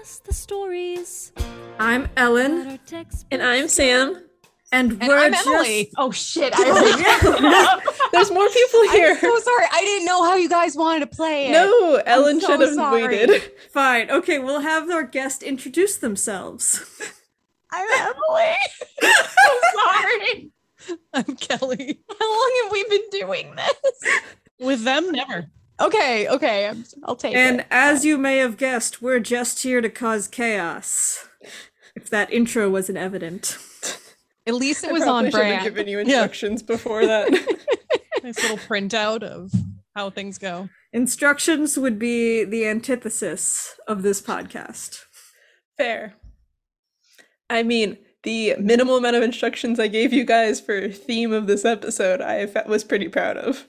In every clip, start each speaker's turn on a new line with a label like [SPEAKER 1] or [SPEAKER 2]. [SPEAKER 1] us the stories
[SPEAKER 2] I'm
[SPEAKER 1] that
[SPEAKER 2] Ellen,
[SPEAKER 1] are text.
[SPEAKER 3] And I'm Sam.
[SPEAKER 2] and,
[SPEAKER 4] And
[SPEAKER 2] we're
[SPEAKER 4] I'm
[SPEAKER 2] just
[SPEAKER 4] Emily. Oh shit! I already
[SPEAKER 3] There's more people
[SPEAKER 4] I'm
[SPEAKER 3] here.
[SPEAKER 4] so sorry. I didn't know how you guys wanted to play it.
[SPEAKER 3] No, Ellen
[SPEAKER 4] so
[SPEAKER 3] should have
[SPEAKER 4] sorry.
[SPEAKER 3] waited.
[SPEAKER 2] fine. Okay, we'll have our guest introduce themselves.
[SPEAKER 4] I'm Emily. I'm sorry.
[SPEAKER 5] I'm Kelly.
[SPEAKER 4] How long have we been doing this?
[SPEAKER 5] With them, never.
[SPEAKER 4] Okay, okay. I'm, I'll take
[SPEAKER 2] and
[SPEAKER 4] it.
[SPEAKER 2] as you may have guessed, we're just here to cause chaos. If that intro wasn't evident.
[SPEAKER 4] At least it
[SPEAKER 3] I
[SPEAKER 4] was on
[SPEAKER 3] probably should have
[SPEAKER 4] brand.
[SPEAKER 3] given you
[SPEAKER 5] Yeah.
[SPEAKER 3] instructions before that.
[SPEAKER 5] Nice little printout of how things go.
[SPEAKER 2] Instructions would be the antithesis of this podcast.
[SPEAKER 3] Fair. I mean, the minimal amount of instructions I gave you guys for theme of this episode, I fe- was pretty proud of.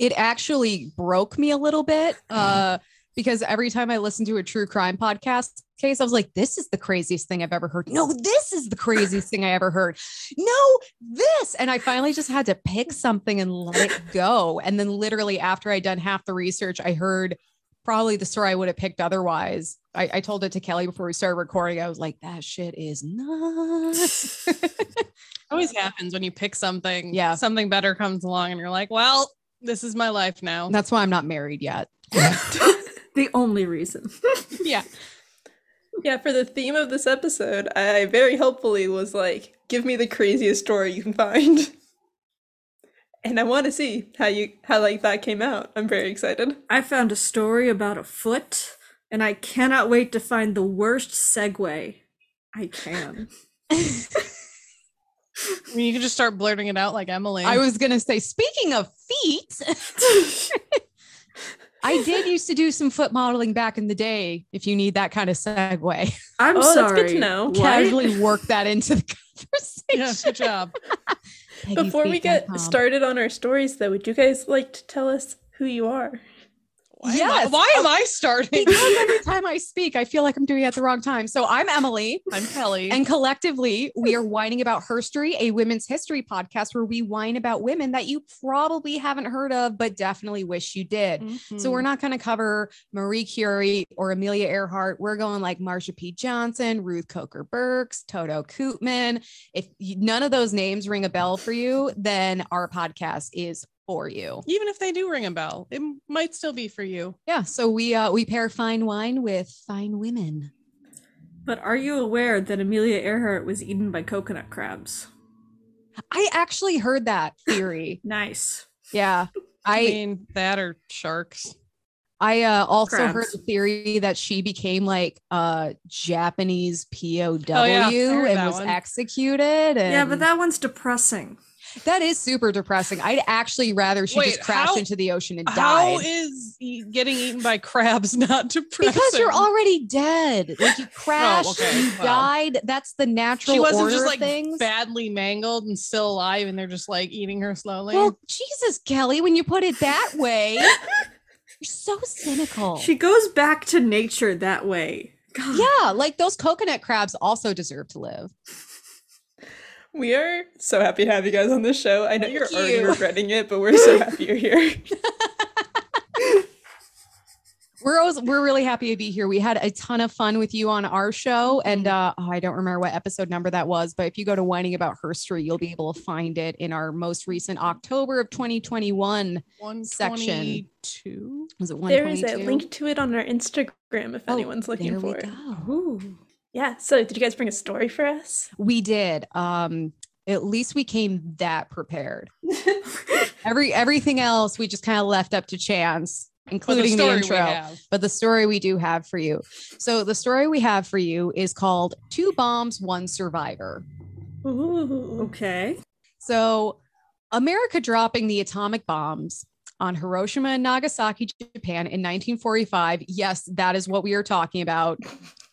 [SPEAKER 4] it actually broke me a little bit uh, because every time I listened to a true crime podcast case, I was like, this is the craziest thing I've ever heard. No, this is the craziest thing I ever heard. No, this. And I finally just had to pick something and let it go. And then, literally, after I'd done half the research, I heard probably the story I would have picked otherwise. I, I told it to Kelly before we started recording. I was like, that shit is nuts.
[SPEAKER 5] Always happens when you pick something.
[SPEAKER 4] Yeah.
[SPEAKER 5] Something better comes along and you're like, well, this is my life now.
[SPEAKER 4] That's why I'm not married yet.
[SPEAKER 2] The only reason.
[SPEAKER 5] yeah.
[SPEAKER 3] Yeah, for the theme of this episode, I very helpfully was like, give me the craziest story you can find. And I want to see how you how like that came out. I'm very excited.
[SPEAKER 2] I found a story about a foot, and I cannot wait to find the worst segue I can.
[SPEAKER 5] I mean, you can just start blurting it out like Emily.
[SPEAKER 4] I was gonna say, speaking of feet, I did used to do some foot modeling back in the day. If you need that kind of segue,
[SPEAKER 2] I'm
[SPEAKER 3] Oh, that's
[SPEAKER 2] sorry.
[SPEAKER 3] good to know.
[SPEAKER 2] What?
[SPEAKER 4] casually work that into the
[SPEAKER 5] Yeah,
[SPEAKER 4] conversation.
[SPEAKER 5] good job.
[SPEAKER 4] Peggy
[SPEAKER 3] Before we
[SPEAKER 4] Feet
[SPEAKER 3] get
[SPEAKER 4] dot com.
[SPEAKER 3] started on our stories, though, would you guys like to tell us who you are?
[SPEAKER 5] Why Am I,
[SPEAKER 4] Yes.
[SPEAKER 5] why am I starting?
[SPEAKER 4] because every time I speak, I feel like I'm doing it at the wrong time. So I'm Emily.
[SPEAKER 5] I'm Kelly.
[SPEAKER 4] And collectively, we are whining about Herstory, a women's history podcast where we whine about women that you probably haven't heard of, but definitely wish you did.
[SPEAKER 5] Mm-hmm.
[SPEAKER 4] So
[SPEAKER 5] Hmm.
[SPEAKER 4] we're not going to cover Marie Curie or Amelia Earhart. We're going like Marsha P. Johnson, Ruth Coker Burks, Toto Koopman. If you, none of those names ring a bell for you, then our podcast is for you.
[SPEAKER 5] even if they do ring a bell, it might still be for you.
[SPEAKER 4] Yeah. So we uh, we pair fine wine with fine women.
[SPEAKER 2] But are you aware that Amelia Earhart was eaten by coconut crabs?
[SPEAKER 4] I actually heard that theory.
[SPEAKER 2] Nice.
[SPEAKER 4] yeah.
[SPEAKER 5] I
[SPEAKER 4] I
[SPEAKER 5] mean, that or sharks.
[SPEAKER 4] I uh, also
[SPEAKER 2] Crabs.
[SPEAKER 4] heard the theory that she became like a Japanese POW
[SPEAKER 5] Oh, yeah, I heard
[SPEAKER 4] and
[SPEAKER 5] that
[SPEAKER 4] was
[SPEAKER 5] one.
[SPEAKER 4] executed. And
[SPEAKER 2] Yeah, but that one's depressing.
[SPEAKER 4] That is super depressing. I'd actually rather she
[SPEAKER 5] Wait,
[SPEAKER 4] just crashed
[SPEAKER 5] how-
[SPEAKER 4] into the ocean and
[SPEAKER 5] How
[SPEAKER 4] died.
[SPEAKER 5] is e- getting eaten by crabs not depressing?
[SPEAKER 4] Because you're already dead. Like you crashed,
[SPEAKER 5] Oh, okay.
[SPEAKER 4] you
[SPEAKER 5] Wow.
[SPEAKER 4] died. That's the natural
[SPEAKER 5] she wasn't
[SPEAKER 4] order
[SPEAKER 5] just
[SPEAKER 4] of
[SPEAKER 5] like
[SPEAKER 4] things.
[SPEAKER 5] badly mangled and still alive, and they're just like eating her slowly.
[SPEAKER 4] Well, Jesus, Kelly, when you put it that way, you're so cynical.
[SPEAKER 2] She goes back to nature that way. God.
[SPEAKER 4] yeah, like those coconut crabs also deserve to live.
[SPEAKER 3] We are so happy to have you guys on this show. I know you're already
[SPEAKER 4] you.
[SPEAKER 3] regretting it, but we're so happy you're here.
[SPEAKER 4] We're always, we're really happy to be here. We had a ton of fun with you on our show, and uh,
[SPEAKER 3] Mm-hmm.
[SPEAKER 4] oh, I don't remember what episode number that was, but if you go to whining about herstory, you'll be able to find it in our most recent October of 2021. section.
[SPEAKER 5] 122?
[SPEAKER 4] Was it one?
[SPEAKER 3] There is a link to it on our Instagram if
[SPEAKER 4] Oh,
[SPEAKER 3] anyone's looking
[SPEAKER 4] There we
[SPEAKER 3] for it.
[SPEAKER 4] go.
[SPEAKER 2] Ooh.
[SPEAKER 3] Yeah. So, did you guys bring a story for us?
[SPEAKER 4] We did. Um, at least we came that prepared. Every everything else we just kind of left up to chance,
[SPEAKER 3] Oh,
[SPEAKER 5] But the
[SPEAKER 4] including the,
[SPEAKER 5] story we
[SPEAKER 4] intro.
[SPEAKER 5] have.
[SPEAKER 4] But the story we do have for you. So the story we have for you is called Two Bombs, One Survivor.
[SPEAKER 3] Ooh.
[SPEAKER 2] Okay.
[SPEAKER 4] So, America dropping the atomic bombs on Hiroshima and Nagasaki, Japan in 1945. Yes, that is what we are talking about.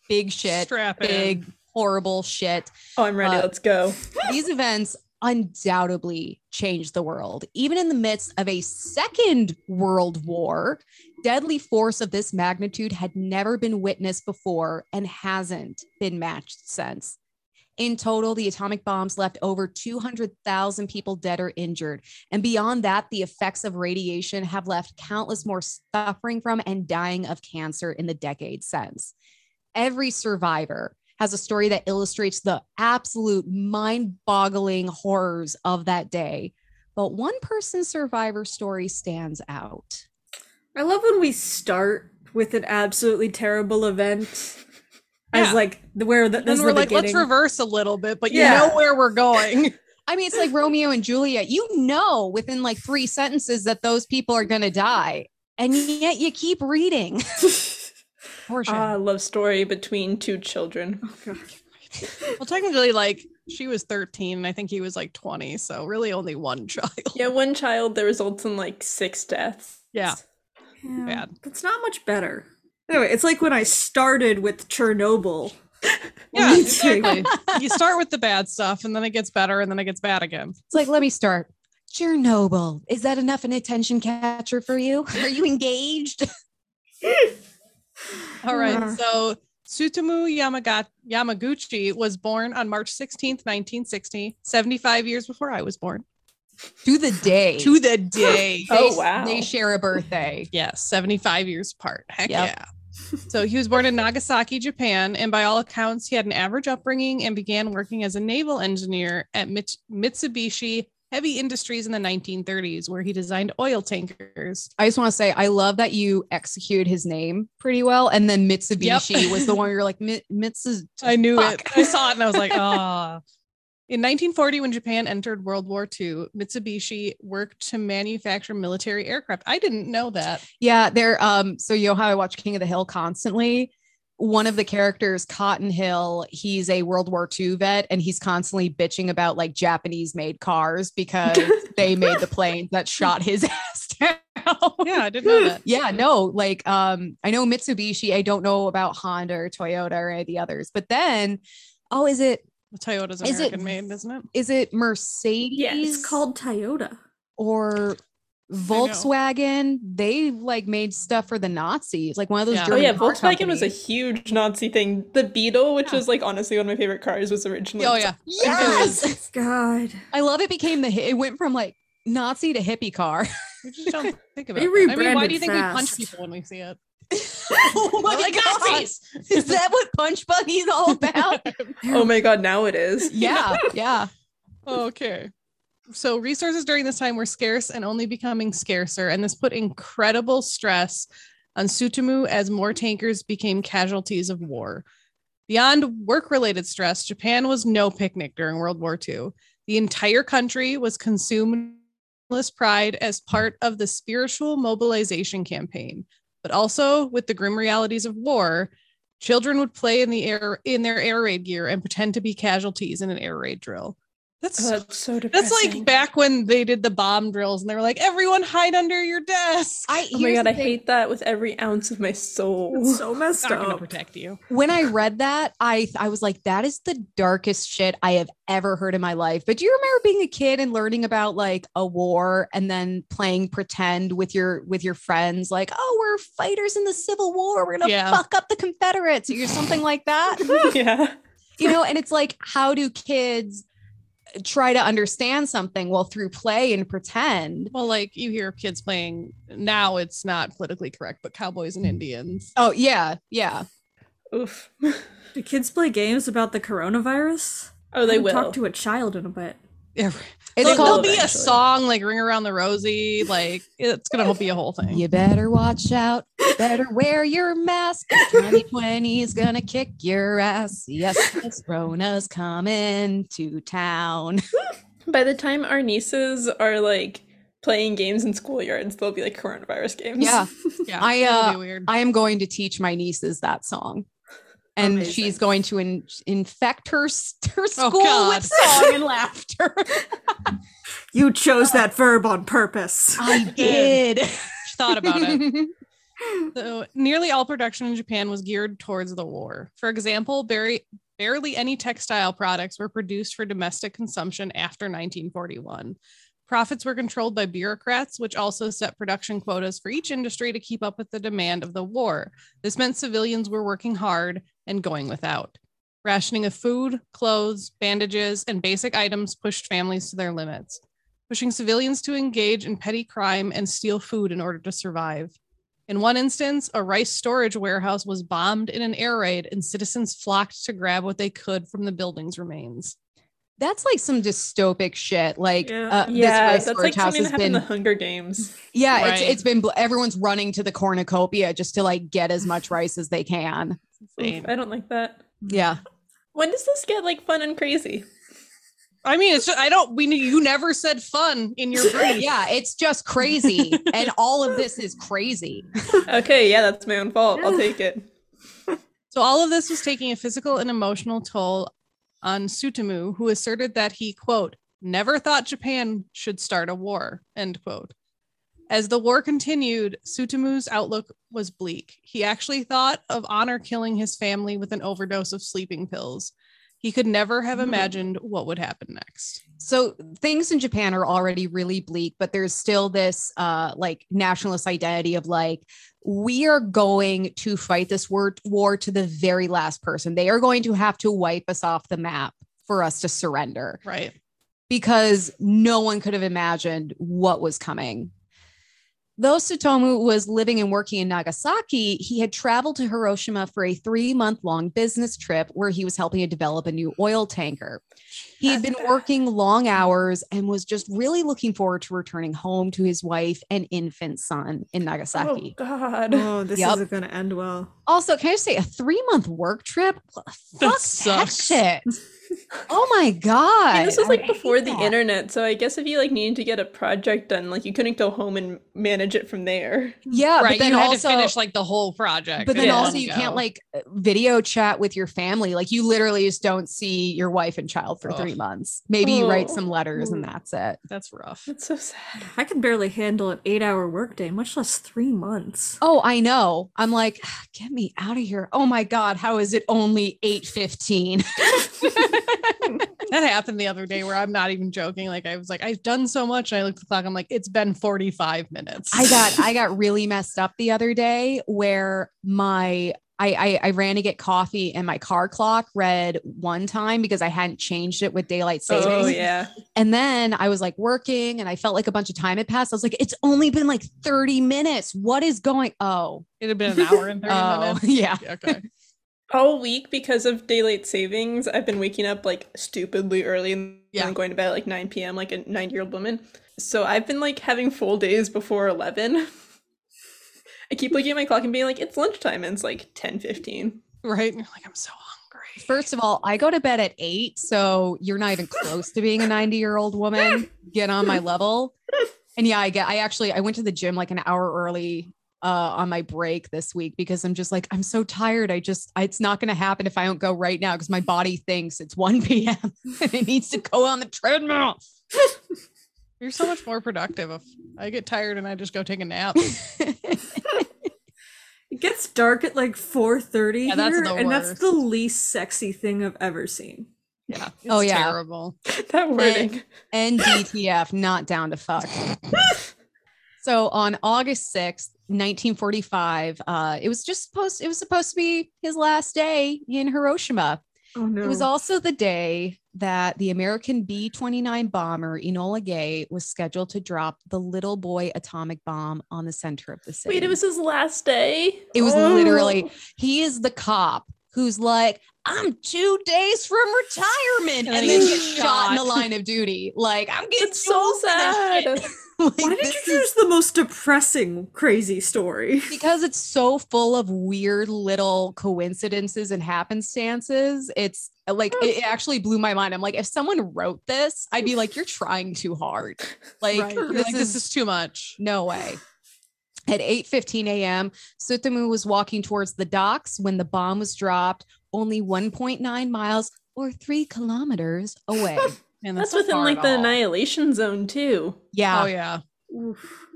[SPEAKER 4] Big shit,
[SPEAKER 5] Strap in.
[SPEAKER 4] big, horrible shit.
[SPEAKER 3] Oh, I'm ready.
[SPEAKER 4] Uh,
[SPEAKER 3] Let's go.
[SPEAKER 4] These events undoubtedly changed the world. Even in the midst of a second world war, deadly force of this magnitude had never been witnessed before and hasn't been matched since. In total, the atomic bombs left over 200,000 people dead or injured. And beyond that, the effects of radiation have left countless more suffering from and dying of cancer in the decades since. every survivor has a story that illustrates the absolute mind boggling horrors of that day. But one person's survivor story stands out.
[SPEAKER 2] I love when we start with an absolutely terrible event as
[SPEAKER 5] Yeah.
[SPEAKER 2] like the where the,
[SPEAKER 5] And then
[SPEAKER 2] this is
[SPEAKER 5] we're
[SPEAKER 2] the
[SPEAKER 5] like, let's
[SPEAKER 2] beginning.
[SPEAKER 5] reverse a little bit, but
[SPEAKER 2] Yeah.
[SPEAKER 5] you know where we're going.
[SPEAKER 4] I mean, it's like Romeo and Juliet. You know within like three sentences that those people are going to die. And yet you keep reading. Portia.
[SPEAKER 3] Ah, love story between two children.
[SPEAKER 2] Oh, God.
[SPEAKER 5] well, technically, like she was 13, and I think he was like 20. So really only one child.
[SPEAKER 3] Yeah, one child that results in like six deaths.
[SPEAKER 5] Yeah.
[SPEAKER 2] Yeah,
[SPEAKER 5] Bad.
[SPEAKER 2] That's not much better. Anyway, it's like when I started with Chernobyl.
[SPEAKER 5] Yeah,
[SPEAKER 2] Me too.
[SPEAKER 5] exactly. you start with the bad stuff, and then it gets better, and then it gets bad again.
[SPEAKER 4] It's like, let me start. Chernobyl. Is that enough an attention catcher for you? Are you engaged?
[SPEAKER 5] All right.
[SPEAKER 2] Yeah.
[SPEAKER 5] So Tsutomu Yamaga- Yamaguchi was born on March 16th, 1960, 75 years before I was born.
[SPEAKER 4] to the day.
[SPEAKER 5] To the day.
[SPEAKER 3] Oh,
[SPEAKER 4] They-
[SPEAKER 3] wow.
[SPEAKER 4] They share a birthday.
[SPEAKER 5] Yes, 75 years apart. Heck
[SPEAKER 4] Yep.
[SPEAKER 5] yeah. So he was born in Nagasaki, Japan, and by all accounts, he had an average upbringing and began working as a naval engineer at Mit- Mitsubishi Heavy Industries in the 1930s, where he designed oil tankers.
[SPEAKER 4] I just want to say, I love that you executed his name pretty well. And then Mitsubishi was the one you're like, "Mi- Mitsu.
[SPEAKER 5] I knew
[SPEAKER 4] Fuck.
[SPEAKER 5] it. I saw it and I was like, ah. In 1940, when Japan entered World War II, Mitsubishi worked to manufacture military aircraft. I didn't know that.
[SPEAKER 4] Yeah, they're um so you know how I watch King of the Hill constantly. One of the characters, Cotton Hill, he's a World War II vet and he's constantly bitching about like Japanese made cars because they made the planes that shot his ass down.
[SPEAKER 5] Yeah, I didn't know that.
[SPEAKER 4] Yeah, no, like um, I know Mitsubishi, I don't know about Honda or Toyota or any of the others, but then oh, is it
[SPEAKER 5] The Toyota's
[SPEAKER 4] Is it-
[SPEAKER 5] American made, isn't it?
[SPEAKER 4] is it Mercedes?
[SPEAKER 2] It's called Toyota.
[SPEAKER 4] or Volkswagen, they like made stuff for the Nazis, like one of those.
[SPEAKER 5] Yeah. Oh,
[SPEAKER 3] Oh
[SPEAKER 4] German
[SPEAKER 3] yeah,
[SPEAKER 4] car
[SPEAKER 3] Volkswagen was a
[SPEAKER 4] companies.
[SPEAKER 3] huge Nazi thing. The Beetle, which
[SPEAKER 5] Yeah.
[SPEAKER 3] is like honestly one of my favorite cars, was originally.
[SPEAKER 5] Oh, yeah.
[SPEAKER 4] Yes,
[SPEAKER 2] God.
[SPEAKER 4] I love it. Became the hi- it went from like Nazi to hippie car.
[SPEAKER 5] We just don't think about
[SPEAKER 2] They
[SPEAKER 5] it. I mean, why
[SPEAKER 2] rebranded
[SPEAKER 5] do you think we punch
[SPEAKER 2] fast.
[SPEAKER 5] people when we see it?
[SPEAKER 4] oh my
[SPEAKER 5] Like
[SPEAKER 4] God.
[SPEAKER 5] Nazis.
[SPEAKER 4] Is that what Punch Bunny's all about?
[SPEAKER 3] Oh my god, now it is.
[SPEAKER 4] yeah, yeah.
[SPEAKER 5] oh, Okay. So resources during this time were scarce and only becoming scarcer, and this put incredible stress on Sutumu as more tankers became casualties of war. Beyond work-related stress, Japan was no picnic during World War II. The entire country was consumed with pride as part of the spiritual mobilization campaign, but also with the grim realities of war. Children would play in the air in their air raid gear and pretend to be casualties in an air raid drill. That's
[SPEAKER 3] Oh, that's so depressing.
[SPEAKER 5] that's like back when they did the bomb drills and they were like, everyone hide under your desk.
[SPEAKER 4] I
[SPEAKER 3] Oh my
[SPEAKER 4] here's
[SPEAKER 3] god,
[SPEAKER 4] the
[SPEAKER 3] I
[SPEAKER 4] thing.
[SPEAKER 3] hate that with every ounce of my soul.
[SPEAKER 2] It's so messed
[SPEAKER 5] I'm not going to
[SPEAKER 2] up.
[SPEAKER 5] protect you.
[SPEAKER 4] when I read that. I I was like, that is the darkest shit I have ever heard in my life. But do you remember being a kid and learning about like a war and then playing pretend with your with your friends, like, oh, we're fighters in the Civil War. We're gonna
[SPEAKER 5] Yeah.
[SPEAKER 4] fuck up the Confederates or something like that.
[SPEAKER 3] yeah.
[SPEAKER 4] you know and it's like how do kids try to understand something well through play and pretend
[SPEAKER 5] Well, like you hear kids playing now, it's not politically correct, but cowboys and Indians.
[SPEAKER 4] oh yeah yeah
[SPEAKER 3] Oof.
[SPEAKER 2] Do kids play games about the coronavirus?
[SPEAKER 3] Oh, they
[SPEAKER 2] I'm
[SPEAKER 3] will.
[SPEAKER 2] gonna Talk to a child in a bit.
[SPEAKER 5] It's
[SPEAKER 4] it's
[SPEAKER 5] There'll,
[SPEAKER 4] called
[SPEAKER 5] be a
[SPEAKER 3] eventually.
[SPEAKER 5] song like Ring Around the Rosie. Like it's going to be a whole thing.
[SPEAKER 4] you better watch out better wear your mask 2020 is gonna kick your ass yes yes rona's coming to town
[SPEAKER 3] By the time our nieces are like playing games in schoolyards, they'll be like coronavirus games.
[SPEAKER 4] yeah
[SPEAKER 5] Yeah.
[SPEAKER 4] I,
[SPEAKER 5] that'll
[SPEAKER 4] uh,
[SPEAKER 5] be weird.
[SPEAKER 4] i am going to teach my nieces that song and
[SPEAKER 2] Amazing.
[SPEAKER 4] she's going to in- infect her, s- her
[SPEAKER 5] Oh,
[SPEAKER 4] school
[SPEAKER 5] God.
[SPEAKER 4] with song and laughter.
[SPEAKER 2] You chose that verb on purpose.
[SPEAKER 4] I did.
[SPEAKER 5] She thought about it. So nearly all production in Japan was geared towards the war. For example, barely, barely any textile products were produced for domestic consumption after 1941. Profits were controlled by bureaucrats, which also set production quotas for each industry to keep up with the demand of the war. This meant civilians were working hard and going without. Rationing of food, clothes, bandages, and basic items pushed families to their limits, pushing civilians to engage in petty crime and steal food in order to survive. In one instance, a rice storage warehouse was bombed in an air raid, and citizens flocked to grab what they could from the building's remains.
[SPEAKER 4] That's like some dystopic shit. Like
[SPEAKER 2] Yeah.
[SPEAKER 4] uh,
[SPEAKER 3] yeah,
[SPEAKER 4] this rice
[SPEAKER 3] that's like
[SPEAKER 4] storage house
[SPEAKER 3] something
[SPEAKER 4] has
[SPEAKER 3] that happened in the
[SPEAKER 4] been.
[SPEAKER 3] Hunger Games.
[SPEAKER 4] Yeah,
[SPEAKER 5] Right.
[SPEAKER 4] it's it's been bl- everyone's running to the cornucopia just to like get as much rice as they can.
[SPEAKER 5] Insane.
[SPEAKER 3] I don't like that.
[SPEAKER 4] Yeah.
[SPEAKER 3] When does this get like fun and crazy?
[SPEAKER 5] I mean, it's just, I don't. We you never said fun in your brief.
[SPEAKER 4] Yeah, it's just crazy. and all of this is crazy.
[SPEAKER 3] Okay, yeah, that's my own fault. I'll take it.
[SPEAKER 5] So all of this was taking a physical and emotional toll on Sutomu, who asserted that he, quote, never thought Japan should start a war, end quote. As the war continued, Sutomu's outlook was bleak. He actually thought of honor killing his family with an overdose of sleeping pills. He could never have
[SPEAKER 3] Hmm.
[SPEAKER 5] imagined what would happen next.
[SPEAKER 4] So things in Japan are already really bleak, but there's still this uh like nationalist identity of like we are going to fight this war, war to the very last person. They are going to have to wipe us off the map for us to surrender
[SPEAKER 5] Right.
[SPEAKER 4] because no one could have imagined what was coming. Though Sutomu was living and working in Nagasaki, he had traveled to Hiroshima for a three month long business trip where he was helping to develop a new oil tanker. He had been working long hours and was just really looking forward to returning home to his wife and infant son in Nagasaki.
[SPEAKER 3] Oh God.
[SPEAKER 2] Oh, this
[SPEAKER 4] Yep.
[SPEAKER 2] isn't gonna end well.
[SPEAKER 4] Also, can I just say a three month work trip? What the
[SPEAKER 5] That
[SPEAKER 4] Fuck that
[SPEAKER 5] sucks.
[SPEAKER 4] shit. Oh my God.
[SPEAKER 3] And this was
[SPEAKER 4] I
[SPEAKER 3] like
[SPEAKER 4] hate
[SPEAKER 3] before the
[SPEAKER 4] that.
[SPEAKER 3] internet, so I guess if you like needed to get a project done, like you couldn't go home and manage it from there.
[SPEAKER 4] Yeah,
[SPEAKER 5] right.
[SPEAKER 4] but then
[SPEAKER 5] you had
[SPEAKER 4] also
[SPEAKER 5] to finish like the whole project.
[SPEAKER 4] but then
[SPEAKER 3] Yeah.
[SPEAKER 4] also you can't like uh, video chat with your family like you literally just don't see your wife and child for
[SPEAKER 5] Ugh.
[SPEAKER 4] three months maybe you write
[SPEAKER 3] Oh.
[SPEAKER 4] some letters and
[SPEAKER 3] Mm.
[SPEAKER 4] that's it
[SPEAKER 5] That's rough.
[SPEAKER 3] That's so sad.
[SPEAKER 2] I can barely handle an eight-hour workday, much less three months.
[SPEAKER 4] oh i know i'm like get me out of here oh my god how is it only 8.15
[SPEAKER 5] That happened the other day where I'm not even joking. Like I was like, I've done so much. And I looked at the clock. I'm like, it's been 45 minutes.
[SPEAKER 4] i got i got really messed up the other day where my I, I, I ran to get coffee and my car clock read one time because I hadn't changed it with daylight savings.
[SPEAKER 3] Oh yeah.
[SPEAKER 4] And then I was like working and I felt like a bunch of time had passed. I was like, it's only been like 30 minutes. What is going? Oh,
[SPEAKER 5] It had been an hour and 30
[SPEAKER 4] oh,
[SPEAKER 5] minutes.
[SPEAKER 4] yeah.
[SPEAKER 5] Yeah, Okay.
[SPEAKER 3] All week because of daylight savings, I've been waking up like stupidly early and
[SPEAKER 5] Yeah.
[SPEAKER 3] then going to bed at like 9 p.m. like a 90 year old woman. So I've been like having full days before 11. I keep looking at my clock and being like, it's lunchtime, and it's like 10:15.
[SPEAKER 5] Right. And you're like, I'm so hungry.
[SPEAKER 4] First of all, I go to bed at eight. So you're not even close to being a 90 year old woman. Get on my level. And yeah, I get, I actually, I went to the gym like an hour early uh, on my break this week because I'm just like, I'm so tired. I just, I, it's not going to happen if I don't go right now because my body thinks it's 1 p.m. and it needs to go on the treadmill.
[SPEAKER 5] You're so much more productive. If I get tired and I just go take a nap.
[SPEAKER 2] It gets dark at like 4:30
[SPEAKER 5] Yeah,
[SPEAKER 2] here,
[SPEAKER 5] that's the
[SPEAKER 2] and that's
[SPEAKER 5] worst.
[SPEAKER 2] the least sexy thing I've ever seen.
[SPEAKER 5] Yeah. It's
[SPEAKER 4] Oh, yeah.
[SPEAKER 5] Terrible.
[SPEAKER 3] that wording.
[SPEAKER 4] and DTF, not down to fuck. so on August 6th, 1945, uh, it was just supposed it was supposed to be his last day in Hiroshima.
[SPEAKER 2] Oh no.
[SPEAKER 4] It was also the day that the American B-29 bomber Enola Gay was scheduled to drop the little boy atomic bomb on the center of the city.
[SPEAKER 3] Wait, it was his last day.
[SPEAKER 4] It was
[SPEAKER 3] Oh.
[SPEAKER 4] literally he is the cop who's like, I'm two days from retirement, and,
[SPEAKER 5] And then
[SPEAKER 4] then
[SPEAKER 5] he
[SPEAKER 4] gets
[SPEAKER 5] gets
[SPEAKER 4] shot in the
[SPEAKER 5] shot.
[SPEAKER 4] line of duty. Like, I'm getting
[SPEAKER 3] It's so
[SPEAKER 4] too old for this shit.
[SPEAKER 3] sad.
[SPEAKER 4] Like,
[SPEAKER 2] Why did you
[SPEAKER 4] this
[SPEAKER 2] choose
[SPEAKER 4] is-
[SPEAKER 2] the most depressing crazy story?
[SPEAKER 4] because it's so full of weird little coincidences and happenstances. It's uh, like it actually blew my mind. I'm like, if someone wrote this, I'd be like, you're trying too hard. Like,
[SPEAKER 5] right. You're
[SPEAKER 4] this,
[SPEAKER 5] like,
[SPEAKER 4] is,
[SPEAKER 5] this is too much.
[SPEAKER 4] no way. At 8:15 a.m., Sutomu was walking towards the docks when the bomb was dropped, only 1.9 miles or three kilometers away.
[SPEAKER 5] And
[SPEAKER 3] That's within like the annihilation zone too.
[SPEAKER 4] yeah.
[SPEAKER 5] Oh, yeah.
[SPEAKER 2] Oof.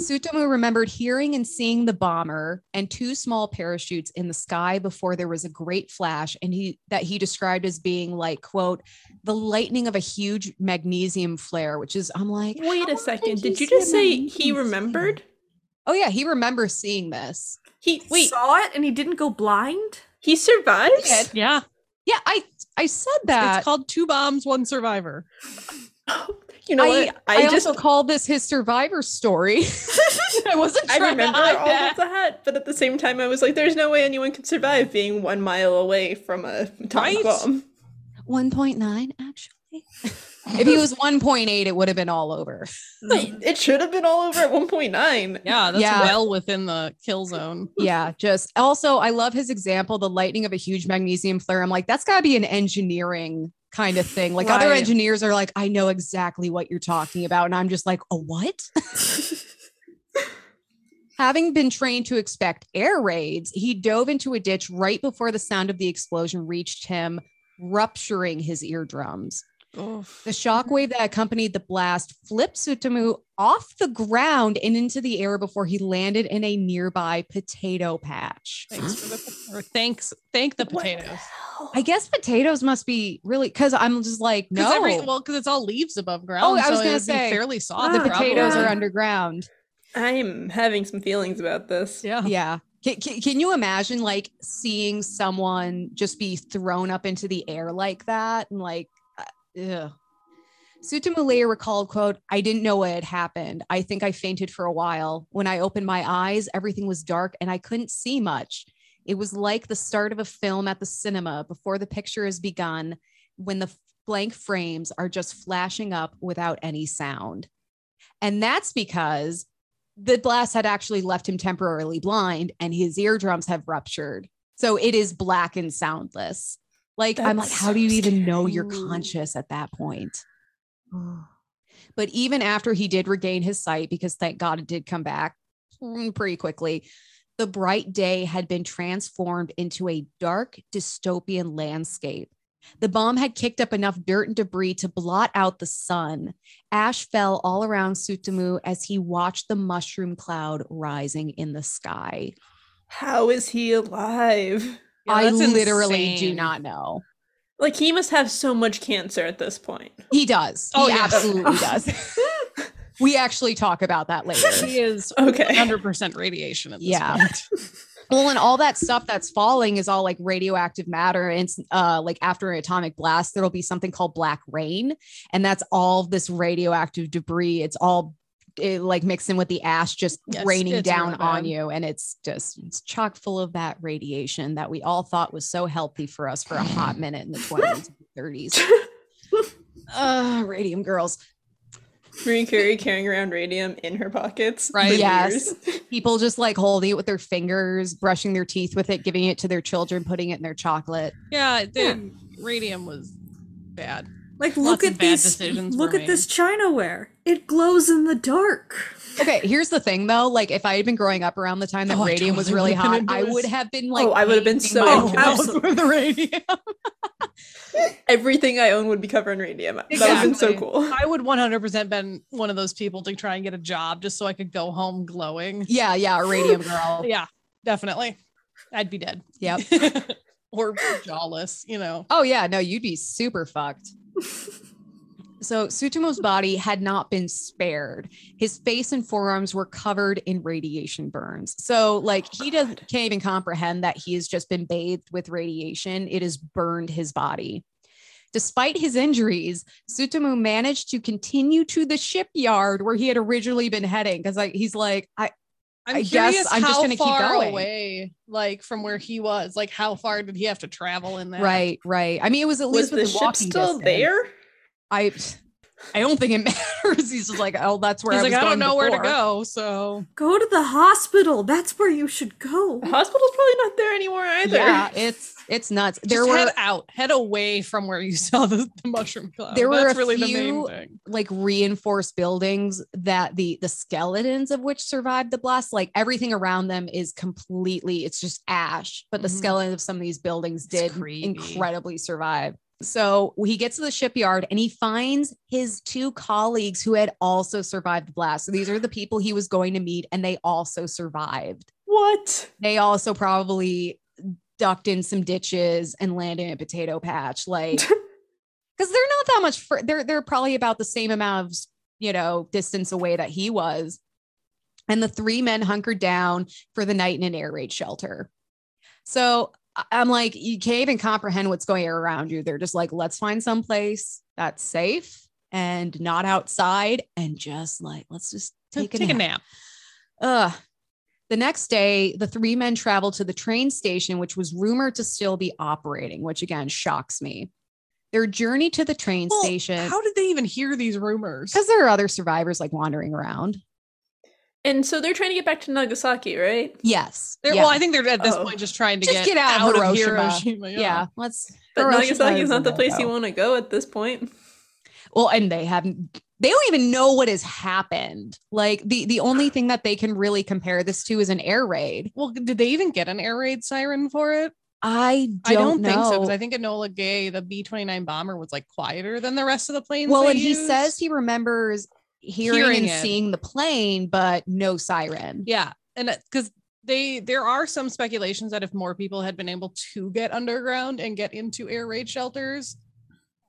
[SPEAKER 4] Sutomu remembered hearing and seeing the bomber and two small parachutes in the sky before there was a great flash, and he that he described as being like, quote, the lightning of a huge magnesium flare, which is I'm like,
[SPEAKER 3] Wait
[SPEAKER 4] how
[SPEAKER 3] a second. Did you
[SPEAKER 4] see a
[SPEAKER 3] just say he
[SPEAKER 4] magnesium flare?
[SPEAKER 3] remembered?
[SPEAKER 4] Oh yeah, he remembers seeing this.
[SPEAKER 3] He
[SPEAKER 2] Wait.
[SPEAKER 3] wait,
[SPEAKER 2] Saw it and he didn't go blind?
[SPEAKER 3] he survived?
[SPEAKER 4] He did.
[SPEAKER 5] Yeah.
[SPEAKER 4] Yeah, I I said that.
[SPEAKER 5] It's called Two Bombs, One Survivor.
[SPEAKER 3] You know
[SPEAKER 4] I,
[SPEAKER 3] what? I,
[SPEAKER 4] I
[SPEAKER 3] just
[SPEAKER 4] also call this his survivor story. I wasn't
[SPEAKER 3] I
[SPEAKER 4] trying
[SPEAKER 3] remember
[SPEAKER 4] to hide
[SPEAKER 3] all
[SPEAKER 4] that.
[SPEAKER 3] of that, but at the same time, I was like, "There's no way anyone could survive being one mile away from a atomic
[SPEAKER 5] Right?
[SPEAKER 3] bomb."
[SPEAKER 4] 1.9 actually. if he was 1.8, it would have been all over.
[SPEAKER 3] It should have been all over at 1.9.
[SPEAKER 5] Yeah, that's
[SPEAKER 4] Yeah.
[SPEAKER 5] well within the kill zone.
[SPEAKER 4] Yeah, just also I love his example, the lightning of a huge magnesium flare. I'm like, that's gotta be an engineering kind of thing. Like other
[SPEAKER 5] Right.
[SPEAKER 4] engineers are like, I know exactly what you're talking about. And I'm just like, a what? Having been trained to expect air raids, he dove into a ditch right before the sound of the explosion reached him, rupturing his eardrums. The shockwave that accompanied the blast flipped Sutamu off the ground and into the air before he landed in a nearby potato patch.
[SPEAKER 5] Thanks for the or thanks thank the
[SPEAKER 3] What the
[SPEAKER 5] potatoes.
[SPEAKER 3] hell?
[SPEAKER 4] I guess potatoes must be really because I'm just like, no,
[SPEAKER 5] Oh. Because every well, because it's all leaves above ground.
[SPEAKER 4] I
[SPEAKER 5] so
[SPEAKER 4] was
[SPEAKER 5] it
[SPEAKER 4] gonna
[SPEAKER 5] would be
[SPEAKER 4] say,
[SPEAKER 5] fairly soft.
[SPEAKER 4] the
[SPEAKER 2] Ah,
[SPEAKER 4] potatoes
[SPEAKER 2] yeah.
[SPEAKER 4] are underground.
[SPEAKER 3] I'm having some feelings about this.
[SPEAKER 5] Yeah.
[SPEAKER 4] Yeah. Can, can, can you imagine like seeing someone just be thrown up into the air like that? And like, uh, ugh. Sutumu later recalled, quote, I didn't know what had happened. I think I fainted for a while. When I opened my eyes, everything was dark and I couldn't see much. It was like the start of a film at the cinema before the picture has begun, when the blank frames are just flashing up without any sound. And that's because the blast had actually left him temporarily blind and his eardrums have ruptured. So it is black and soundless. Like, I'm like,
[SPEAKER 3] That's
[SPEAKER 4] how
[SPEAKER 3] so
[SPEAKER 4] do you even know you're
[SPEAKER 3] scary.
[SPEAKER 4] conscious at that point? but even after he did regain his sight, because thank God it did come back mm, pretty quickly, the bright day had been transformed into a dark dystopian landscape. The bomb had kicked up enough dirt and debris to blot out the sun. Ash fell all around Sutamu as he watched the mushroom cloud rising in the sky.
[SPEAKER 3] How is he alive?
[SPEAKER 5] Yeah,
[SPEAKER 4] I
[SPEAKER 5] that's
[SPEAKER 4] literally do
[SPEAKER 5] insane.
[SPEAKER 4] not know.
[SPEAKER 3] Like he must have so much cancer at this point.
[SPEAKER 4] He does.
[SPEAKER 5] Oh,
[SPEAKER 4] he
[SPEAKER 5] yeah.
[SPEAKER 4] absolutely does. We actually talk about that later.
[SPEAKER 5] He is
[SPEAKER 3] okay.
[SPEAKER 5] 100% radiation at this
[SPEAKER 4] Yeah.
[SPEAKER 5] point.
[SPEAKER 4] Well, and all that stuff that's falling is all like radioactive matter. And it's, uh, like after an atomic blast, there'll be something called black rain, and that's all this radioactive debris. It's all it, like mixed in with the ash, just
[SPEAKER 5] Yes,
[SPEAKER 4] raining
[SPEAKER 5] it's real
[SPEAKER 4] down on
[SPEAKER 5] bad.
[SPEAKER 4] you, and it's just it's chock full of that radiation that we all thought was so healthy for us for a hot minute in the twenties, thirties. Uh,
[SPEAKER 5] Ah,
[SPEAKER 4] radium girls.
[SPEAKER 3] Marie Curie carrying around radium in her pockets. for
[SPEAKER 5] Right.
[SPEAKER 4] Yes.
[SPEAKER 3] years.
[SPEAKER 4] People just like holding it with their fingers, brushing their teeth with it, giving it to their children, putting it in their chocolate.
[SPEAKER 5] Yeah, dude, radium was bad.
[SPEAKER 2] Like,
[SPEAKER 5] Lots
[SPEAKER 2] look
[SPEAKER 5] of
[SPEAKER 2] at
[SPEAKER 5] bad
[SPEAKER 2] these.
[SPEAKER 5] decisions
[SPEAKER 2] Look
[SPEAKER 5] were
[SPEAKER 2] at this Chinaware. It glows in the dark.
[SPEAKER 4] Okay, here's the thing though. Like, if I had been growing up around the time that
[SPEAKER 5] Oh, I
[SPEAKER 4] radium was
[SPEAKER 5] totally
[SPEAKER 4] really
[SPEAKER 5] would've
[SPEAKER 4] hot,
[SPEAKER 5] been into
[SPEAKER 4] I
[SPEAKER 5] this.
[SPEAKER 4] would have been like,
[SPEAKER 3] Oh, I would've been
[SPEAKER 4] painting
[SPEAKER 3] so
[SPEAKER 4] my
[SPEAKER 2] into
[SPEAKER 4] house.
[SPEAKER 2] this.
[SPEAKER 5] with the radium.
[SPEAKER 3] Everything I own would be covered in radium. That would have been so
[SPEAKER 5] Exactly.
[SPEAKER 3] cool.
[SPEAKER 5] I would 100% been one of those people to try and get a job just so I could go home glowing.
[SPEAKER 4] Yeah, yeah, a radium girl.
[SPEAKER 5] Yeah, definitely. I'd be dead.
[SPEAKER 4] Yep.
[SPEAKER 5] or jawless, you know.
[SPEAKER 4] Oh yeah, no, you'd be super fucked. so Sutumo's body had not been spared. His face and forearms were covered in radiation burns. So like
[SPEAKER 3] Oh,
[SPEAKER 4] he doesn't can't even comprehend that he has just been bathed with radiation. It has burned his body. Despite his injuries, Sutumu managed to continue to the shipyard where he had originally been heading because like he's like, I
[SPEAKER 5] I'm
[SPEAKER 4] I guess
[SPEAKER 5] curious
[SPEAKER 4] I'm just
[SPEAKER 5] how
[SPEAKER 4] gonna keep
[SPEAKER 5] far
[SPEAKER 4] going.
[SPEAKER 5] away, like from where he was. Like, how far did he have to travel in that?
[SPEAKER 4] right, right. I mean, it was at least
[SPEAKER 3] Was the
[SPEAKER 4] within
[SPEAKER 3] ship
[SPEAKER 4] walking
[SPEAKER 3] still
[SPEAKER 4] distance.
[SPEAKER 3] there?
[SPEAKER 4] I I don't think it matters. He's just like, oh, that's where
[SPEAKER 5] He's
[SPEAKER 4] I
[SPEAKER 5] like,
[SPEAKER 4] was
[SPEAKER 5] I don't
[SPEAKER 4] going
[SPEAKER 5] know where to
[SPEAKER 4] before."
[SPEAKER 5] go. So
[SPEAKER 2] Go to the hospital. That's where you should go.
[SPEAKER 3] The hospital's probably not there anymore either.
[SPEAKER 4] Yeah, it's it's nuts.
[SPEAKER 5] there
[SPEAKER 4] There
[SPEAKER 5] just
[SPEAKER 4] were
[SPEAKER 5] head out, head away from where you saw the, the mushroom cloud.
[SPEAKER 4] There were
[SPEAKER 5] That's
[SPEAKER 4] a
[SPEAKER 5] really the main
[SPEAKER 4] few-
[SPEAKER 5] thing.
[SPEAKER 4] like reinforced buildings that the the skeletons of which survived the blast, like everything around them is completely it's just ash, but the
[SPEAKER 5] Mhm.
[SPEAKER 4] skeleton of some of these buildings did
[SPEAKER 5] creepy.
[SPEAKER 4] incredibly survive. So he gets to the shipyard and he finds his two colleagues who had also survived the blast. So these are the people he was going to meet, and they also survived.
[SPEAKER 3] What?
[SPEAKER 4] they also probably ducked in some ditches and landed in a potato patch like because they're not that much fur- they're they're probably about the same amount of you know distance away that he was and the three men hunkered down for the night in an air raid shelter so I- i'm like you can't even comprehend what's going around you they're just like let's find someplace that's safe and not outside and just like, let's just
[SPEAKER 5] Take,
[SPEAKER 4] take a
[SPEAKER 5] a
[SPEAKER 4] nap.
[SPEAKER 5] nap.
[SPEAKER 4] Ugh. The next day, the three men traveled to the train station, which was rumored to still be operating, which again shocks me. Their journey to the train
[SPEAKER 5] Well,
[SPEAKER 4] station,
[SPEAKER 5] How did they even hear these rumors?
[SPEAKER 4] because there are other survivors like wandering around.
[SPEAKER 3] And so they're trying to get back to Nagasaki, right?
[SPEAKER 4] Yes.
[SPEAKER 5] They're,
[SPEAKER 4] yeah.
[SPEAKER 5] Well, I think they're at this
[SPEAKER 3] Oh.
[SPEAKER 5] point just trying to
[SPEAKER 4] Just
[SPEAKER 5] get,
[SPEAKER 4] get out of Hiroshima.
[SPEAKER 5] Hiroshima,
[SPEAKER 4] yeah. Let's.
[SPEAKER 3] But
[SPEAKER 4] Hiroshima
[SPEAKER 3] Nagasaki is
[SPEAKER 4] is
[SPEAKER 3] not the
[SPEAKER 4] a
[SPEAKER 3] place you
[SPEAKER 4] no-go.
[SPEAKER 3] want to go at this point.
[SPEAKER 4] Well, and they haven't. They don't even know what has happened. Like the the only thing that they can really compare this to is an air raid.
[SPEAKER 5] Well, did they even get an air raid siren for it?
[SPEAKER 4] I don't,
[SPEAKER 5] I don't think so
[SPEAKER 4] know.
[SPEAKER 5] because I think Enola Gay, the B twenty nine bomber, was like quieter than the rest of the planes.
[SPEAKER 4] well,
[SPEAKER 5] they
[SPEAKER 4] and he
[SPEAKER 5] used.
[SPEAKER 4] says he remembers hearing,
[SPEAKER 5] Hearing
[SPEAKER 4] and
[SPEAKER 5] it.
[SPEAKER 4] seeing the plane, but no siren.
[SPEAKER 5] yeah, and because they there are some speculations that if more people had been able to get underground and get into air raid shelters,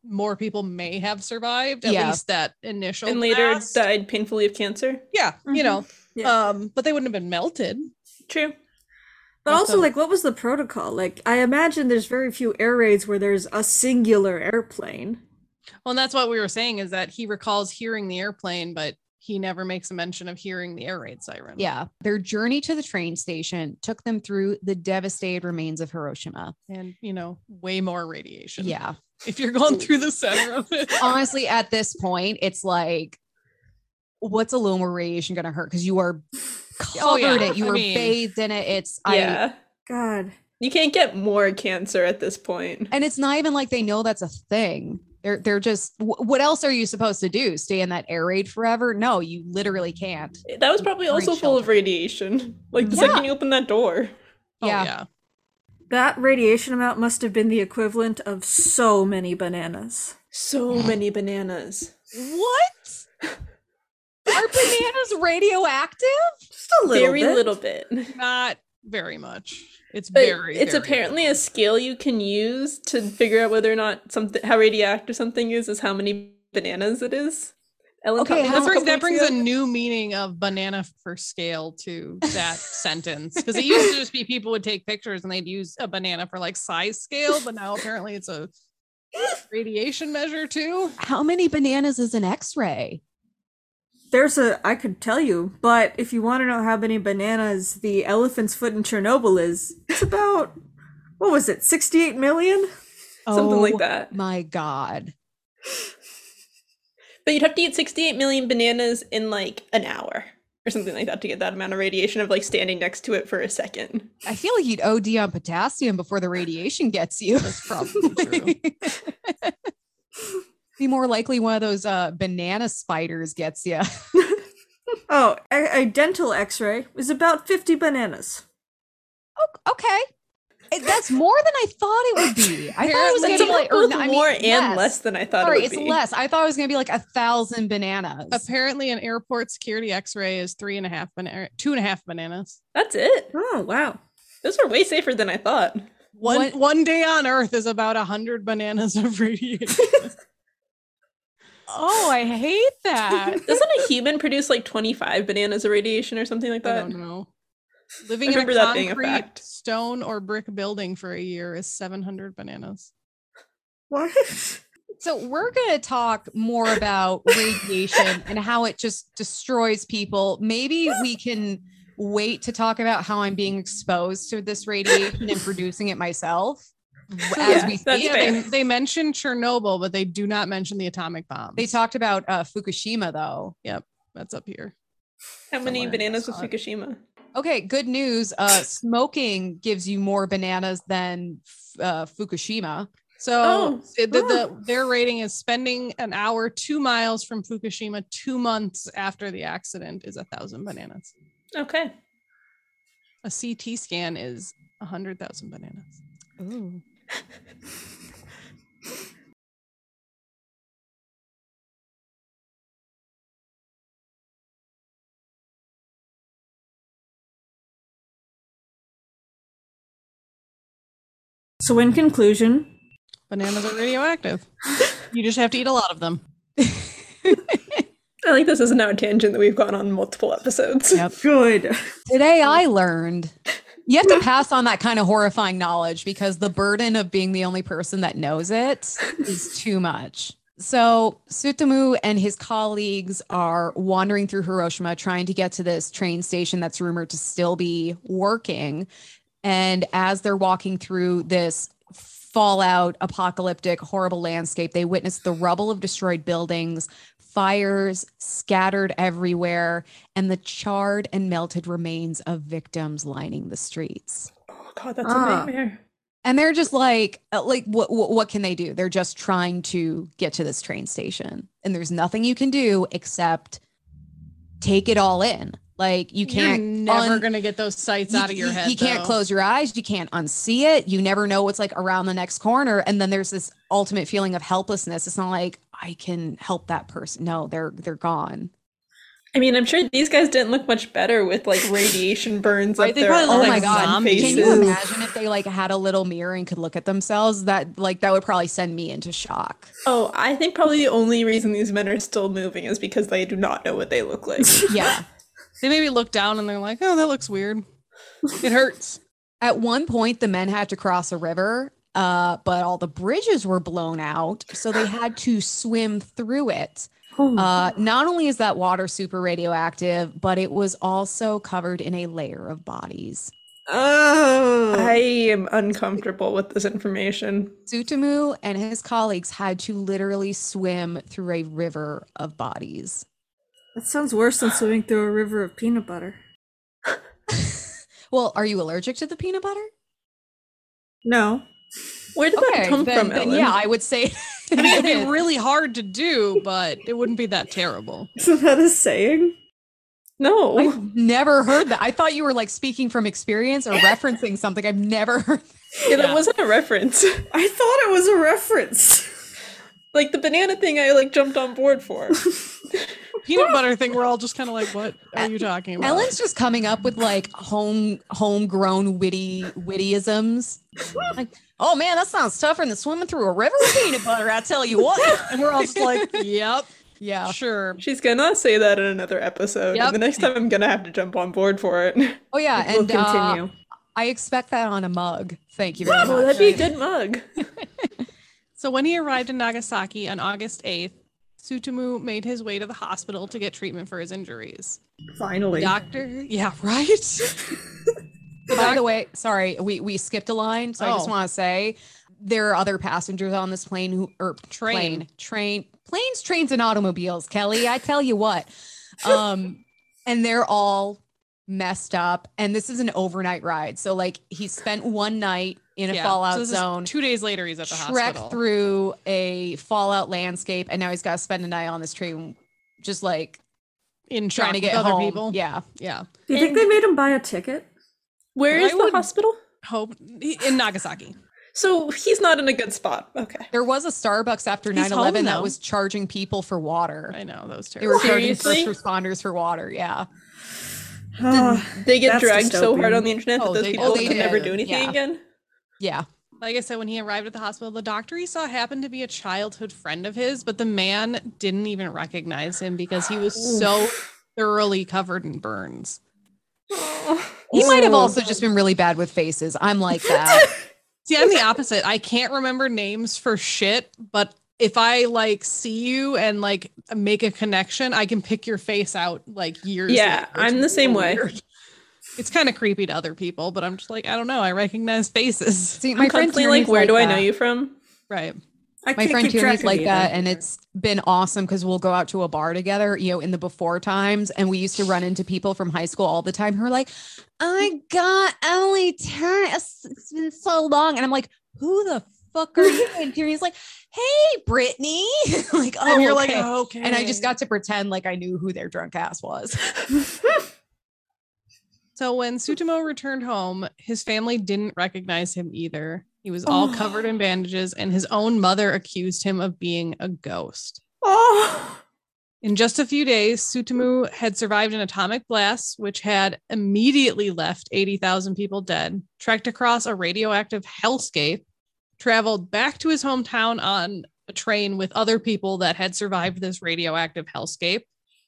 [SPEAKER 5] more people may have survived at
[SPEAKER 4] Yeah.
[SPEAKER 5] least that initial
[SPEAKER 3] and later
[SPEAKER 5] blast.
[SPEAKER 3] died painfully of cancer.
[SPEAKER 5] Yeah, you
[SPEAKER 4] Mm-hmm.
[SPEAKER 2] Mhm.
[SPEAKER 5] know,
[SPEAKER 2] Yeah.
[SPEAKER 5] um, but they wouldn't have been melted.
[SPEAKER 3] True.
[SPEAKER 2] But also,
[SPEAKER 5] Also-
[SPEAKER 2] like, what was the protocol? Like, I imagine there's very few air raids where there's a singular airplane.
[SPEAKER 5] Well, and that's what we were saying is that he recalls hearing the airplane, but he never makes a mention of hearing the air raid siren.
[SPEAKER 4] Yeah. Their journey to the train station took them through the devastated remains of Hiroshima.
[SPEAKER 5] and you know, way more radiation.
[SPEAKER 4] Yeah.
[SPEAKER 5] if you're going through the center of it.
[SPEAKER 4] Honestly, at this point, it's like, what's a little more radiation going to hurt? Because you are covered
[SPEAKER 5] Oh, yeah.
[SPEAKER 4] it. You
[SPEAKER 5] I
[SPEAKER 4] were
[SPEAKER 5] mean-
[SPEAKER 4] bathed in it. It's, I,
[SPEAKER 3] yeah.
[SPEAKER 2] God.
[SPEAKER 3] You can't get more cancer at this point.
[SPEAKER 4] and it's not even like they know that's a thing. They're, they're just, wh- what else are you supposed to do? Stay in that air raid forever? No, you literally can't.
[SPEAKER 3] That was probably
[SPEAKER 4] Great
[SPEAKER 3] also full of radiation. Like the
[SPEAKER 4] Yeah.
[SPEAKER 3] second you open that door.
[SPEAKER 5] Oh,
[SPEAKER 4] Yeah.
[SPEAKER 5] yeah.
[SPEAKER 2] That radiation amount must have been the equivalent of so many bananas.
[SPEAKER 3] So many bananas.
[SPEAKER 4] What? Are bananas radioactive?
[SPEAKER 2] Just a little
[SPEAKER 3] very
[SPEAKER 2] bit.
[SPEAKER 3] little bit.
[SPEAKER 5] Not very much. It's
[SPEAKER 3] But
[SPEAKER 5] very
[SPEAKER 3] it's
[SPEAKER 5] very
[SPEAKER 3] apparently
[SPEAKER 5] little.
[SPEAKER 3] a scale you can use to figure out whether or not something how radioactive something is is how many bananas it is. Ellen taught
[SPEAKER 4] Okay,
[SPEAKER 3] me
[SPEAKER 4] how-
[SPEAKER 5] that
[SPEAKER 3] this a
[SPEAKER 5] brings,
[SPEAKER 3] couple
[SPEAKER 5] that
[SPEAKER 3] weeks
[SPEAKER 5] brings
[SPEAKER 3] ago.
[SPEAKER 5] a new meaning of banana for scale to that sentence because it used to just be people would take pictures and they'd use a banana for like size scale, but now apparently it's a radiation measure too.
[SPEAKER 4] How many bananas is an x ray?
[SPEAKER 2] There's a, I could tell you, but if you want to know how many bananas the elephant's foot in Chernobyl is, it's about, what was it, 68 million?
[SPEAKER 3] something
[SPEAKER 4] Oh.
[SPEAKER 3] like that.
[SPEAKER 4] My God.
[SPEAKER 3] But you'd have to eat 68 million bananas in like an hour or something like that to get that amount of radiation of like standing next to it for a second.
[SPEAKER 4] I feel like you'd OD on potassium before the radiation gets you.
[SPEAKER 5] That's probably true.
[SPEAKER 4] Be more likely one of those uh, banana spiders gets you.
[SPEAKER 2] Oh, a, a dental x ray is about 50 bananas.
[SPEAKER 4] Oh, okay. It- that's more than I thought it would be. I thought it was going
[SPEAKER 3] That's
[SPEAKER 4] to be like or
[SPEAKER 3] both
[SPEAKER 4] no, I mean,
[SPEAKER 3] more and
[SPEAKER 4] less.
[SPEAKER 3] less than I thought
[SPEAKER 4] Sorry,
[SPEAKER 3] it would
[SPEAKER 4] it's
[SPEAKER 3] be.
[SPEAKER 4] less. I thought it was going to be like a thousand bananas.
[SPEAKER 5] apparently, an airport security X-ray is three and a half banana, two and a half bananas.
[SPEAKER 3] That's it.
[SPEAKER 2] Oh, wow.
[SPEAKER 3] Those are way safer than I thought.
[SPEAKER 5] One
[SPEAKER 4] What-
[SPEAKER 5] one day on Earth is about a hundred bananas of radiation.
[SPEAKER 4] oh, I hate that.
[SPEAKER 3] Doesn't a human produce like 25 bananas of radiation or something like
[SPEAKER 5] I
[SPEAKER 3] that?
[SPEAKER 5] don't know. Living
[SPEAKER 3] I
[SPEAKER 5] in a
[SPEAKER 3] remember that being a
[SPEAKER 5] concrete
[SPEAKER 3] fact.
[SPEAKER 5] stone or brick building for a year is 700 bananas.
[SPEAKER 2] What?
[SPEAKER 4] So we're going to talk more about radiation and how it just destroys people. Maybe we can wait to talk about how I'm being exposed to this radiation and producing it myself. As
[SPEAKER 3] Yeah,
[SPEAKER 4] we
[SPEAKER 3] that's
[SPEAKER 4] speak,
[SPEAKER 5] They,
[SPEAKER 3] fair.
[SPEAKER 5] they mention Chernobyl, but they do not mention the atomic bomb.
[SPEAKER 4] they talked about uh, Fukushima though.
[SPEAKER 5] That's up here.
[SPEAKER 3] How many
[SPEAKER 5] Somewhere,
[SPEAKER 3] bananas was
[SPEAKER 5] that's not-
[SPEAKER 3] Fukushima?
[SPEAKER 4] Okay, good news. Uh, smoking gives you more bananas than f- uh, Fukushima.
[SPEAKER 5] So
[SPEAKER 3] Oh,
[SPEAKER 5] it- the, the, their rating is spending an hour two miles from Fukushima two months after the accident is a thousand bananas.
[SPEAKER 3] Okay.
[SPEAKER 5] A CT scan is a hundred thousand bananas.
[SPEAKER 2] So, in conclusion,
[SPEAKER 5] Bananas are radioactive. you just have to eat a lot of them.
[SPEAKER 3] I like this is now a tangent that we've gone on multiple episodes.
[SPEAKER 4] Yep.
[SPEAKER 2] good.
[SPEAKER 4] Today I learned you have to pass on that kind of horrifying knowledge because the burden of being the only person that knows it is too much. So Sutomu and his colleagues are wandering through Hiroshima trying to get to this train station that's rumored to still be working. And as they're walking through this fallout, apocalyptic, horrible landscape, they witness the rubble of destroyed buildings, fires scattered everywhere, and the charred and melted remains of victims lining the streets
[SPEAKER 3] Oh god, that's
[SPEAKER 2] Ah.
[SPEAKER 3] a nightmare.
[SPEAKER 4] and they're just like uh, like what, what what can they do they're just trying to get to this train station and there's nothing you can do except take it all in like you can't
[SPEAKER 5] You're never
[SPEAKER 4] un-
[SPEAKER 5] gonna get those sights
[SPEAKER 4] you-
[SPEAKER 5] out of your
[SPEAKER 4] you-
[SPEAKER 5] head.
[SPEAKER 4] you can't
[SPEAKER 5] though.
[SPEAKER 4] close your eyes you can't unsee it you never know what's like around the next corner and then there's this ultimate feeling of helplessness it's not like i can help that person no they're they're gone
[SPEAKER 3] I mean, I'm sure these guys didn't look much better with like radiation burns
[SPEAKER 5] Right,
[SPEAKER 3] up
[SPEAKER 5] they
[SPEAKER 3] their
[SPEAKER 5] probably
[SPEAKER 4] oh
[SPEAKER 3] arms
[SPEAKER 5] look
[SPEAKER 4] my
[SPEAKER 5] like
[SPEAKER 4] god
[SPEAKER 3] and
[SPEAKER 5] zombies.
[SPEAKER 4] can you
[SPEAKER 3] faces.
[SPEAKER 4] imagine if they like had a little mirror and could look at themselves that like that would probably send me into shock
[SPEAKER 3] Oh, I think probably the only reason these men are still moving is because they do not know what they look like.
[SPEAKER 4] yeah
[SPEAKER 5] They maybe look down and they're like, "Oh, that looks weird. It hurts."
[SPEAKER 4] At one point, the men had to cross a river, uh, but all the bridges were blown out. So they had to swim through it. Uh, not only is that water super radioactive, but it was also covered in a layer of bodies.
[SPEAKER 2] Oh.
[SPEAKER 3] I am uncomfortable with this information.
[SPEAKER 4] Tsutomu and his colleagues had to literally swim through a river of bodies.
[SPEAKER 2] that sounds worse than swimming through a river of peanut butter.
[SPEAKER 4] Well, are you allergic to the peanut butter?
[SPEAKER 2] No.
[SPEAKER 3] Where did that come
[SPEAKER 4] then,
[SPEAKER 3] from,
[SPEAKER 4] then
[SPEAKER 3] Ellen?
[SPEAKER 4] yeah, I would say.
[SPEAKER 5] I mean, it'd be really hard to do, but it wouldn't be that terrible.
[SPEAKER 2] Isn't that a saying?
[SPEAKER 3] no.
[SPEAKER 4] I've never heard that. I thought you were like speaking from experience or referencing something. I've never heard
[SPEAKER 3] Yeah, that wasn't a reference.
[SPEAKER 2] I thought it was a reference.
[SPEAKER 3] like the banana thing I like jumped on board for.
[SPEAKER 5] Peanut butter thing. We're all just kind of like, "What
[SPEAKER 4] E-,
[SPEAKER 5] are you talking about?"
[SPEAKER 4] Ellen's just coming up with like home homegrown witty wittyisms. Like, oh man, that sounds tougher than swimming through a river of peanut butter. I tell you what.
[SPEAKER 5] and we're all just like, "Yep,
[SPEAKER 4] Yeah.
[SPEAKER 5] sure."
[SPEAKER 3] She's gonna say that in another episode.
[SPEAKER 5] Yep.
[SPEAKER 3] And the next time I'm gonna have to jump on board for it.
[SPEAKER 4] Oh yeah,
[SPEAKER 2] we'll
[SPEAKER 4] and uh,
[SPEAKER 2] continue.
[SPEAKER 4] I expect that on a mug. Thank you very
[SPEAKER 3] Oh,
[SPEAKER 4] much.
[SPEAKER 3] that'd be a good mug.
[SPEAKER 5] So when he arrived in Nagasaki on August eighth, Sutomu made his way to the hospital to get treatment for his injuries.
[SPEAKER 2] Finally.
[SPEAKER 5] Doctor, yeah, right.
[SPEAKER 4] By the way, sorry, we we skipped a line, so I just
[SPEAKER 5] Oh.
[SPEAKER 4] want to say there are other passengers on this plane who or
[SPEAKER 5] Train.
[SPEAKER 4] plane train planes, trains, and automobiles. Kelly, I tell you what, um, and they're all messed up. And this is an overnight ride, so like he spent one night in a
[SPEAKER 5] Yeah. So
[SPEAKER 4] fallout
[SPEAKER 5] this is
[SPEAKER 4] zone,
[SPEAKER 5] Two days later, he's at the
[SPEAKER 4] trek
[SPEAKER 5] hospital.
[SPEAKER 4] through a fallout landscape, and now he's got to spend a night on this train, just like
[SPEAKER 5] in
[SPEAKER 4] trying to get
[SPEAKER 5] other
[SPEAKER 4] home.
[SPEAKER 5] people.
[SPEAKER 4] Yeah,
[SPEAKER 5] yeah.
[SPEAKER 2] Do you think they made him buy a ticket?
[SPEAKER 3] Where
[SPEAKER 5] I
[SPEAKER 3] is the
[SPEAKER 5] would-
[SPEAKER 3] hospital?
[SPEAKER 5] Hope he- in Nagasaki.
[SPEAKER 3] So he's not in a good spot. Okay.
[SPEAKER 4] there was a Starbucks after
[SPEAKER 5] He's
[SPEAKER 4] 9
[SPEAKER 5] home
[SPEAKER 4] 11 that
[SPEAKER 5] now.
[SPEAKER 4] was charging people for water.
[SPEAKER 5] I know that was
[SPEAKER 4] They were
[SPEAKER 5] terrible.
[SPEAKER 4] charging
[SPEAKER 3] Seriously?
[SPEAKER 4] first responders for water. Yeah.
[SPEAKER 3] They get
[SPEAKER 2] That's
[SPEAKER 3] dragged so hard
[SPEAKER 2] dystopian.
[SPEAKER 3] on the internet
[SPEAKER 5] Oh,
[SPEAKER 3] that those
[SPEAKER 5] they-
[SPEAKER 3] people
[SPEAKER 5] oh, they
[SPEAKER 3] can never
[SPEAKER 4] did.
[SPEAKER 3] do anything
[SPEAKER 4] Yeah.
[SPEAKER 3] again.
[SPEAKER 4] Yeah.
[SPEAKER 5] Like I said, when he arrived at the hospital, the doctor he saw happened to be a childhood friend of his, but the man didn't even recognize him because he was so thoroughly covered in burns.
[SPEAKER 4] He might have
[SPEAKER 3] Oh.
[SPEAKER 2] Ooh.
[SPEAKER 4] also just been really bad with faces. I'm like that.
[SPEAKER 5] See, I'm the opposite. I can't remember names for shit, but if I like see you and like make a connection, I can pick your face out like years.
[SPEAKER 3] Yeah,
[SPEAKER 5] later.
[SPEAKER 3] I'm the same way.
[SPEAKER 5] It's kind of creepy to other people, but I'm just like, I don't know. I recognize faces.
[SPEAKER 4] See,
[SPEAKER 3] My
[SPEAKER 4] my
[SPEAKER 3] I'm
[SPEAKER 4] friend
[SPEAKER 3] constantly
[SPEAKER 4] Tierney's
[SPEAKER 3] like, where do I know
[SPEAKER 4] that.
[SPEAKER 3] you from?
[SPEAKER 5] Right.
[SPEAKER 2] I
[SPEAKER 4] My
[SPEAKER 2] can't
[SPEAKER 4] friend
[SPEAKER 2] keep track
[SPEAKER 4] Tierney's
[SPEAKER 2] of
[SPEAKER 4] like
[SPEAKER 2] either.
[SPEAKER 4] that, and it's been awesome because we'll go out to a bar together, you know, in the before times, and we used to run into people from high school all the time who are like, "I got Emily Tierney. It's it's been so long," and I'm like, "Who the fuck are you?" And Tierney's like, "Hey, Brittany," like, "Oh,
[SPEAKER 5] and you're
[SPEAKER 4] okay."
[SPEAKER 5] like, okay.
[SPEAKER 4] and I just got to pretend like I knew who their drunk ass was.
[SPEAKER 5] So when Sutomo returned home, his family didn't recognize him either. He was all covered in bandages, and his own mother accused him of being a ghost.
[SPEAKER 2] Oh.
[SPEAKER 5] In just a few days, Sutomu had survived an atomic blast, which had immediately left 80,000 people dead, trekked across a radioactive hellscape, traveled back to his hometown on a train with other people that had survived this radioactive hellscape,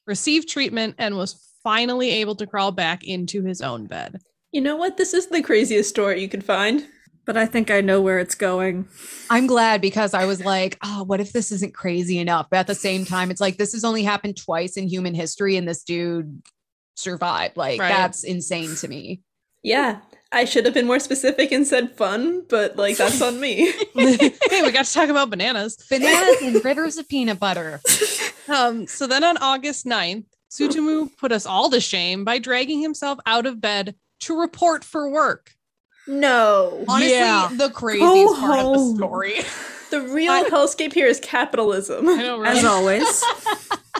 [SPEAKER 5] received treatment, and was finally able to crawl back into his own bed.
[SPEAKER 3] You know what? This is the craziest story you could find.
[SPEAKER 2] but I think I know where it's going.
[SPEAKER 4] I'm glad because I was like, oh, what if this isn't crazy enough? But at the same time, it's like this has only happened twice in human history and this dude survived. Like,
[SPEAKER 5] Right.
[SPEAKER 4] that's insane to me.
[SPEAKER 3] Yeah, I should have been more specific and said fun, but like that's on me.
[SPEAKER 5] hey, we got to talk about bananas.
[SPEAKER 4] Bananas and rivers of peanut butter.
[SPEAKER 5] Um, so then on August 9th, Tsutomu put us all to shame by dragging himself out of bed to report for work.
[SPEAKER 3] no.
[SPEAKER 4] Honestly,
[SPEAKER 5] Yeah.
[SPEAKER 4] the craziest
[SPEAKER 2] Go
[SPEAKER 4] part of the
[SPEAKER 2] home.
[SPEAKER 4] story.
[SPEAKER 3] The real hellscape here is
[SPEAKER 5] I
[SPEAKER 3] capitalism.
[SPEAKER 5] know, right?
[SPEAKER 2] As always,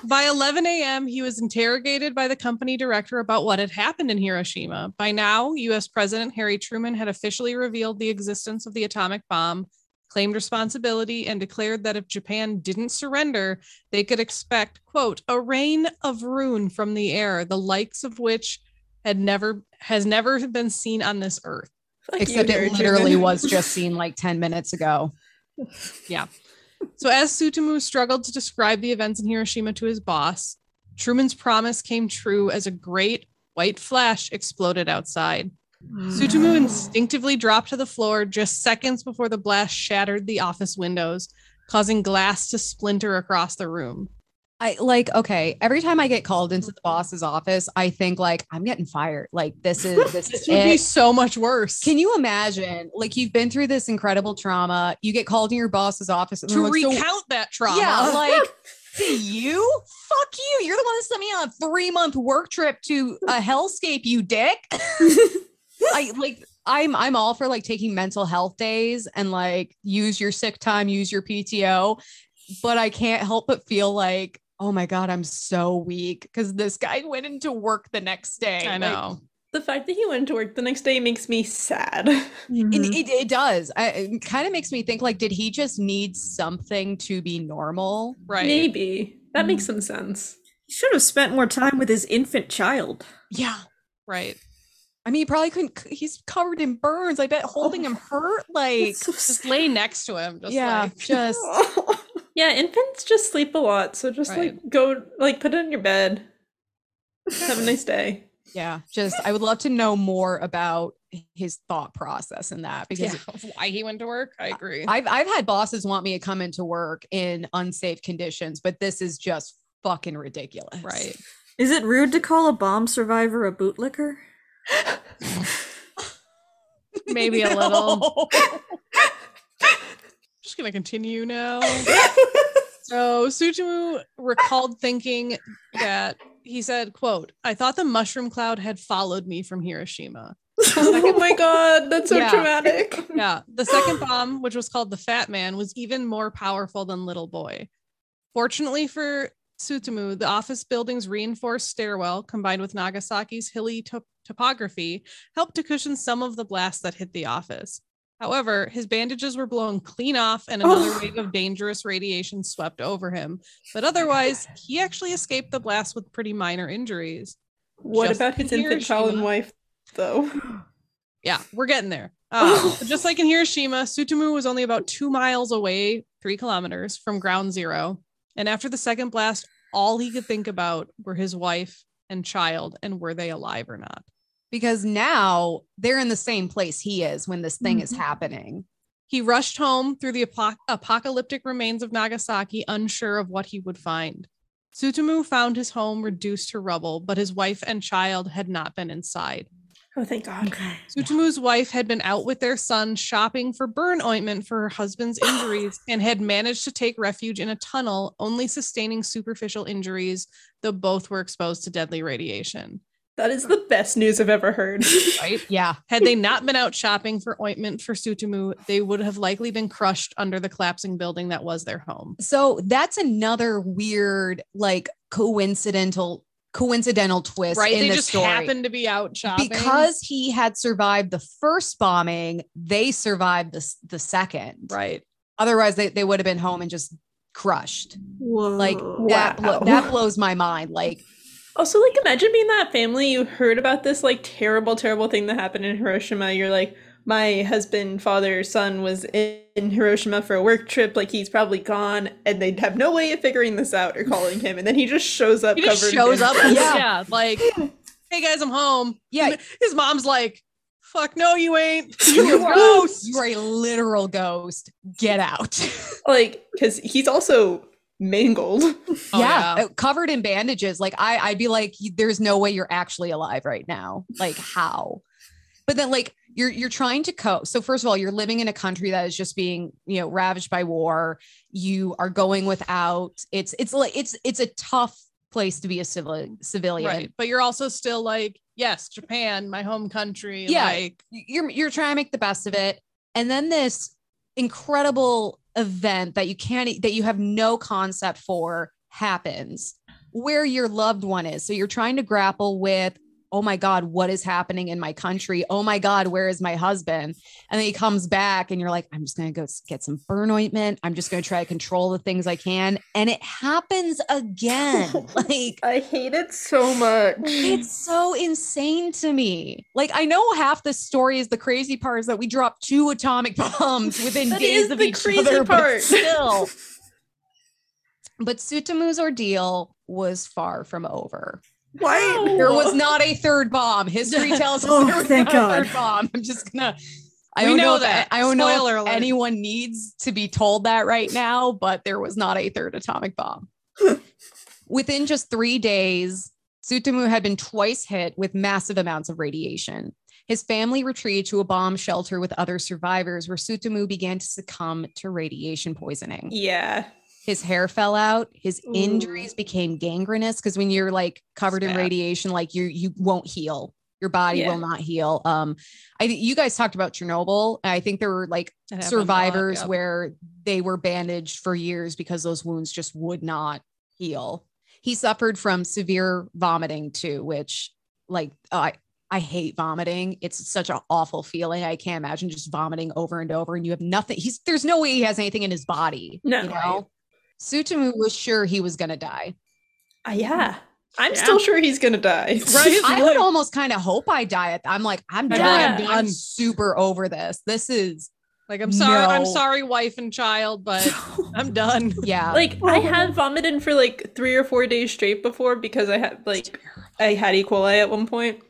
[SPEAKER 5] By 11 a.m., he was interrogated by the company director about what had happened in Hiroshima. By now, U.S. President Harry Truman had officially revealed the existence of the atomic bomb, claimed responsibility, and declared that if Japan didn't surrender, they could expect, quote, a rain of ruin from the air, the likes of which had never has never been seen on this earth.
[SPEAKER 3] Fuck you,
[SPEAKER 4] Except
[SPEAKER 3] Harry
[SPEAKER 4] it literally
[SPEAKER 3] Truman.
[SPEAKER 4] was just seen like 10 minutes ago.
[SPEAKER 5] So as Sutomu struggled to describe the events in Hiroshima to his boss, Truman's promise came true as a great white flash exploded outside.
[SPEAKER 4] Hmm.
[SPEAKER 5] Sutomu instinctively dropped to the floor just seconds before the blast shattered the office windows, causing glass to splinter across the room.
[SPEAKER 4] I like, okay, every time I get called into the boss's office, I think like I'm getting fired. Like this is this
[SPEAKER 5] This
[SPEAKER 4] is
[SPEAKER 5] would
[SPEAKER 4] it.
[SPEAKER 5] be so much worse.
[SPEAKER 4] Can you imagine? Like you've been through this incredible trauma. You get called in your boss's office and
[SPEAKER 5] to
[SPEAKER 4] they're like, "So-
[SPEAKER 5] recount that trauma?
[SPEAKER 4] Yeah, like to you? Fuck you. You're the one that sent me on a three month work trip to a hellscape, you dick. I like I'm I'm all for like taking mental health days and like use your sick time, use your PTO, but I can't help but feel like, oh my God, I'm so weak because this guy went into work the next day.
[SPEAKER 5] I
[SPEAKER 4] Like,
[SPEAKER 5] know.
[SPEAKER 3] The fact that he went to work the next day makes me sad.
[SPEAKER 4] It, it, it does. I, it kind of makes me think like, did he just need something to be normal?
[SPEAKER 5] right.
[SPEAKER 3] Maybe. That
[SPEAKER 4] Mm.
[SPEAKER 3] makes some sense.
[SPEAKER 2] he should have spent more time with his infant child.
[SPEAKER 4] Yeah.
[SPEAKER 5] Right.
[SPEAKER 4] I mean, he probably couldn't. c- He's covered in burns. I bet holding him hurt. Like,
[SPEAKER 2] It's so
[SPEAKER 5] Just lay next to him. Just
[SPEAKER 4] yeah,
[SPEAKER 5] like
[SPEAKER 4] just
[SPEAKER 2] sad.
[SPEAKER 3] Yeah, infants just sleep a lot, so just
[SPEAKER 5] Right.
[SPEAKER 3] like go like put it in your bed. Have a nice day.
[SPEAKER 4] yeah, just. I would love to know more about his thought process in that because
[SPEAKER 5] yeah. why he went to work. I agree.
[SPEAKER 4] I've I've had bosses want me to come into work in unsafe conditions, but this is just fucking ridiculous.
[SPEAKER 5] right.
[SPEAKER 2] Is it rude to call a bomb survivor a bootlicker?
[SPEAKER 5] Maybe a little. just gonna continue now. so Sujumu recalled thinking that he said, "quote I thought the mushroom cloud had followed me from Hiroshima."
[SPEAKER 3] oh my god, that's so
[SPEAKER 4] Yeah.
[SPEAKER 3] traumatic.
[SPEAKER 5] Yeah, the second bomb, which was called the Fat Man, was even more powerful than Little Boy. Fortunately for Sutomu, the office building's reinforced stairwell, combined with Nagasaki's hilly to- topography, helped to cushion some of the blasts that hit the office. However, his bandages were blown clean off and another
[SPEAKER 2] Oh.
[SPEAKER 5] wave of dangerous radiation swept over him. But otherwise, he actually escaped the blast with pretty minor injuries.
[SPEAKER 3] What
[SPEAKER 5] Just
[SPEAKER 3] about his
[SPEAKER 5] in
[SPEAKER 3] infant child and
[SPEAKER 5] Hiroshima.
[SPEAKER 3] wife though?
[SPEAKER 5] Yeah, we're getting there. Uh, but just like in Hiroshima, Tsutomu was only about two miles away, three kilometers from ground zero. And after the second blast, all he could think about were his wife and child and were they alive or not.
[SPEAKER 4] Because now they're in the same place he is when this thing is
[SPEAKER 5] Mm-hmm.
[SPEAKER 2] Mhm.
[SPEAKER 4] happening.
[SPEAKER 5] He rushed home through the apo- apocalyptic remains of Nagasaki, unsure of what he would find. Tsutomu found his home reduced to rubble, but his wife and child had not been inside.
[SPEAKER 3] Oh thank God.
[SPEAKER 2] Okay.
[SPEAKER 5] Sutumu's wife had been out with their son shopping for burn ointment for her husband's injuries and had managed to take refuge in a tunnel, only sustaining superficial injuries, though both were exposed to deadly radiation.
[SPEAKER 3] That is the best news I've ever heard.
[SPEAKER 5] Right?
[SPEAKER 4] Yeah.
[SPEAKER 5] Had they not been out shopping for ointment for Sutumu, they would have likely been crushed under the collapsing building that was their home.
[SPEAKER 4] So that's another weird, like coincidental coincidental twist
[SPEAKER 5] Right?
[SPEAKER 4] in
[SPEAKER 5] They
[SPEAKER 4] the
[SPEAKER 5] just
[SPEAKER 4] story.
[SPEAKER 5] happened to be out shopping.
[SPEAKER 4] because he had survived the first bombing, they survived the, s- the second.
[SPEAKER 5] right.
[SPEAKER 4] Otherwise, they, they would have been home and just crushed.
[SPEAKER 2] Whoa.
[SPEAKER 4] Like that, blo-
[SPEAKER 3] Wow.
[SPEAKER 4] that blows my mind. Like,
[SPEAKER 3] Also, like, imagine being that family. You heard about this, like, terrible, terrible thing that happened in Hiroshima. You're like, my husband, father, son was in, in Hiroshima for a work trip. Like, he's probably gone, and they'd have no way of figuring this out or calling him. And then he just shows up
[SPEAKER 5] He just
[SPEAKER 3] covered. in
[SPEAKER 5] shows up.
[SPEAKER 3] bandages.
[SPEAKER 4] Yeah.
[SPEAKER 5] yeah. Like, hey guys, I'm home.
[SPEAKER 4] yeah,
[SPEAKER 5] His mom's like, Fuck no, you ain't.
[SPEAKER 4] You
[SPEAKER 5] You
[SPEAKER 4] are-
[SPEAKER 5] are ghost.
[SPEAKER 4] You are a literal ghost. Get out.
[SPEAKER 3] Like, because he's also mangled.
[SPEAKER 5] Oh,
[SPEAKER 4] yeah,
[SPEAKER 5] yeah.
[SPEAKER 4] uh, covered in bandages. Like I, I'd be like, "Y- there's no way you're actually alive right now. Like how? But then like you're you're trying to cope. So first of all, you're living in a country that is just being you know ravaged by war. You are going without. It's it's like it's it's a tough place to be a civil civilian.
[SPEAKER 5] Right. But you're also still like, yes, Japan, my home country.
[SPEAKER 4] Yeah.
[SPEAKER 5] Like,
[SPEAKER 4] you're you're trying to make the best of it and then this incredible event that you can't e, that you have no concept for happens where your loved one is so you're trying to grapple with oh my god what is happening in my country oh my god where is my husband and then he comes back and you're like i'm just going to go s- get some burn ointment i'm just going to try to control the things i can and it happens again like
[SPEAKER 3] I hate it so much.
[SPEAKER 4] it's so insane to me. Like I know half the story is the crazy part is that we dropped two atomic bombs within
[SPEAKER 3] That
[SPEAKER 4] days
[SPEAKER 3] is
[SPEAKER 4] of
[SPEAKER 3] the
[SPEAKER 4] each
[SPEAKER 3] crazy
[SPEAKER 4] other, but
[SPEAKER 3] part.
[SPEAKER 4] still. but Sutamu's ordeal was far from over.
[SPEAKER 2] Why?
[SPEAKER 4] There was not a third bomb. History tells us
[SPEAKER 2] Oh,
[SPEAKER 4] there was
[SPEAKER 2] thank
[SPEAKER 4] not a
[SPEAKER 2] God.
[SPEAKER 4] third bomb. I'm just gonna. I
[SPEAKER 5] We
[SPEAKER 4] don't know
[SPEAKER 5] know
[SPEAKER 4] that.
[SPEAKER 5] that.
[SPEAKER 4] I don't know
[SPEAKER 5] Spoiler
[SPEAKER 4] if
[SPEAKER 5] alert.
[SPEAKER 4] anyone needs to be told that right now, but there was not a third atomic bomb. Within just three days, Tsutomu had been twice hit with massive amounts of radiation. His family retreated to a bomb shelter with other survivors, where Tsutomu began to succumb to radiation poisoning
[SPEAKER 3] Yeah.
[SPEAKER 4] his hair fell out his
[SPEAKER 3] Ooh.
[SPEAKER 4] injuries became gangrenous because when you're like covered in
[SPEAKER 5] bad.
[SPEAKER 4] radiation like you you won't heal your body
[SPEAKER 3] Yeah.
[SPEAKER 4] will not heal um i think you guys talked about chernobyl and i think there were like
[SPEAKER 5] it happened a lot,
[SPEAKER 4] survivors
[SPEAKER 5] yeah.
[SPEAKER 4] where they were bandaged for years because those wounds just would not heal he suffered from severe vomiting too which like i I hate vomiting. It's such an awful feeling. I can't imagine just vomiting over and over, and you have nothing. He's there's no way he has anything in his body.
[SPEAKER 3] No.
[SPEAKER 4] you know? Sutumu was sure he was going to die.
[SPEAKER 3] Uh, yeah. I'm
[SPEAKER 5] Yeah.
[SPEAKER 3] still sure he's gonna die.
[SPEAKER 5] Right?
[SPEAKER 4] I
[SPEAKER 5] Like,
[SPEAKER 4] would almost kind of hope I die. At, I'm like, I'm
[SPEAKER 5] I'm
[SPEAKER 4] done.
[SPEAKER 3] done.
[SPEAKER 4] I'm super over this. This is,
[SPEAKER 5] like, I'm sorry. I'm
[SPEAKER 4] No.
[SPEAKER 5] sorry, wife and child, but I'm done.
[SPEAKER 4] yeah.
[SPEAKER 3] Like
[SPEAKER 5] Oh.
[SPEAKER 3] I had vomited for like three or four days straight before because I had like I had E. coli at one point,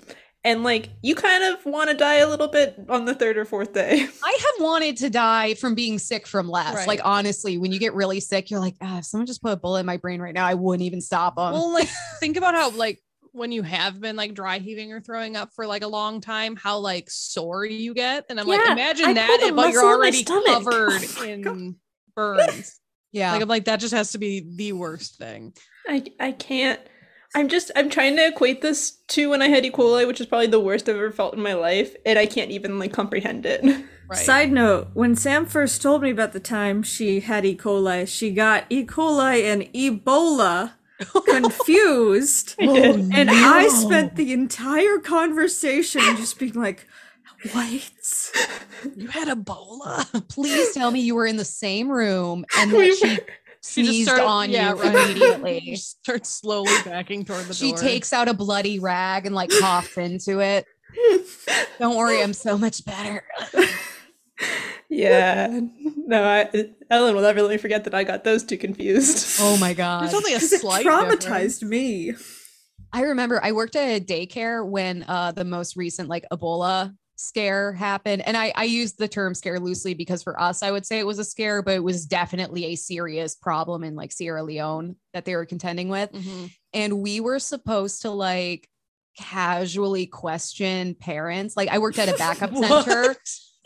[SPEAKER 3] and like you kind of want to die a little bit on the third or fourth day.
[SPEAKER 4] I have wanted to die from being sick from less.
[SPEAKER 5] Right.
[SPEAKER 4] Like, honestly, when you get really sick, you're like, ah, if someone just put a bullet in my brain right now, I wouldn't even stop them.
[SPEAKER 5] well, like, think about how, like, when you have been like dry heaving or throwing up for like a long time, how like sore you get. And I'm like,
[SPEAKER 3] Yeah,
[SPEAKER 5] imagine
[SPEAKER 3] I
[SPEAKER 5] that,
[SPEAKER 3] pulled a
[SPEAKER 5] but you're
[SPEAKER 3] muscle in my
[SPEAKER 5] already
[SPEAKER 3] stomach.
[SPEAKER 5] covered
[SPEAKER 2] Oh my
[SPEAKER 5] in
[SPEAKER 2] God.
[SPEAKER 5] burns.
[SPEAKER 4] yeah.
[SPEAKER 5] Like I'm like that just has to be the worst thing.
[SPEAKER 3] I I can't. I'm just I'm trying to equate this to when I had E. coli, which is probably the worst I've ever felt in my life, and I can't even like comprehend it.
[SPEAKER 5] Right.
[SPEAKER 2] Side note, when Sam first told me about the time she had E. coli, she got E. coli and Ebola confused.
[SPEAKER 5] Oh,
[SPEAKER 3] I did.
[SPEAKER 2] And I spent the entire conversation just being like, what?
[SPEAKER 5] you had Ebola.
[SPEAKER 4] Please tell me you were in the same room and that
[SPEAKER 3] We
[SPEAKER 4] she
[SPEAKER 5] She just
[SPEAKER 4] sneezed
[SPEAKER 5] started-
[SPEAKER 4] on
[SPEAKER 5] yeah,
[SPEAKER 4] you
[SPEAKER 5] right. She
[SPEAKER 4] immediately.
[SPEAKER 5] just starts slowly backing toward the
[SPEAKER 4] She
[SPEAKER 5] door.
[SPEAKER 4] takes out a bloody rag and like coughs into it. Don't worry, I'm so much better.
[SPEAKER 3] Yeah. No, I, Ellen will never let me forget that I got those two confused.
[SPEAKER 4] Oh my god.
[SPEAKER 5] There's only a
[SPEAKER 2] Because it
[SPEAKER 5] slight difference.
[SPEAKER 2] traumatized me.
[SPEAKER 4] I remember I worked at a daycare when uh, the most recent like Ebola scare happened. And I, I used the term scare loosely because for us, I would say it was a scare, but it was definitely a serious problem in like Sierra Leone that they were contending with.
[SPEAKER 5] Mhm.
[SPEAKER 4] and we were supposed to like casually question parents. Like I worked at a backup
[SPEAKER 5] What?
[SPEAKER 4] center.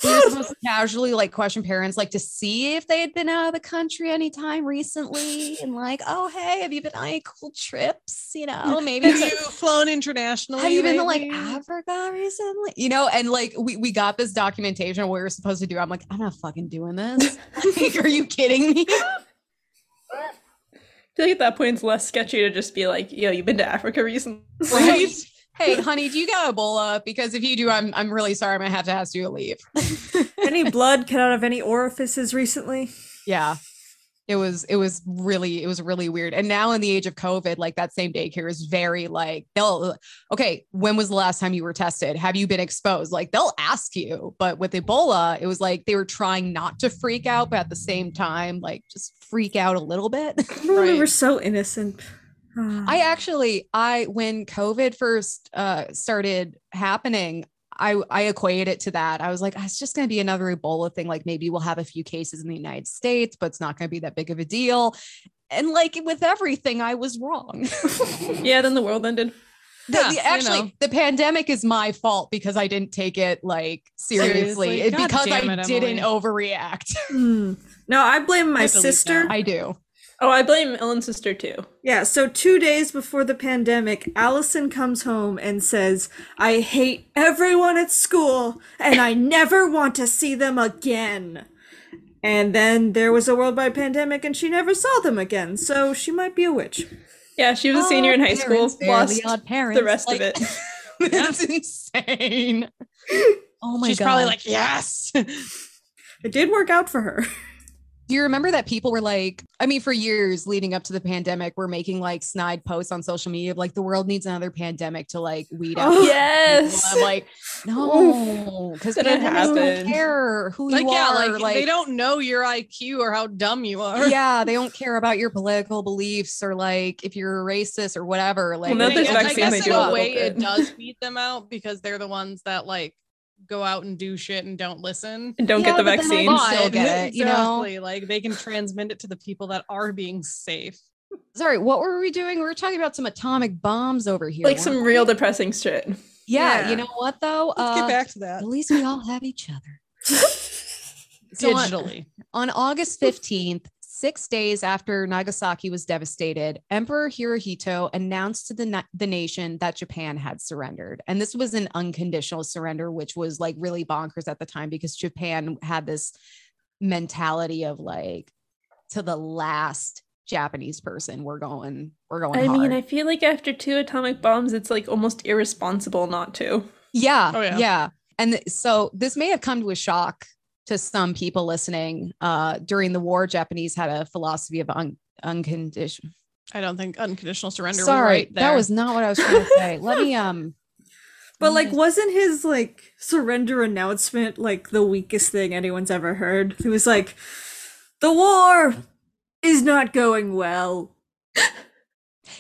[SPEAKER 4] We were supposed to casually like question parents, like to see if they had been out of the country anytime recently, and like, oh hey, have you been on any cool trips? You know, maybe
[SPEAKER 5] Have
[SPEAKER 4] it's,
[SPEAKER 5] you
[SPEAKER 4] like,
[SPEAKER 5] flown internationally?
[SPEAKER 4] have you been to like
[SPEAKER 5] lately?
[SPEAKER 4] Africa recently? You know, and like we we got this documentation of what we were supposed to do. I'm like, I'm not fucking doing this. Like, are you kidding me?
[SPEAKER 3] I feel like at that point it's less sketchy to just be like, yo, you've been to Africa recently.
[SPEAKER 4] Right? hey, honey, do you got Ebola? Because if you do, I'm I'm really sorry. I'm gonna have to ask you to leave.
[SPEAKER 2] Any blood cut out of any orifices recently?
[SPEAKER 4] yeah it was it was really it was really weird and now in the age of covid like that same daycare is very like they'll okay when was the last time you were tested have you been exposed like they'll ask you but with ebola it was like they were trying not to freak out but at the same time like just freak out a little bit
[SPEAKER 2] We were
[SPEAKER 5] Right.
[SPEAKER 2] so innocent. Ah.
[SPEAKER 4] I actually, I when COVID first uh, started happening, I I equated it to that. I was like, "Ah, it's just going to be another Ebola thing. Like maybe we'll have a few cases in the United States, but it's not going to be that big of a deal. And like with everything, I was wrong.
[SPEAKER 3] Yeah, then the world ended.
[SPEAKER 4] The-
[SPEAKER 5] Yeah,
[SPEAKER 4] the-
[SPEAKER 5] you
[SPEAKER 4] actually,
[SPEAKER 5] know.
[SPEAKER 4] the pandemic is my fault because I didn't take it like seriously,
[SPEAKER 5] Seriously?
[SPEAKER 4] It-
[SPEAKER 5] God
[SPEAKER 4] because I
[SPEAKER 5] damn it,
[SPEAKER 4] didn't
[SPEAKER 5] Emily.
[SPEAKER 4] overreact.
[SPEAKER 2] Hmm. No, I blame my
[SPEAKER 5] believe
[SPEAKER 2] sister.
[SPEAKER 5] that.
[SPEAKER 4] I do.
[SPEAKER 3] Oh, I blame Ellen's sister too.
[SPEAKER 2] Yeah, so two days before the pandemic, Allison comes home and says, I hate everyone at school and I never want to see them again. And then there was a worldwide pandemic and she never saw them again, so she might be a witch.
[SPEAKER 3] Yeah, she
[SPEAKER 4] Oh,
[SPEAKER 3] was a senior in high school, lost the rest of it.
[SPEAKER 4] That's insane. Oh my
[SPEAKER 5] She's
[SPEAKER 4] god.
[SPEAKER 5] probably like, yes.
[SPEAKER 2] It did work out for her.
[SPEAKER 4] Do you remember that people were like, I mean, for years leading up to the pandemic, we're making like snide posts on social media of like the world needs another pandemic to like weed out.
[SPEAKER 2] Oh,
[SPEAKER 4] people."
[SPEAKER 3] Yes.
[SPEAKER 4] I'm like, no, because
[SPEAKER 3] Didn't
[SPEAKER 4] pandemics don't
[SPEAKER 3] happen.
[SPEAKER 4] care who
[SPEAKER 5] like,
[SPEAKER 4] you
[SPEAKER 5] yeah,
[SPEAKER 4] are.
[SPEAKER 5] like, they don't know your IQ or how dumb you are.
[SPEAKER 4] yeah, they don't care about your political beliefs or like if you're a racist or whatever. Like,
[SPEAKER 3] Well, now
[SPEAKER 5] I
[SPEAKER 4] they
[SPEAKER 3] there's
[SPEAKER 5] guess,
[SPEAKER 4] don't
[SPEAKER 5] I
[SPEAKER 4] give
[SPEAKER 3] vaccine,
[SPEAKER 5] guess
[SPEAKER 4] a
[SPEAKER 3] they
[SPEAKER 5] in
[SPEAKER 3] do a
[SPEAKER 5] a
[SPEAKER 4] fuck.
[SPEAKER 3] little
[SPEAKER 5] way
[SPEAKER 3] bit.
[SPEAKER 5] it does beat them out because they're the ones that like go out and do shit and don't listen.
[SPEAKER 3] And don't
[SPEAKER 4] Yeah,
[SPEAKER 3] get the
[SPEAKER 4] but then I
[SPEAKER 3] vaccine.
[SPEAKER 4] bought- still get it, you know?
[SPEAKER 5] Exactly. Like they can transmit it to the people that are being safe.
[SPEAKER 4] Sorry, what were we doing? We were talking about some atomic bombs over here.
[SPEAKER 3] Like
[SPEAKER 4] weren't
[SPEAKER 3] some
[SPEAKER 4] we?
[SPEAKER 3] real depressing shit.
[SPEAKER 4] Yeah,
[SPEAKER 2] Yeah.
[SPEAKER 4] you know what though?
[SPEAKER 5] Let's
[SPEAKER 4] Uh,
[SPEAKER 5] get back to that
[SPEAKER 4] At least we all have each other. So on-
[SPEAKER 5] digitally.
[SPEAKER 4] On August 15th, six days after Nagasaki was devastated, Emperor Hirohito announced to the, na- the nation that Japan had surrendered. And this was an unconditional surrender, which was like really bonkers at the time because Japan had this mentality of like, to the last Japanese person, we're going, we're going.
[SPEAKER 3] I mean,
[SPEAKER 4] hard.
[SPEAKER 3] I feel like after two atomic bombs, it's like almost irresponsible not to.
[SPEAKER 4] Yeah,
[SPEAKER 5] Oh,
[SPEAKER 4] yeah.
[SPEAKER 5] yeah.
[SPEAKER 4] And th- so this may have come to a shock to some people listening. Uh, during the war, Japanese had a philosophy of un- unconditional.
[SPEAKER 5] I don't think unconditional surrender.
[SPEAKER 4] Sorry,
[SPEAKER 5] Sorry, right there.
[SPEAKER 4] that was not what I was trying to say. Let me um.
[SPEAKER 2] But like wasn't his like surrender announcement like the weakest thing anyone's ever heard? He was like, "The war is not going well."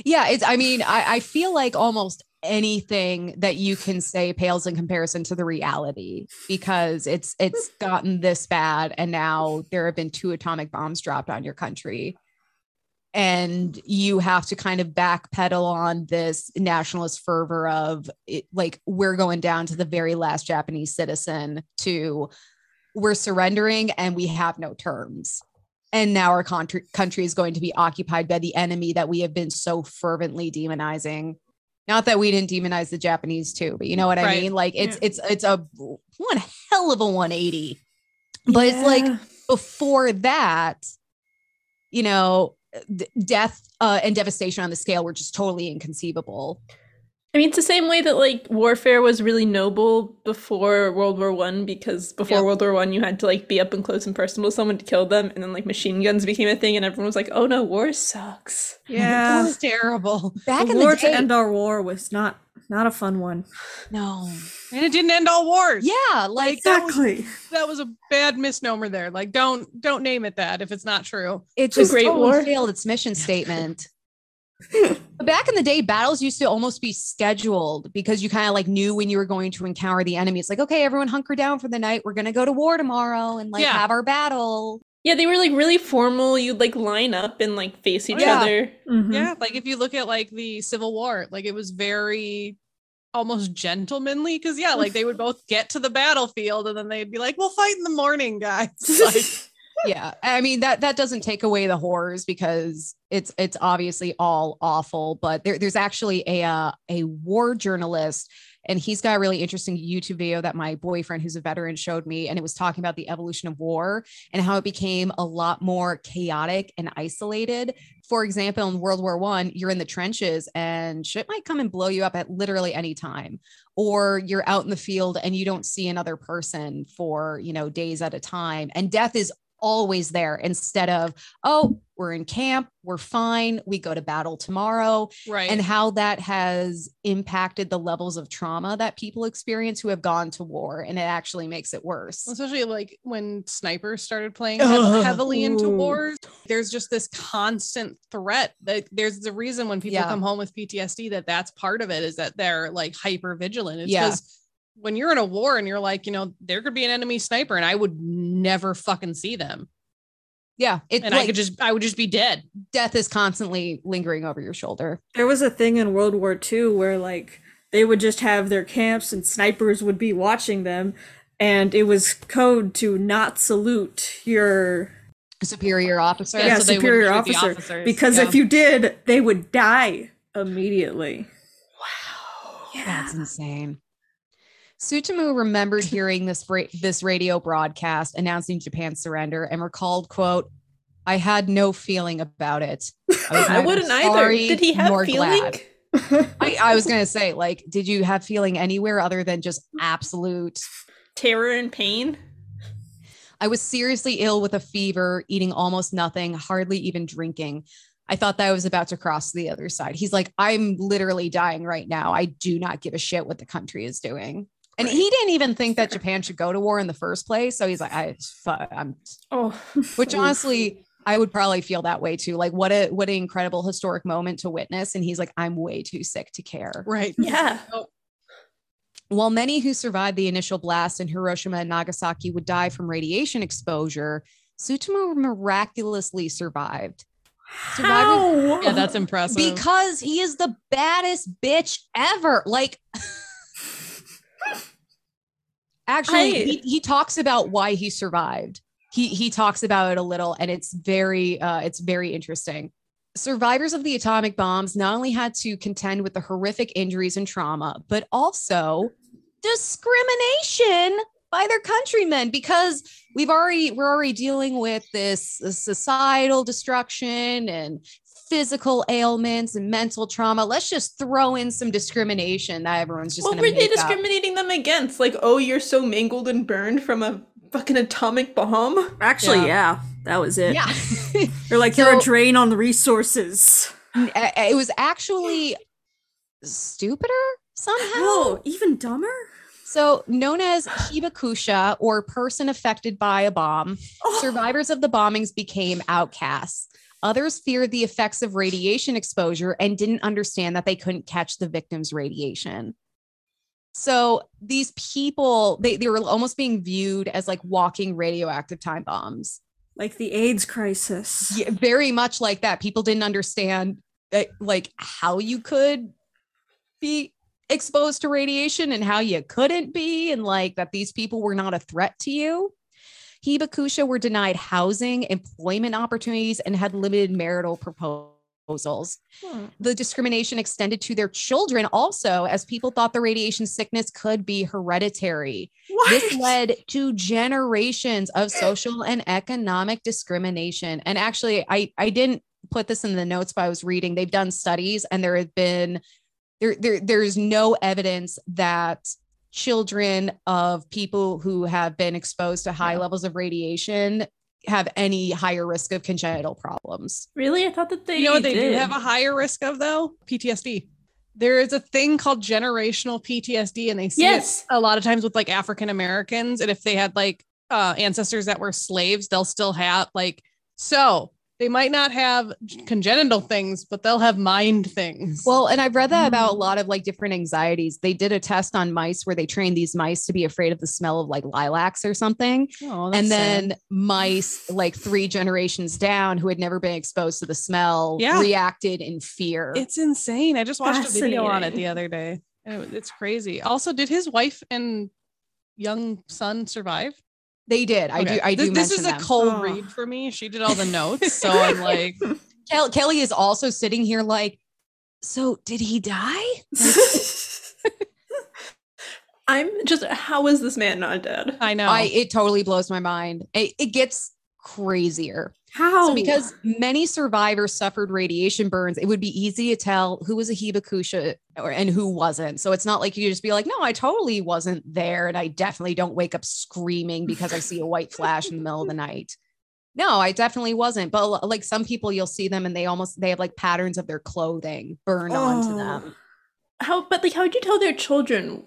[SPEAKER 4] Yeah, it's. I mean, I, I feel like almost anything that you can say pales in comparison to the reality because it's it's gotten this bad, and now there have been two atomic bombs dropped on your country, and you have to kind of backpedal on this nationalist fervor of it, like we're going down to the very last Japanese citizen to we're surrendering and we have no terms and now our country country is going to be occupied by the enemy that we have been so fervently demonizing not that we didn't demonize the japanese too but you know what i
[SPEAKER 5] Right.
[SPEAKER 4] mean like it's
[SPEAKER 2] Yeah.
[SPEAKER 4] it's it's a one hell of a 180 but it's like
[SPEAKER 3] Yeah.
[SPEAKER 4] before that, you know, d- death uh, and devastation on the scale were just totally inconceivable.
[SPEAKER 3] I mean, it's the same way that like warfare was really noble before World War One, because before
[SPEAKER 5] Yeah.
[SPEAKER 3] World War One, you had to like be up and close and personal with someone to kill them, and then like machine guns became a thing, and everyone was like, "Oh no, war sucks."
[SPEAKER 5] That
[SPEAKER 2] Yeah.
[SPEAKER 5] was terrible.
[SPEAKER 4] Back
[SPEAKER 2] the
[SPEAKER 4] in
[SPEAKER 2] war
[SPEAKER 4] the day,
[SPEAKER 2] to end our war was not not a fun one.
[SPEAKER 4] no,
[SPEAKER 5] And it didn't end all wars.
[SPEAKER 4] yeah, like
[SPEAKER 5] that was-
[SPEAKER 2] Exactly.
[SPEAKER 5] That was a bad misnomer there. Like don't don't name it that if it's not true.
[SPEAKER 4] it
[SPEAKER 3] a
[SPEAKER 4] just
[SPEAKER 3] great
[SPEAKER 4] totally
[SPEAKER 3] war.
[SPEAKER 4] failed its mission statement. But Back in the day, battles used to almost be scheduled because you kind of like knew when you were going to encounter the enemy. It's like, okay, everyone hunker down for the night. We're gonna go to war tomorrow and like
[SPEAKER 5] Yeah.
[SPEAKER 4] have our battle.
[SPEAKER 3] Yeah, they were like really formal. You'd like line up and like face each
[SPEAKER 5] Yeah.
[SPEAKER 3] other.
[SPEAKER 2] Mhm.
[SPEAKER 5] Yeah, like if you look at like the Civil War, like it was very almost gentlemanly because yeah, like they would both get to the battlefield and then they'd be like, "We'll fight in the morning, guys." Like,
[SPEAKER 4] yeah i mean that that doesn't take away the horrors because it's it's obviously all awful but there, there's actually a uh, a war journalist and he's got a really interesting youtube video that my boyfriend who's a veteran showed me and it was talking about the evolution of war and how it became a lot more chaotic and isolated for example in world war one you're in the trenches and shit might come and blow you up at literally any time or you're out in the field and you don't see another person for you know days at a time and death is always there instead of oh we're in camp we're fine we go to battle tomorrow
[SPEAKER 5] right.
[SPEAKER 4] and how that has impacted the levels of trauma that people experience who have gone to war and it actually makes it worse
[SPEAKER 5] especially like when snipers started playing
[SPEAKER 4] Ugh.
[SPEAKER 5] heav- heavily into
[SPEAKER 2] Ooh.
[SPEAKER 5] wars there's just this constant threat like there's the reason when people
[SPEAKER 4] Yeah.
[SPEAKER 5] come home with ptsd that that's part of it is that they're like hyper vigilant it's
[SPEAKER 4] Yeah.
[SPEAKER 5] because when you're in a war and you're like, you know, there could be an enemy sniper and I would never fucking see them.
[SPEAKER 4] Yeah, it
[SPEAKER 5] And I
[SPEAKER 4] like
[SPEAKER 5] could just, I would just be dead.
[SPEAKER 4] death is constantly lingering over your shoulder.
[SPEAKER 2] There was a thing in World War II where like they would just have their camps and snipers would be watching them, and it was code to not salute your
[SPEAKER 4] Superior officer.
[SPEAKER 5] Yeah,
[SPEAKER 2] yeah,
[SPEAKER 5] so they wouldn't
[SPEAKER 2] superior
[SPEAKER 5] shoot the
[SPEAKER 2] officer
[SPEAKER 5] officers,
[SPEAKER 2] because
[SPEAKER 5] yeah.
[SPEAKER 2] if you did, they would die immediately.
[SPEAKER 4] That's insane. Sutomu remembered hearing this ra- this radio broadcast announcing Japan's surrender and recalled, "quote I had no feeling about it. I, was
[SPEAKER 3] I
[SPEAKER 4] neither
[SPEAKER 3] wouldn't either.
[SPEAKER 4] sorry
[SPEAKER 3] Did he have
[SPEAKER 4] nor
[SPEAKER 3] feeling?
[SPEAKER 4] glad." I, I was gonna say, like, did you have feeling anywhere other than just absolute?
[SPEAKER 3] Terror and pain?
[SPEAKER 4] I was seriously ill with a fever, eating almost nothing, hardly even drinking. I thought that I was about to cross to the other side. He's like, I'm literally dying right now. I do not give a shit what the country is doing. And he didn't even think that Japan should go to war in the first place. So he's like, I, fu- I'm,
[SPEAKER 2] Oh,
[SPEAKER 4] which honestly, I would probably feel that way too. Like, what a, what an incredible historic moment to witness. And he's like, I'm way too sick to care.
[SPEAKER 5] Right.
[SPEAKER 3] Yeah.
[SPEAKER 4] While many who survived the initial blast in Hiroshima and Nagasaki would die from radiation exposure, Sutamo miraculously survived. Surviving
[SPEAKER 2] How?
[SPEAKER 5] Yeah, that's impressive.
[SPEAKER 4] because he is the baddest bitch ever. Like, actually,
[SPEAKER 3] I-
[SPEAKER 4] he, he talks about why he survived. He he talks about it a little, and it's very uh, it's very interesting. Survivors of the atomic bombs not only had to contend with the horrific injuries and trauma, but also discrimination by their countrymen because we've already we're already dealing with this, this societal destruction and physical ailments and mental trauma let's just throw in some discrimination that everyone's just
[SPEAKER 3] what
[SPEAKER 4] gonna
[SPEAKER 3] were they
[SPEAKER 4] make up.
[SPEAKER 3] discriminating them against? Like, oh, you're so mangled and burned from a fucking atomic bomb?
[SPEAKER 2] Actually,
[SPEAKER 5] Yeah.
[SPEAKER 2] yeah. that was it.
[SPEAKER 4] yeah
[SPEAKER 2] They're like, you're
[SPEAKER 4] So-
[SPEAKER 2] a drain on the resources.
[SPEAKER 4] I- I- it was actually stupider somehow
[SPEAKER 2] Oh, even dumber?
[SPEAKER 4] so known as hibakusha or person affected by a bomb
[SPEAKER 2] Oh.
[SPEAKER 4] survivors of the bombings became outcasts others feared the effects of radiation exposure and didn't understand that they couldn't catch the victim's radiation so these people they, they were almost being viewed as like walking radioactive time bombs
[SPEAKER 2] Like the AIDS crisis.
[SPEAKER 4] yeah, very much like that. People didn't understand uh, like how you could be exposed to radiation and how you couldn't be, and like that these people were not a threat to you. Hibakusha were denied housing, employment opportunities, and had limited marital proposals. The discrimination extended to their children also, as people thought the radiation sickness could be hereditary.
[SPEAKER 2] What?
[SPEAKER 4] This led to generations of social and economic discrimination. And actually, I, I didn't put this in the notes, but I was reading. They've done studies, and there have been there, there there's no evidence that children of people who have been exposed to high levels of radiation have any higher risk of congenital problems.
[SPEAKER 3] Really? I thought that they.
[SPEAKER 5] you know what they do have a higher risk of though? PTSD. There is a thing called generational PTSD, and they see it
[SPEAKER 3] Yes.
[SPEAKER 5] a lot of times with like African Americans, and if they had like uh, ancestors that were slaves, they'll still have like so they might not have congenital things, but they'll have mind things.
[SPEAKER 4] Well, and I've read that
[SPEAKER 5] Mm.
[SPEAKER 4] about a lot of like different anxieties. They did a test on mice where they trained these mice to be afraid of the smell of like lilacs or something.
[SPEAKER 5] Oh, that's
[SPEAKER 4] and
[SPEAKER 5] sad.
[SPEAKER 4] then mice like three generations down who had never been exposed to the smell
[SPEAKER 5] Yeah.
[SPEAKER 4] reacted in fear
[SPEAKER 5] it's insane. I just watched a video on it
[SPEAKER 3] Fascinating.
[SPEAKER 5] the other day. and it was- It's crazy. Also, did his wife and young son survive?
[SPEAKER 4] they did i
[SPEAKER 5] Okay.
[SPEAKER 4] do i
[SPEAKER 5] Th-
[SPEAKER 4] do
[SPEAKER 5] This
[SPEAKER 4] mention
[SPEAKER 5] is a
[SPEAKER 4] them.
[SPEAKER 5] cold
[SPEAKER 2] Oh.
[SPEAKER 5] read for me. She did all the notes, so I'm like,
[SPEAKER 4] Kel- kelly is also sitting here like so did he die
[SPEAKER 3] I'm just. How is this man not dead?
[SPEAKER 5] I know.
[SPEAKER 4] i it totally blows my mind it, it gets crazier
[SPEAKER 2] How?
[SPEAKER 4] So because many survivors suffered radiation burns, it would be easy to tell who was a hibakusha or, and who wasn't. So it's not like you just be like, no, I totally wasn't there. And I definitely don't wake up screaming because I see a white flash in the middle of the night. No, I definitely wasn't. But l- like some people, you'll see them and they almost, they have like patterns of their clothing burned onto
[SPEAKER 2] Oh.
[SPEAKER 4] them.
[SPEAKER 3] How? But like, how'd you tell their children?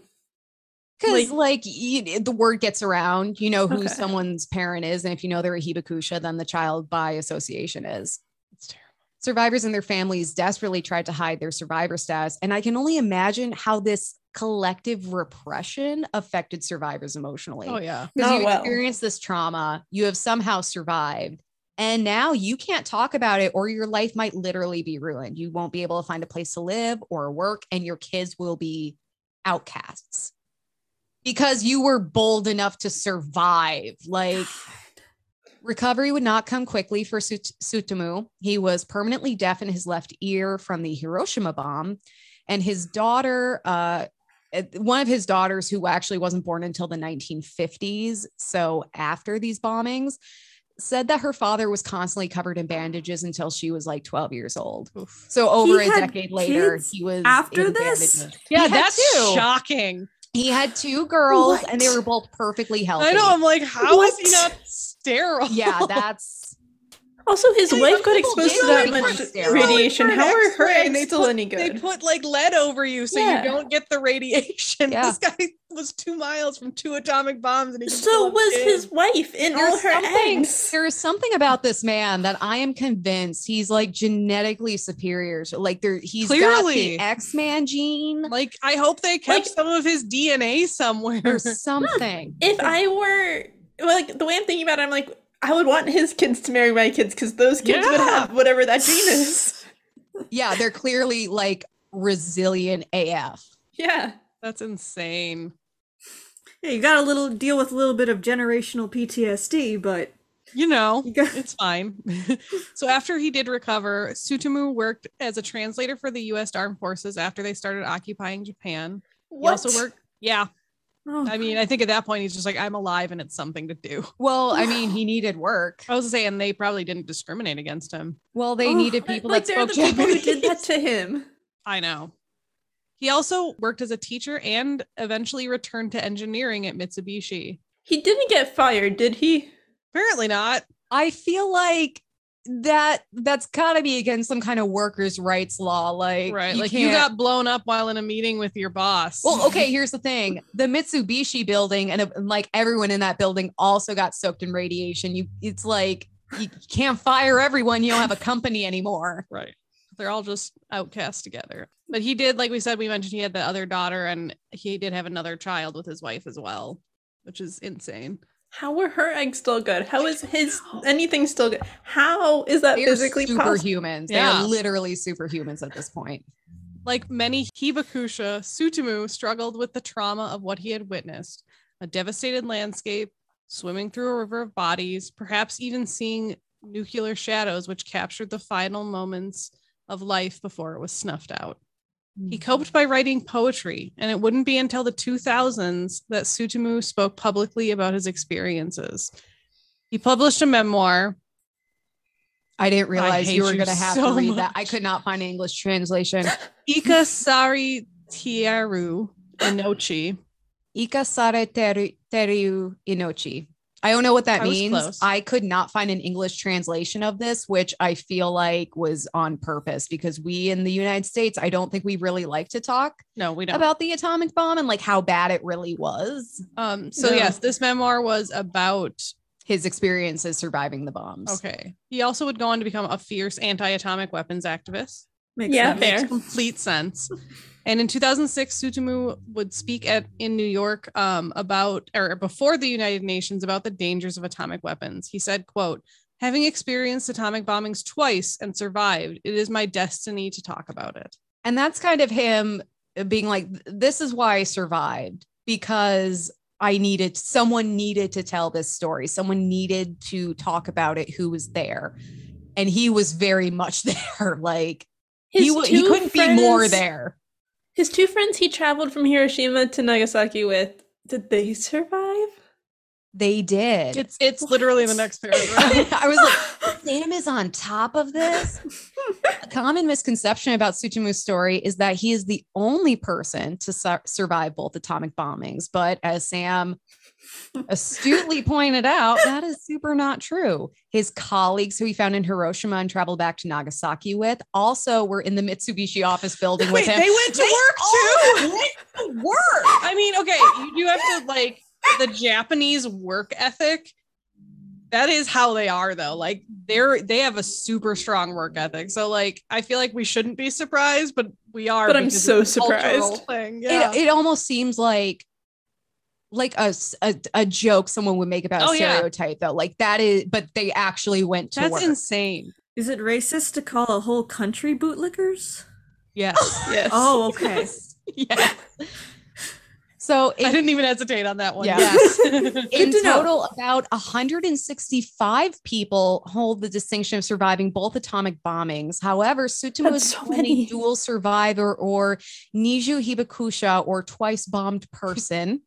[SPEAKER 4] Cause
[SPEAKER 3] Like-
[SPEAKER 4] like, you, the word gets around, you know who
[SPEAKER 3] Okay.
[SPEAKER 4] someone's parent is. And if you know they're a hibakusha, then the child by association is.
[SPEAKER 5] It's terrible.
[SPEAKER 4] Survivors and their families desperately tried to hide their survivor status. And I can only imagine how this collective repression affected survivors emotionally.
[SPEAKER 5] Oh yeah.
[SPEAKER 4] Because
[SPEAKER 3] Oh,
[SPEAKER 4] you
[SPEAKER 3] well.
[SPEAKER 4] experienced this trauma, you have somehow survived, and now you can't talk about it, or your life might literally be ruined. You won't be able to find a place to live or work, and your kids will be outcasts because you were bold enough to survive. Like, recovery would not come quickly for Sut- Sutomu. He was permanently deaf in his left ear from the Hiroshima bomb, and his daughter, uh, uh, one of his daughters who actually wasn't born until the 1950s so after these bombings said that her father was constantly covered in bandages until she was like 12 years old
[SPEAKER 5] Oof.
[SPEAKER 4] so over
[SPEAKER 2] He
[SPEAKER 4] a
[SPEAKER 2] had
[SPEAKER 4] decade later
[SPEAKER 2] kids
[SPEAKER 4] he was
[SPEAKER 2] after
[SPEAKER 4] in
[SPEAKER 2] this?
[SPEAKER 4] bandages.
[SPEAKER 5] Yeah,
[SPEAKER 4] had
[SPEAKER 5] that's
[SPEAKER 4] two.
[SPEAKER 5] shocking.
[SPEAKER 4] he had two girls
[SPEAKER 2] What?
[SPEAKER 4] and they were both perfectly healthy
[SPEAKER 5] I know. I'm like, how is he
[SPEAKER 2] What?
[SPEAKER 5] not sterile?
[SPEAKER 4] yeah that's
[SPEAKER 3] Also, his
[SPEAKER 5] Hey,
[SPEAKER 3] wife
[SPEAKER 5] some
[SPEAKER 3] got
[SPEAKER 4] people
[SPEAKER 3] exposed
[SPEAKER 4] did
[SPEAKER 3] to that
[SPEAKER 4] go
[SPEAKER 3] much
[SPEAKER 4] on steroids.
[SPEAKER 3] radiation.
[SPEAKER 5] They
[SPEAKER 3] How are
[SPEAKER 5] put-
[SPEAKER 3] her
[SPEAKER 5] they
[SPEAKER 3] eggs still
[SPEAKER 5] put-
[SPEAKER 3] any
[SPEAKER 5] They
[SPEAKER 3] good?
[SPEAKER 5] put like lead over you so
[SPEAKER 3] Yeah.
[SPEAKER 5] you don't get the radiation.
[SPEAKER 4] Yeah.
[SPEAKER 5] This guy was two miles from two atomic bombs, and he can
[SPEAKER 3] So
[SPEAKER 5] still
[SPEAKER 3] was
[SPEAKER 5] have
[SPEAKER 3] his
[SPEAKER 5] kids.
[SPEAKER 3] wife in all
[SPEAKER 4] there's
[SPEAKER 3] her
[SPEAKER 4] something,
[SPEAKER 3] eggs.
[SPEAKER 4] there is something about this man that I am convinced he's like genetically superior. So like there, he's got the
[SPEAKER 5] Clearly.
[SPEAKER 4] X-Man gene
[SPEAKER 5] Like, I hope they kept
[SPEAKER 3] Like-
[SPEAKER 5] some of his DNA somewhere.
[SPEAKER 4] or something.
[SPEAKER 3] If I were well, like the way I'm thinking about it, I'm like, I would want his kids to marry my kids because those kids would
[SPEAKER 5] Yeah.
[SPEAKER 3] have whatever that gene is.
[SPEAKER 4] yeah, they're clearly like resilient AF.
[SPEAKER 3] Yeah.
[SPEAKER 5] That's insane.
[SPEAKER 2] Yeah, you got a little deal with a little bit of generational PTSD, but
[SPEAKER 5] You know,
[SPEAKER 2] you got
[SPEAKER 5] it's fine. so after he did recover, Sutomu worked as a translator for the U.S. Armed Forces after they started occupying Japan. He
[SPEAKER 3] What?
[SPEAKER 5] also worked. Yeah,
[SPEAKER 2] oh,
[SPEAKER 5] I mean, I think at that point he's just like, I'm alive and it's something to do.
[SPEAKER 4] Well, I mean, he needed work.
[SPEAKER 5] I was saying they probably didn't discriminate against him.
[SPEAKER 4] Well, they
[SPEAKER 2] Oh,
[SPEAKER 4] needed
[SPEAKER 3] But,
[SPEAKER 4] people
[SPEAKER 3] like,
[SPEAKER 4] that
[SPEAKER 3] they're
[SPEAKER 4] spoke
[SPEAKER 3] the people who
[SPEAKER 4] Japanese.
[SPEAKER 3] did that to him.
[SPEAKER 5] I know. He also worked as a teacher and eventually returned to engineering at Mitsubishi.
[SPEAKER 3] He didn't get fired, did he?
[SPEAKER 5] Apparently not.
[SPEAKER 4] I feel like that that's gotta be against some kind of workers' rights law. Like,
[SPEAKER 5] right.
[SPEAKER 4] you
[SPEAKER 5] like you
[SPEAKER 4] can't-
[SPEAKER 5] got blown up while in a meeting with your boss.
[SPEAKER 4] Well, okay, here's the thing. The Mitsubishi building and, uh, and, like everyone in that building also got soaked in radiation. You it's like you can't fire everyone. You don't have a company anymore.
[SPEAKER 5] Right. They're all just outcast together. But he did, like we said, we mentioned he had the other daughter and he did have another child with his wife as well, which is insane.
[SPEAKER 3] How were her eggs still good? How is his anything still good? How is that
[SPEAKER 4] They're
[SPEAKER 3] physically possible?
[SPEAKER 4] superhumans.
[SPEAKER 5] Yeah.
[SPEAKER 4] They're literally superhumans at this point.
[SPEAKER 5] Like many Hibakusha, Sutumu struggled with the trauma of what he had witnessed a devastated landscape, swimming through a river of bodies, perhaps even seeing nuclear shadows, which captured the final moments of life before it was snuffed out.
[SPEAKER 4] Mm-hmm.
[SPEAKER 5] He
[SPEAKER 4] Mm.
[SPEAKER 5] coped by writing poetry, and it wouldn't be until the 2000s that Sutumu spoke publicly about his experiences. He published a memoir.
[SPEAKER 4] I didn't realize
[SPEAKER 5] hate
[SPEAKER 4] you were
[SPEAKER 5] you
[SPEAKER 4] going to have
[SPEAKER 5] so
[SPEAKER 4] to read that.
[SPEAKER 5] much.
[SPEAKER 4] I could not find an English translation.
[SPEAKER 5] Ika Sari Tieru Inochi.
[SPEAKER 4] Ika sare teru, teru inochi. I don't know what that
[SPEAKER 5] I was
[SPEAKER 4] means.
[SPEAKER 5] close.
[SPEAKER 4] I could not find an English translation of this, which I feel like was on purpose because we in the United States, I don't think we really like to talk
[SPEAKER 5] No, we don't.
[SPEAKER 4] about the atomic bomb and like how bad it really was.
[SPEAKER 5] Um, so
[SPEAKER 3] No.
[SPEAKER 5] yes, this memoir was about
[SPEAKER 4] His experiences surviving the bombs.
[SPEAKER 5] okay. He also would go on to become a fierce anti-atomic weapons activist.
[SPEAKER 2] makes
[SPEAKER 3] Yeah.
[SPEAKER 5] That
[SPEAKER 2] sense.
[SPEAKER 5] makes
[SPEAKER 3] Fair.
[SPEAKER 5] complete sense. And in 2006, Sutumu would speak at in New York um, about or before the United Nations about the dangers of atomic weapons. He said, "quote Having experienced atomic bombings twice and survived, it is my destiny to talk about it."
[SPEAKER 4] And that's kind of him being like, this is why I survived because I needed someone needed to tell this story. Someone needed to talk about it who was there. And he was very much there. Like he, wa- he
[SPEAKER 3] two
[SPEAKER 4] couldn't be more
[SPEAKER 3] friends-
[SPEAKER 4] there.
[SPEAKER 3] His two friends he traveled from Hiroshima to Nagasaki with, did they survive?
[SPEAKER 4] They did.
[SPEAKER 5] It's it's literally in the next paragraph.
[SPEAKER 4] I was like, Sam is on top of this. A common misconception about Tsutumu's story is that he is the only person to su- survive both atomic bombings. But as Sam astutely pointed out, that is super not true. His colleagues who he found in Hiroshima and traveled back to Nagasaki with also were in the Mitsubishi office building with him.
[SPEAKER 5] went to
[SPEAKER 4] all went to work.
[SPEAKER 5] I mean, okay, you do have to like the Japanese work ethic that is how they are though like they're they have a super strong work ethic so like i feel like we shouldn't be surprised but we are
[SPEAKER 3] But I'm
[SPEAKER 5] because
[SPEAKER 3] so
[SPEAKER 5] it's a cultural
[SPEAKER 3] surprised.
[SPEAKER 5] thing. yeah
[SPEAKER 4] It, it almost seems like like a, s- a- a joke someone would make about
[SPEAKER 5] Oh,
[SPEAKER 4] a
[SPEAKER 5] yeah.
[SPEAKER 4] stereotype though. Like that is but they actually went to
[SPEAKER 5] that's
[SPEAKER 4] work.
[SPEAKER 5] insane
[SPEAKER 2] Is it racist to call a whole country bootlickers?
[SPEAKER 5] yes
[SPEAKER 3] Yes.
[SPEAKER 2] Oh, okay.
[SPEAKER 4] yeah. So
[SPEAKER 5] i
[SPEAKER 4] in,
[SPEAKER 5] didn't even hesitate on that one
[SPEAKER 4] Yeah.
[SPEAKER 5] yes
[SPEAKER 4] in
[SPEAKER 2] to know.
[SPEAKER 4] total, about 165 people hold the distinction of surviving both atomic bombings. However, Sutamo
[SPEAKER 3] That's
[SPEAKER 4] is
[SPEAKER 3] so
[SPEAKER 4] the only
[SPEAKER 3] many.
[SPEAKER 4] dual survivor or Niju Hibakusha or twice bombed person.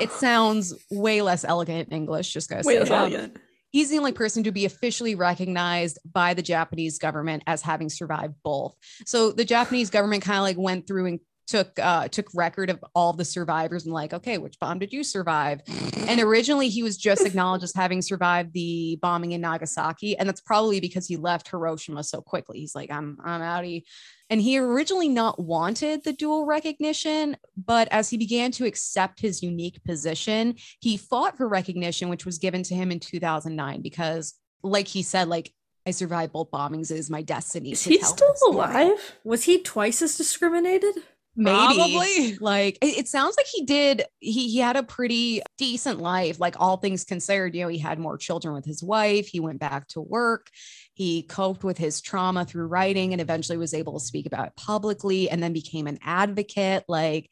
[SPEAKER 4] It sounds way less elegant in English, just gotta
[SPEAKER 3] Wait,
[SPEAKER 4] say.
[SPEAKER 3] that's
[SPEAKER 4] that.
[SPEAKER 3] not yet.
[SPEAKER 4] He's the only person to be officially recognized by the Japanese government as having survived both. So the Japanese government kind of like went through and took uh, took record of all the survivors and like, okay, which bomb did you survive? And originally he was just acknowledged as having survived the bombing in Nagasaki, and that's probably because he left Hiroshima so quickly. He's like, I'm I'm outie. And he originally not wanted the dual recognition, but as he began to accept his unique position, he fought for recognition, which was given to him in 2009 because, like he said, like I survived both bombings it is my destiny.
[SPEAKER 3] Is
[SPEAKER 4] to
[SPEAKER 3] he
[SPEAKER 4] tell
[SPEAKER 3] still
[SPEAKER 4] this story."
[SPEAKER 3] alive?
[SPEAKER 2] Was he twice as discriminated?
[SPEAKER 4] Maybe.
[SPEAKER 5] Probably.
[SPEAKER 4] Like it, it sounds like he did. He he had a pretty decent life, like all things considered. You know, he had more children with his wife. He went back to work. He coped with his trauma through writing, and eventually was able to speak about it publicly, and then became an advocate. Like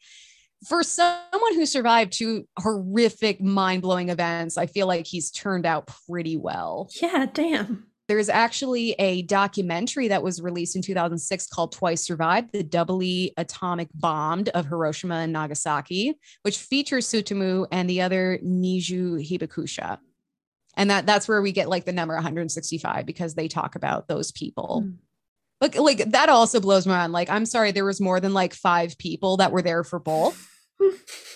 [SPEAKER 4] for someone who survived two horrific, mind blowing events, I feel like he's turned out pretty well
[SPEAKER 3] Yeah, damn.
[SPEAKER 4] there's actually a documentary that was released in 2006 called Twice Survived, the doubly atomic bombed of Hiroshima and Nagasaki, which features Sutomu and the other Niju Hibakusha. And that that's where we get like the number 165 because they talk about those people.
[SPEAKER 2] Hmm.
[SPEAKER 4] Look, like that also blows my mind. Like, I'm sorry, there was more than like five people that were there for both.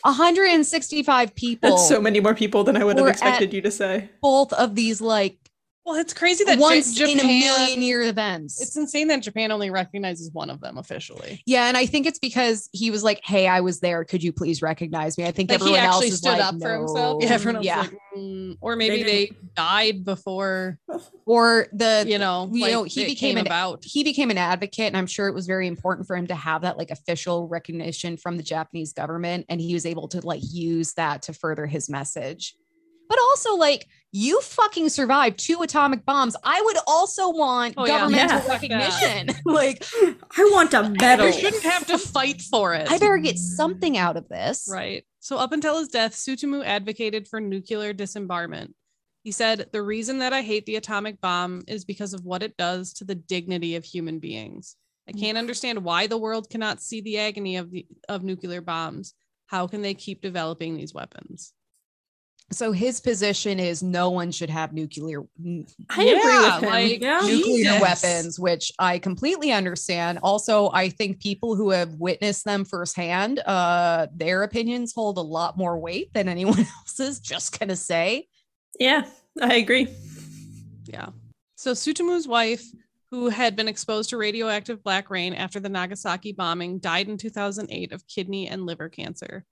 [SPEAKER 4] 165 people.
[SPEAKER 3] That's so many more people than I would have
[SPEAKER 4] We're
[SPEAKER 3] expected you to say.
[SPEAKER 4] both of these like
[SPEAKER 5] well it's crazy that Ja-
[SPEAKER 4] once in a million
[SPEAKER 5] japan
[SPEAKER 4] year events.
[SPEAKER 5] it's insane that japan only recognizes one of them officially
[SPEAKER 4] Yeah, and I think it's because he was like, "Hey, I was there. Could you please recognize me?" I think
[SPEAKER 5] like he
[SPEAKER 4] everyone else
[SPEAKER 5] actually
[SPEAKER 4] is
[SPEAKER 5] stood
[SPEAKER 4] like,
[SPEAKER 5] up for himself
[SPEAKER 4] "No."
[SPEAKER 5] yeah everyone else
[SPEAKER 4] yeah.
[SPEAKER 5] was like, mm, or maybe
[SPEAKER 2] They
[SPEAKER 5] they, died before
[SPEAKER 4] or the
[SPEAKER 5] you know
[SPEAKER 4] you
[SPEAKER 5] like,
[SPEAKER 4] know, he
[SPEAKER 5] it
[SPEAKER 4] became
[SPEAKER 5] came
[SPEAKER 4] an-
[SPEAKER 5] about
[SPEAKER 4] he became an advocate, and I'm sure it was very important for him to have that like official recognition from the Japanese government, and he was able to like use that to further his message. But also, like, you fucking survived two atomic bombs. I would also want
[SPEAKER 5] Oh, yeah.
[SPEAKER 4] governmental
[SPEAKER 5] Yeah. Fuck that.
[SPEAKER 4] recognition. like,
[SPEAKER 2] I want a medal.
[SPEAKER 5] you shouldn't have to fight for it
[SPEAKER 4] I better get something out of this.
[SPEAKER 5] Right. So up until his death, Sutumu advocated for nuclear disembarment. He said, "The reason that I hate the atomic bomb is because of what it does to the dignity of human beings. I can't understand why the world cannot see the agony of the of nuclear bombs. How can they keep developing these weapons?"
[SPEAKER 4] So his position is no one should have nuclear
[SPEAKER 3] I agree with him.
[SPEAKER 5] like,
[SPEAKER 2] Yeah.
[SPEAKER 4] nuclear
[SPEAKER 5] Jesus.
[SPEAKER 4] weapons, which I completely understand. Also, I think people who have witnessed them firsthand, uh, their opinions hold a lot more weight than anyone else's. Just gonna say,
[SPEAKER 3] yeah, I agree.
[SPEAKER 5] Yeah. So Sutumu's wife, who had been exposed to radioactive black rain after the Nagasaki bombing, died in 2008 of kidney and liver cancer.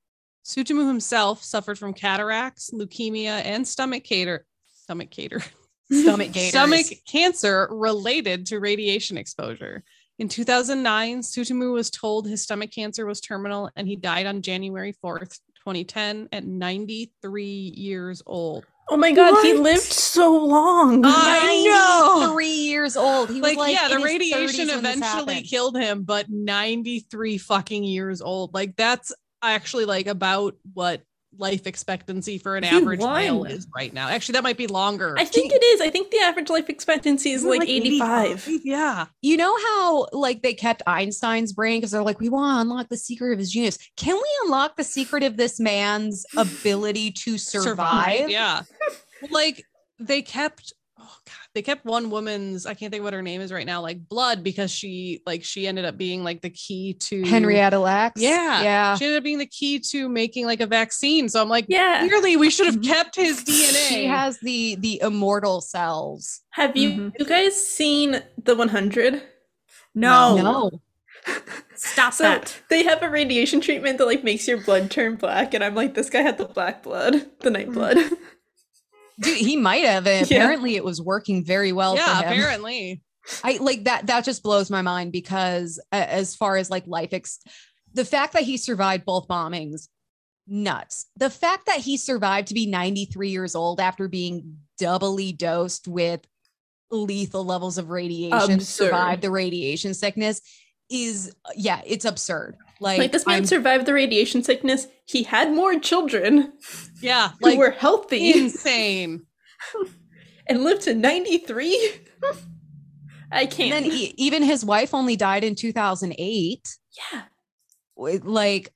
[SPEAKER 5] Sutumu himself suffered from cataracts, leukemia, and stomach cater stomach cater
[SPEAKER 4] stomach gators.
[SPEAKER 5] stomach cancer related to radiation exposure. In 2009, Sutumu was told his stomach cancer was terminal and he died on January 4th, 2010 at 93 years old.
[SPEAKER 3] Oh my god, he
[SPEAKER 2] What?
[SPEAKER 3] lived so long.
[SPEAKER 5] I know.
[SPEAKER 4] Three years old. He was
[SPEAKER 5] Oh. like,
[SPEAKER 4] like,
[SPEAKER 5] yeah, the
[SPEAKER 4] in his 30s
[SPEAKER 5] radiation
[SPEAKER 4] when this
[SPEAKER 5] eventually
[SPEAKER 4] happened.
[SPEAKER 5] killed him, but 93 fucking years old. Like that's actually like about what life expectancy for an
[SPEAKER 2] He
[SPEAKER 5] average male
[SPEAKER 2] won.
[SPEAKER 5] is right now. Actually, that might be longer.
[SPEAKER 3] I think it is. I think the average life expectancy is
[SPEAKER 5] Isn't it
[SPEAKER 3] like, 85.
[SPEAKER 5] Yeah.
[SPEAKER 4] You know how like they kept Einstein's brain because they're like, we want to unlock the secret of his genius. Can we unlock the secret of this man's ability to survive?
[SPEAKER 5] Yeah. Well, like they kept oh god, they kept one woman's, I can't think what her name is right now, like blood because she like she ended up being like the key to
[SPEAKER 4] Henrietta Lacks.
[SPEAKER 5] Yeah.
[SPEAKER 4] Yeah.
[SPEAKER 5] She ended up being the key to making like a vaccine. So I'm like,
[SPEAKER 3] Yeah.
[SPEAKER 5] Clearly, we should have kept his DNA.
[SPEAKER 4] Mm-hmm. She has the the immortal cells.
[SPEAKER 3] Have you
[SPEAKER 2] Mhm.
[SPEAKER 3] you guys seen The 100?
[SPEAKER 2] No.
[SPEAKER 4] No.
[SPEAKER 2] Stop
[SPEAKER 3] So
[SPEAKER 2] that.
[SPEAKER 3] they have a radiation treatment that like makes your blood turn black and I'm like this guy had the black blood, the night
[SPEAKER 2] Mm.
[SPEAKER 3] blood.
[SPEAKER 4] Dude, he might have. And
[SPEAKER 3] Yeah.
[SPEAKER 4] apparently it was working very well
[SPEAKER 5] yeah,
[SPEAKER 4] for him.
[SPEAKER 5] apparently.
[SPEAKER 4] I like that. That just blows my mind because a- as far as like life, ex- the fact that he survived both bombings, nuts. The fact that he survived to be 93 years old after being doubly dosed with lethal levels of radiation,
[SPEAKER 3] Absurd.
[SPEAKER 4] survived the radiation sickness is yeah, it's absurd. Like,
[SPEAKER 3] Like this man
[SPEAKER 4] I'm-
[SPEAKER 3] survived the radiation sickness. He had more children
[SPEAKER 5] Yeah,
[SPEAKER 3] who
[SPEAKER 5] like
[SPEAKER 3] were healthy
[SPEAKER 5] insane.
[SPEAKER 3] and lived to 93. I can't.
[SPEAKER 4] and then e- even his wife only died in 2008.
[SPEAKER 3] yeah.
[SPEAKER 4] with- like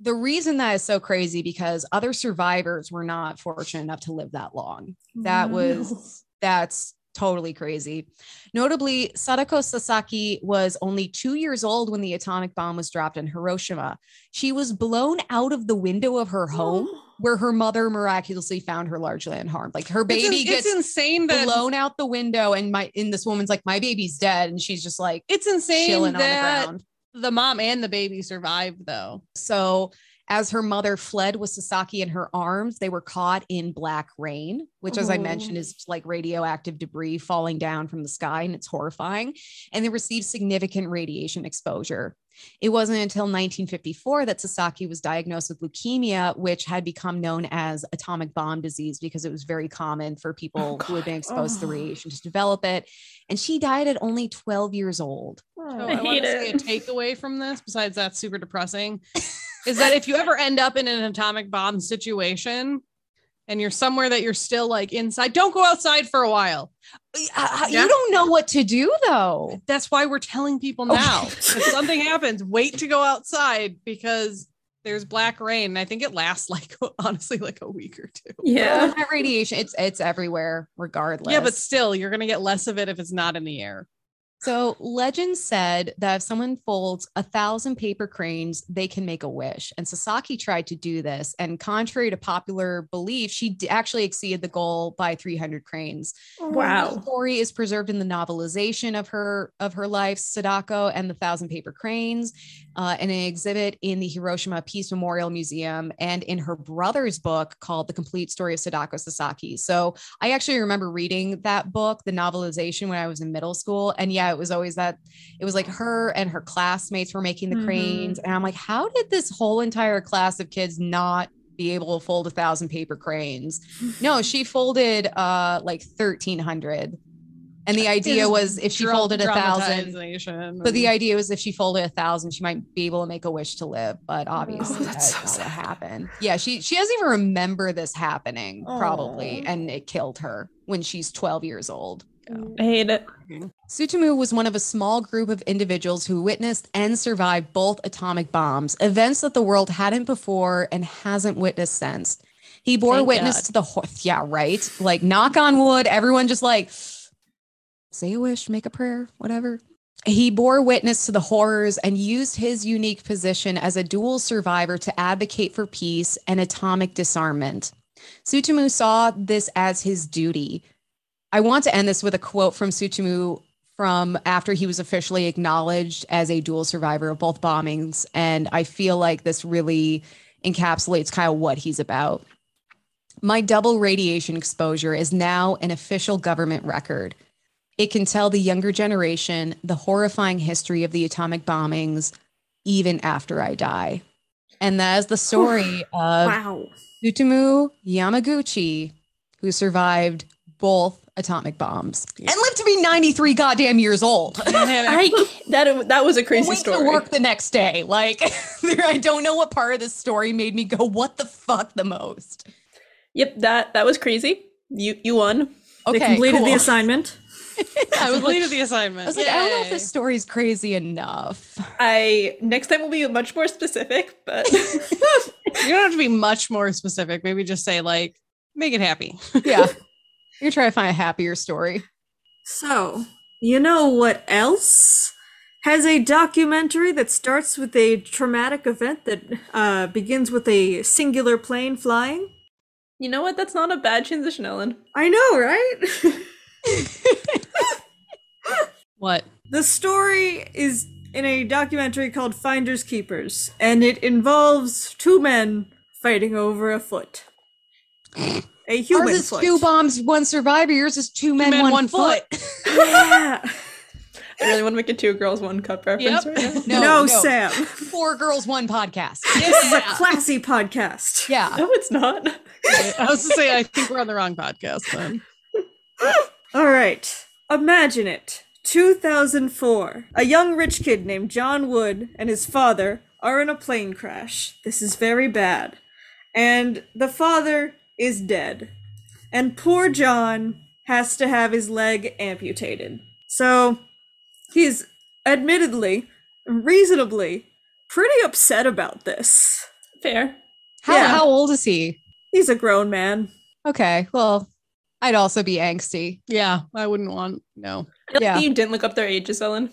[SPEAKER 4] the reason that is so crazy because other survivors were not fortunate enough to live that long.
[SPEAKER 5] Mm-hmm.
[SPEAKER 4] That was that's totally crazy. Notably, Sadako Sasaki was only 2 years old when the atomic bomb was dropped in Hiroshima. She was blown out of the window of her home where her mother miraculously found her largely unharmed. Like her
[SPEAKER 5] It's in-
[SPEAKER 4] baby
[SPEAKER 5] it's,
[SPEAKER 4] gets
[SPEAKER 5] insane that
[SPEAKER 4] blown out the window and my in this woman's like my baby's dead and she's just like
[SPEAKER 5] it's insane
[SPEAKER 4] chilling on the
[SPEAKER 5] that
[SPEAKER 4] ground.
[SPEAKER 5] the, mom and the baby survived though.
[SPEAKER 4] So, as her mother fled with Sasaki in her arms, they were caught in black rain, which, as I
[SPEAKER 3] Oh.
[SPEAKER 4] mentioned, is like radioactive debris falling down from the sky and it's horrifying. And they received significant radiation exposure. It wasn't until 1954 that Sasaki was diagnosed with leukemia, which had become known as atomic bomb disease because it was very common for people who had been exposed to
[SPEAKER 3] Oh.
[SPEAKER 4] radiation to develop it. And she died at only 12 years old.
[SPEAKER 5] So
[SPEAKER 3] Oh, I
[SPEAKER 5] I, want
[SPEAKER 3] hate
[SPEAKER 5] to say a
[SPEAKER 3] it.
[SPEAKER 5] takeaway from this, besides that's super depressing, is that if you ever end up in an atomic bomb situation and you're somewhere that you're still like inside, don't go outside for a while.
[SPEAKER 4] Uh,
[SPEAKER 5] Yeah.
[SPEAKER 4] You don't know what to do, though.
[SPEAKER 5] That's why we're telling people
[SPEAKER 4] Okay.
[SPEAKER 5] now. if something happens, wait to go outside because there's black rain. And I think it lasts like honestly like a week or two.
[SPEAKER 3] Yeah.
[SPEAKER 4] that radiation it's it's everywhere regardless
[SPEAKER 5] Yeah, but still, you're gonna get less of it if it's not in the air.
[SPEAKER 4] so legend said that if someone folds a thousand paper cranes they can make a wish and sasaki tried to do this and contrary to popular belief she d- actually exceeded the goal by 300 cranes the
[SPEAKER 3] Wow.
[SPEAKER 4] story is preserved in the novelization of her of her life sadako and the thousand paper cranes uh, in an exhibit in the hiroshima peace memorial museum and in her brother's book called the complete story of sadako sasaki so i actually remember reading that book the novelization when i was in middle school and yeah it was always that it was like her and her classmates were making the
[SPEAKER 5] Mm-hmm.
[SPEAKER 2] Mhm.
[SPEAKER 4] cranes and i'm like how did this whole entire class of kids not be able to fold a thousand paper cranes no, she folded uh like thirteen hundred, and the idea
[SPEAKER 5] It's
[SPEAKER 4] was if she
[SPEAKER 5] Dra-
[SPEAKER 4] folded a thousand.
[SPEAKER 5] dramatization.
[SPEAKER 4] But the idea was if she folded a thousand, she might be able to make a wish to live. But obviously,
[SPEAKER 3] that's
[SPEAKER 4] that's,
[SPEAKER 3] so
[SPEAKER 4] not
[SPEAKER 3] sad.
[SPEAKER 4] what happened. Yeah, she she doesn't even remember this happening probably,
[SPEAKER 2] Aw.
[SPEAKER 4] and it killed her when she's twelve years old.
[SPEAKER 3] I hate it.
[SPEAKER 4] Tsutomu was one of a small group of individuals who witnessed and survived both atomic bombs, events that the world hadn't before and hasn't witnessed since. He bore
[SPEAKER 5] Thank
[SPEAKER 4] witness
[SPEAKER 5] God.
[SPEAKER 4] to the hor- yeah, right? Like knock on wood, everyone just like say a wish, make a prayer, whatever. He bore witness to the horrors and used his unique position as a dual survivor to advocate for peace and atomic disarmament. Tsutomu saw this as his duty. I want to end this with a quote from Tsutomu from after he was officially acknowledged as a dual survivor of both bombings. And I feel like this really encapsulates kind of what he's about. My double radiation exposure is now an official government record. It can tell the younger generation the horrifying history of the atomic bombings even after I die. And that is the story of
[SPEAKER 2] wow.
[SPEAKER 4] Tsutomu Yamaguchi, who survived both atomic bombs and lived to be 93 goddamn years old.
[SPEAKER 3] I that that was a crazy
[SPEAKER 4] Went to
[SPEAKER 3] story.
[SPEAKER 4] work the next day. Like, I don't know what part of this story made me go, what the fuck the most?
[SPEAKER 3] Yep, that that was crazy. You you won.
[SPEAKER 2] They
[SPEAKER 4] Okay,
[SPEAKER 2] completed
[SPEAKER 4] cool.
[SPEAKER 2] the assignment.
[SPEAKER 4] I was like,
[SPEAKER 5] completed the assignment.
[SPEAKER 4] I was like, I don't know if
[SPEAKER 5] Yay.
[SPEAKER 4] this story's crazy enough.
[SPEAKER 3] I next time will be much more specific, but
[SPEAKER 5] You don't have to be much more specific. Maybe just say like, make it happy.
[SPEAKER 4] Yeah. You're trying to find a happier story.
[SPEAKER 2] So, you know what else has a documentary that starts with a traumatic event that uh, begins with a singular plane flying?
[SPEAKER 3] you know what? That's not a bad transition, Ellen.
[SPEAKER 2] I know, right?
[SPEAKER 5] What?
[SPEAKER 2] The story is in a documentary called Finders Keepers, and it involves two men fighting over a foot. A human
[SPEAKER 4] Ours is
[SPEAKER 2] foot.
[SPEAKER 4] two bombs, one survivor. Yours is two men,
[SPEAKER 5] men,
[SPEAKER 4] one,
[SPEAKER 5] one
[SPEAKER 4] foot.
[SPEAKER 2] Yeah.
[SPEAKER 3] I really want to make a two girls, one cup reference
[SPEAKER 5] Yep.
[SPEAKER 3] right
[SPEAKER 2] no,
[SPEAKER 4] No,
[SPEAKER 3] now.
[SPEAKER 4] no,
[SPEAKER 2] Sam.
[SPEAKER 4] Four girls, one podcast.
[SPEAKER 2] This is a classy podcast.
[SPEAKER 4] Yeah.
[SPEAKER 3] No, it's not.
[SPEAKER 5] I was to say, I think we're on the wrong podcast then.
[SPEAKER 2] All right. Imagine it. 2004. A young rich kid named John Wood and his father are in a plane crash. This is very bad. And the father is dead. And poor John has to have his leg amputated. So he's admittedly, reasonably, pretty upset about this.
[SPEAKER 3] Fair.
[SPEAKER 4] How,
[SPEAKER 2] Yeah.
[SPEAKER 4] how old is he?
[SPEAKER 2] He's a grown man.
[SPEAKER 4] Okay. Well, I'd also be angsty.
[SPEAKER 5] Yeah, I wouldn't want no.
[SPEAKER 4] Yeah.
[SPEAKER 3] You didn't look up their ages, Ellen.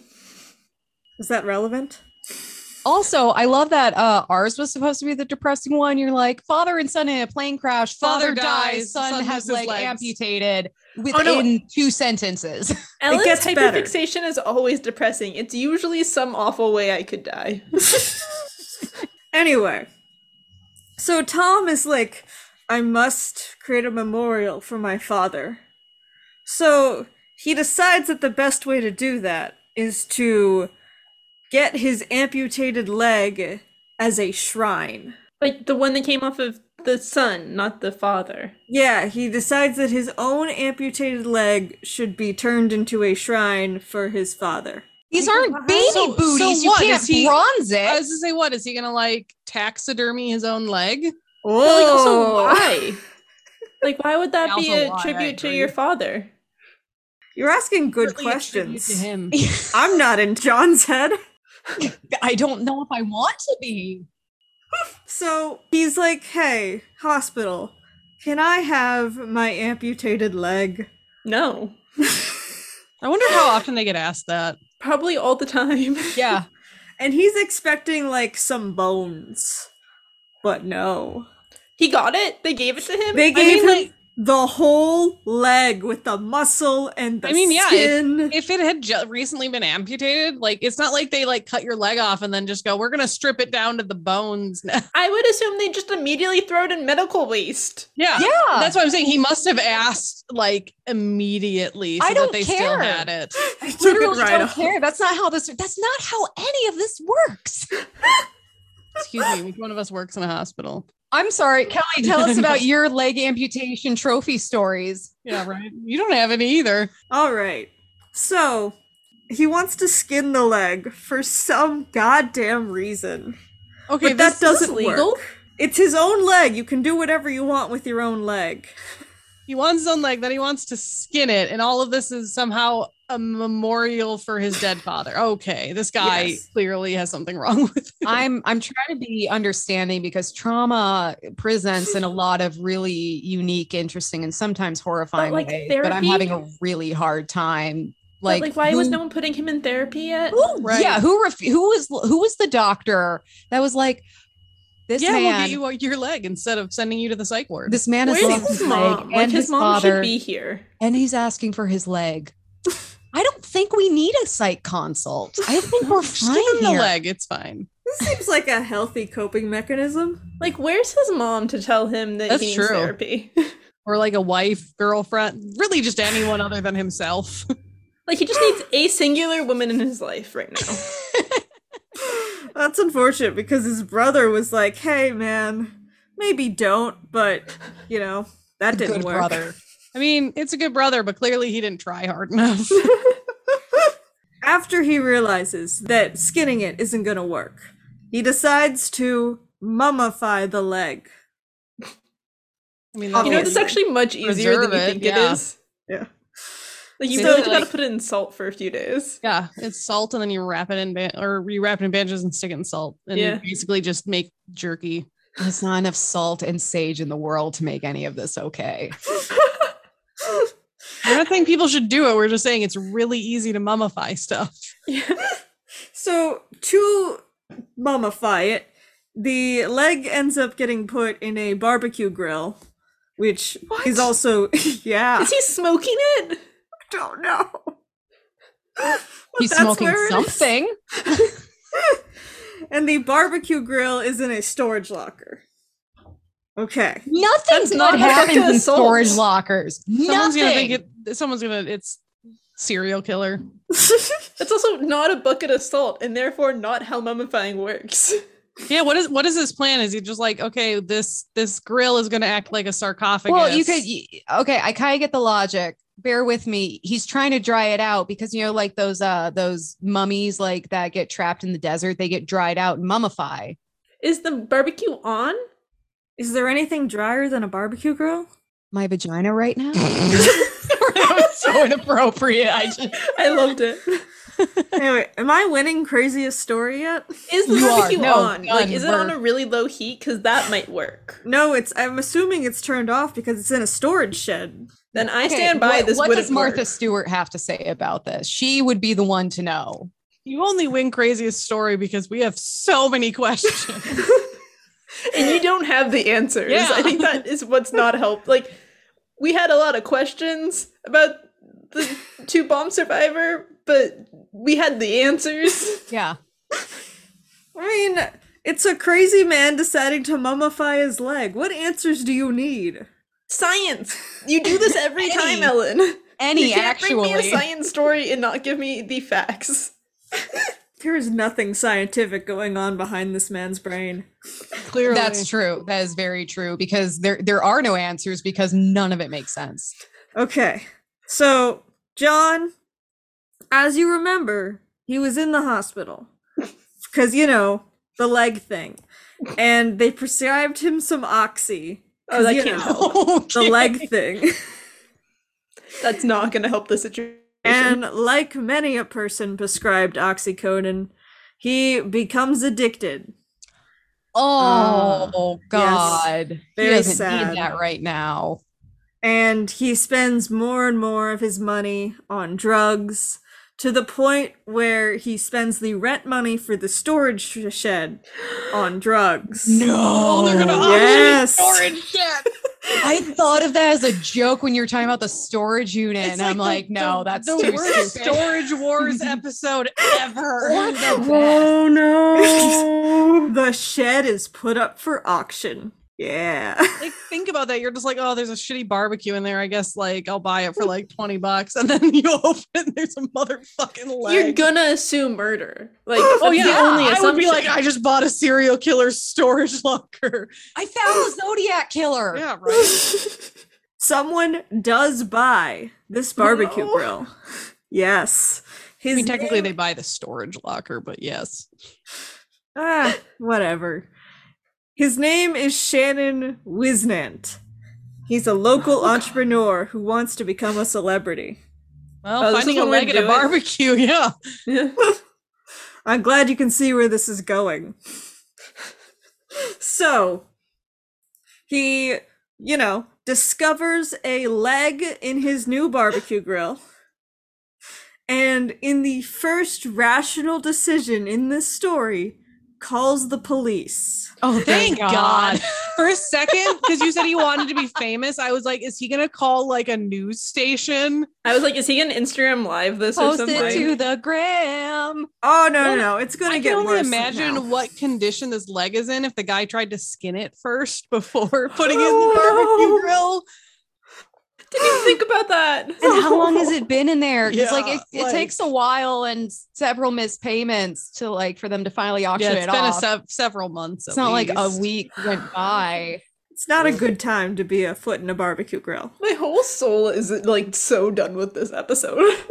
[SPEAKER 2] Is that relevant?
[SPEAKER 4] Also, I love that uh, ours was supposed to be the depressing one. You're like, father and son in a plane crash. Father,
[SPEAKER 5] Father
[SPEAKER 4] dies,
[SPEAKER 5] dies,
[SPEAKER 4] Son,
[SPEAKER 5] son
[SPEAKER 4] has
[SPEAKER 5] loses
[SPEAKER 4] leg
[SPEAKER 5] legs.
[SPEAKER 4] amputated
[SPEAKER 3] Oh,
[SPEAKER 4] within
[SPEAKER 3] no.
[SPEAKER 4] two sentences.
[SPEAKER 5] Uh-huh.
[SPEAKER 3] Ellen's
[SPEAKER 2] gets better.
[SPEAKER 3] hyperfixation is always depressing. It's usually some awful way I could die.
[SPEAKER 2] Anyway, so Tom is like, I must create a memorial for my father. So he decides that the best way to do that is to get his amputated leg as a shrine.
[SPEAKER 3] Like the one that came off of the son, not the father.
[SPEAKER 2] Yeah, he decides that his own amputated leg should be turned into a shrine for his father.
[SPEAKER 4] These aren't baby
[SPEAKER 5] So- so
[SPEAKER 4] booties. you
[SPEAKER 5] what?
[SPEAKER 4] can't
[SPEAKER 5] Is he-
[SPEAKER 4] bronze it.
[SPEAKER 5] I was to say, what is he gonna like taxidermy his own leg?
[SPEAKER 3] But, like, also,
[SPEAKER 2] Whoa.
[SPEAKER 3] why? Oh. like, why would that
[SPEAKER 5] I
[SPEAKER 3] be a
[SPEAKER 5] also lie, I
[SPEAKER 3] tribute to
[SPEAKER 5] agree.
[SPEAKER 3] your father?
[SPEAKER 2] You're asking good
[SPEAKER 5] Really a tribute
[SPEAKER 2] questions.
[SPEAKER 5] To him.
[SPEAKER 2] I'm not in John's head.
[SPEAKER 4] I don't know if I want to be.
[SPEAKER 2] So he's like, hey, hospital, can I have my amputated leg?
[SPEAKER 3] No.
[SPEAKER 5] I wonder how often they get asked that.
[SPEAKER 3] Probably all the time.
[SPEAKER 4] Yeah.
[SPEAKER 2] And he's expecting like some bones. But no.
[SPEAKER 3] He got it. They gave it to him.
[SPEAKER 2] They
[SPEAKER 3] I
[SPEAKER 2] gave
[SPEAKER 3] mean,
[SPEAKER 2] him the whole leg with the muscle and the
[SPEAKER 5] I mean, yeah, it-
[SPEAKER 2] skin.
[SPEAKER 5] If it had ju- recently been amputated, like it's not like they like cut your leg off and then just go, "We're gonna strip it down to the bones." now."
[SPEAKER 3] I would assume they just immediately throw it in medical waste.
[SPEAKER 5] yeah,
[SPEAKER 4] Yeah.
[SPEAKER 5] That's what I'm saying. He must have asked like immediately so
[SPEAKER 4] I
[SPEAKER 5] that
[SPEAKER 4] don't
[SPEAKER 5] they still
[SPEAKER 4] care.
[SPEAKER 5] had it.
[SPEAKER 2] I took it
[SPEAKER 4] literally
[SPEAKER 2] right
[SPEAKER 4] don't
[SPEAKER 2] off.
[SPEAKER 4] care. That's not how this. That's not how any of this works.
[SPEAKER 5] Excuse me, which one of us works in a hospital?
[SPEAKER 4] I'm sorry, Kelly. Tell us about your leg amputation trophy stories.
[SPEAKER 5] Yeah, right. You don't have any either.
[SPEAKER 2] All right. So he wants to skin the leg for some goddamn reason.
[SPEAKER 5] Okay,
[SPEAKER 2] but that
[SPEAKER 5] this-
[SPEAKER 2] doesn't
[SPEAKER 3] legal?
[SPEAKER 2] work. It's his own leg. You can do whatever you want with your own leg.
[SPEAKER 5] He wants his own leg, then he wants to skin it, and all of this is somehow a memorial for his dead father. Okay, this guy
[SPEAKER 2] Yes.
[SPEAKER 5] clearly has something wrong with him.
[SPEAKER 4] I'm I'm trying to be understanding because trauma presents in a lot of really unique, interesting, and sometimes horrifying
[SPEAKER 3] like,
[SPEAKER 4] ways. But I'm
[SPEAKER 3] therapy-
[SPEAKER 4] having a really hard time.
[SPEAKER 3] Like,
[SPEAKER 4] Like,
[SPEAKER 3] like why was
[SPEAKER 4] who-
[SPEAKER 3] no one putting him in therapy yet?
[SPEAKER 4] Who,
[SPEAKER 5] Right.
[SPEAKER 4] Yeah, who ref- who was who was the doctor that was like this
[SPEAKER 5] yeah, we'll
[SPEAKER 4] man
[SPEAKER 5] get you uh, your leg instead of sending you to the psych ward.
[SPEAKER 4] this man has
[SPEAKER 3] Where's
[SPEAKER 4] lost
[SPEAKER 3] his
[SPEAKER 4] his leg
[SPEAKER 3] mom?
[SPEAKER 4] and
[SPEAKER 3] Like, his,
[SPEAKER 4] his
[SPEAKER 3] mom
[SPEAKER 4] father
[SPEAKER 3] should be here.
[SPEAKER 4] and he's asking for his leg. I don't think we need a psych consult. I think we're
[SPEAKER 5] Just give
[SPEAKER 4] fine
[SPEAKER 5] him the
[SPEAKER 4] here.
[SPEAKER 5] leg. It's fine.
[SPEAKER 2] This seems like a healthy coping mechanism.
[SPEAKER 3] Like, where's his mom to tell him that
[SPEAKER 5] That's
[SPEAKER 3] he needs
[SPEAKER 5] true.
[SPEAKER 3] therapy?
[SPEAKER 5] Or like a wife, girlfriend, really just anyone other than himself.
[SPEAKER 3] like, he just needs a singular woman in his life right now.
[SPEAKER 2] That's unfortunate because his brother was like, "Hey, man, maybe don't," but you know that didn't
[SPEAKER 4] Good
[SPEAKER 2] work.
[SPEAKER 4] brother.
[SPEAKER 5] I mean, it's a good brother, but clearly he didn't try hard enough.
[SPEAKER 2] After he realizes that skinning it isn't gonna work, he decides to mummify the leg.
[SPEAKER 5] I mean,
[SPEAKER 2] You
[SPEAKER 3] You know,
[SPEAKER 5] that's
[SPEAKER 3] that's actually much easier than
[SPEAKER 5] Preserve
[SPEAKER 3] you
[SPEAKER 5] it,
[SPEAKER 3] think it
[SPEAKER 5] yeah.
[SPEAKER 3] is.
[SPEAKER 2] Yeah.
[SPEAKER 3] Like, you
[SPEAKER 5] So,
[SPEAKER 3] really just gotta
[SPEAKER 5] like-
[SPEAKER 3] put it in salt for a few days.
[SPEAKER 5] Yeah, it's salt, and then you wrap it in ban- or you wrap it in bandages and stick it in salt, and
[SPEAKER 3] Yeah.
[SPEAKER 5] basically just make jerky.
[SPEAKER 4] There's not enough salt and sage in the world to make any of this okay.
[SPEAKER 5] We're not saying people should do it. We're just saying it's really easy to mummify stuff.
[SPEAKER 2] So to mummify it, the leg ends up getting put in a barbecue grill, which
[SPEAKER 3] What?
[SPEAKER 2] is also yeah.
[SPEAKER 3] Is he smoking it?
[SPEAKER 2] I don't know. But
[SPEAKER 4] He's
[SPEAKER 2] that's
[SPEAKER 4] smoking
[SPEAKER 2] where it is.
[SPEAKER 4] something.
[SPEAKER 2] And the barbecue grill is in a storage locker. Okay.
[SPEAKER 4] Nothing
[SPEAKER 3] That's not
[SPEAKER 4] good
[SPEAKER 3] an
[SPEAKER 4] happens
[SPEAKER 3] act of
[SPEAKER 4] in
[SPEAKER 3] assault.
[SPEAKER 4] storage lockers.
[SPEAKER 5] Someone's gonna
[SPEAKER 4] Nothing.
[SPEAKER 5] think it. Someone's gonna. It's serial killer.
[SPEAKER 3] It's also not a bucket assault, and therefore not how mummifying works.
[SPEAKER 5] Yeah. What is what is his plan? Is he just like okay, this this grill is gonna act like a sarcophagus?
[SPEAKER 4] well, you could. y- Okay, I kind of get the logic. Bear with me. He's trying to dry it out because you know, like those uh those mummies like that get trapped in the desert, they get dried out and mummify.
[SPEAKER 3] Is the barbecue on?
[SPEAKER 2] Is there anything drier than a barbecue grill?
[SPEAKER 4] My vagina right now.
[SPEAKER 5] that was so inappropriate. I just
[SPEAKER 3] I loved it.
[SPEAKER 2] anyway, am I winning craziest story yet?
[SPEAKER 3] Is the
[SPEAKER 4] You are.
[SPEAKER 3] barbecue
[SPEAKER 5] No,
[SPEAKER 3] on? like,
[SPEAKER 5] done.
[SPEAKER 3] is it on
[SPEAKER 5] We're-
[SPEAKER 3] a really low heat? Because that might work.
[SPEAKER 2] No, it's. I'm assuming it's turned off because it's in a storage shed.
[SPEAKER 3] Then I
[SPEAKER 4] Okay,
[SPEAKER 3] stand by
[SPEAKER 4] what,
[SPEAKER 3] this.
[SPEAKER 4] What
[SPEAKER 3] wouldn't
[SPEAKER 4] does Martha
[SPEAKER 3] work.
[SPEAKER 4] Stewart have to say about this? She would be the one to know.
[SPEAKER 5] you only win craziest story because we have so many questions.
[SPEAKER 3] and you don't have the answers.
[SPEAKER 5] Yeah.
[SPEAKER 3] I think that is what's not helped. Like we had a lot of questions about the two bomb survivor, but we had the answers.
[SPEAKER 4] Yeah.
[SPEAKER 2] I mean, it's a crazy man deciding to mummify his leg. What answers do you need?
[SPEAKER 3] Science. You do this every time, Ellen.
[SPEAKER 4] Any
[SPEAKER 3] you can't
[SPEAKER 4] actually.
[SPEAKER 3] bring me a science story and not give me the facts.
[SPEAKER 2] There is nothing scientific going on behind this man's brain.
[SPEAKER 5] Clearly,
[SPEAKER 4] That's true. That is very true because there there are no answers because none of it makes sense.
[SPEAKER 2] Okay. So, John, as you remember, he was in the hospital. Because, you know, the leg thing. And they prescribed him some oxy.
[SPEAKER 3] Oh,
[SPEAKER 2] 'cause,
[SPEAKER 3] that
[SPEAKER 2] you
[SPEAKER 3] can't
[SPEAKER 2] know,
[SPEAKER 3] help.
[SPEAKER 2] The leg thing.
[SPEAKER 3] That's not going to help the situation.
[SPEAKER 2] And like many a person prescribed oxycodone, he becomes addicted.
[SPEAKER 4] Oh God.
[SPEAKER 2] Very
[SPEAKER 4] he doesn't
[SPEAKER 2] sad.
[SPEAKER 4] need that right now.
[SPEAKER 2] and he spends more and more of his money on drugs to the point where he spends the rent money for the storage sh- shed on drugs.
[SPEAKER 5] Oh, they're gonna
[SPEAKER 2] Yes.
[SPEAKER 5] auction storage shed.
[SPEAKER 4] I thought of that as a joke when you were talking about the storage unit,
[SPEAKER 5] It's
[SPEAKER 4] and I'm
[SPEAKER 5] the-
[SPEAKER 4] like, no,
[SPEAKER 5] the-
[SPEAKER 4] that's
[SPEAKER 5] the
[SPEAKER 4] too
[SPEAKER 5] worst
[SPEAKER 4] stupid.
[SPEAKER 5] storage wars episode ever.
[SPEAKER 2] Oh no. the shed is put up for auction. Yeah.
[SPEAKER 5] Like think about that. You're just like, oh, there's a shitty barbecue in there. I guess like I'll buy it for like twenty bucks, and then you open, it, there's a motherfucking leg.
[SPEAKER 3] You're going to assume murder. Like,
[SPEAKER 5] oh
[SPEAKER 3] that's
[SPEAKER 5] yeah,
[SPEAKER 3] the only
[SPEAKER 5] I would be like,
[SPEAKER 3] assumption.
[SPEAKER 5] I just bought a serial killer storage locker.
[SPEAKER 4] I found the Zodiac killer.
[SPEAKER 5] Yeah, right.
[SPEAKER 2] Someone does buy this barbecue
[SPEAKER 5] No.
[SPEAKER 2] grill. Yes. His
[SPEAKER 5] I mean, technically
[SPEAKER 2] name-
[SPEAKER 5] they buy the storage locker, but yes,
[SPEAKER 2] Ah, whatever. His name is Shannon Wisnant. He's a local entrepreneur who wants to become a celebrity.
[SPEAKER 5] well,
[SPEAKER 3] Oh, this is
[SPEAKER 5] finding a
[SPEAKER 3] what we're
[SPEAKER 5] leg at a
[SPEAKER 3] doing?
[SPEAKER 5] barbecue. Yeah,
[SPEAKER 2] I'm glad you can see where this is going. so, he, you know, discovers a leg in his new barbecue grill. And in the first rational decision in this story, calls the police.
[SPEAKER 5] Oh,
[SPEAKER 4] thank God.
[SPEAKER 5] For a second, because you said he wanted to be famous, I was like, is he going to call like a news station?
[SPEAKER 3] I was like, is he going to Instagram live this or
[SPEAKER 4] Post
[SPEAKER 3] something?
[SPEAKER 4] it to the gram.
[SPEAKER 2] Oh no, no,
[SPEAKER 5] Well,
[SPEAKER 2] no! It's gonna
[SPEAKER 5] I
[SPEAKER 2] get
[SPEAKER 5] can only
[SPEAKER 2] worse.
[SPEAKER 5] imagine
[SPEAKER 2] now.
[SPEAKER 5] what condition this leg is in if the guy tried to skin it first before putting it in
[SPEAKER 2] Oh,
[SPEAKER 5] the
[SPEAKER 2] no.
[SPEAKER 5] barbecue grill.
[SPEAKER 3] Didn't even think about that.
[SPEAKER 4] And how long has it been in there? It's like
[SPEAKER 5] Yeah,
[SPEAKER 4] it, it
[SPEAKER 5] like-
[SPEAKER 4] takes a while and several missed payments to like for them to finally auction
[SPEAKER 5] Yeah,
[SPEAKER 4] it
[SPEAKER 5] it's been a
[SPEAKER 4] off.
[SPEAKER 5] sev- several months.
[SPEAKER 4] it's
[SPEAKER 5] at
[SPEAKER 4] not like a
[SPEAKER 5] least.
[SPEAKER 4] week went by.
[SPEAKER 2] It's not a good time to be a foot in a barbecue grill.
[SPEAKER 3] My whole soul is like so done with this episode.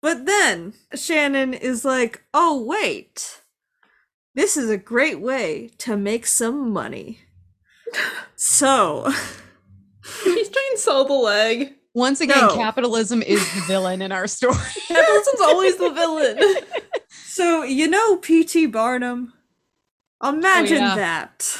[SPEAKER 2] But then Shannon is like, "Oh wait, this is a great way to make some money." So
[SPEAKER 3] He's trying to sell the leg.
[SPEAKER 4] Once again,
[SPEAKER 2] No.
[SPEAKER 4] capitalism is the villain in our story.
[SPEAKER 3] Capitalism's always the villain.
[SPEAKER 2] So you know P.T. Barnum? Imagine
[SPEAKER 5] yeah.
[SPEAKER 2] that.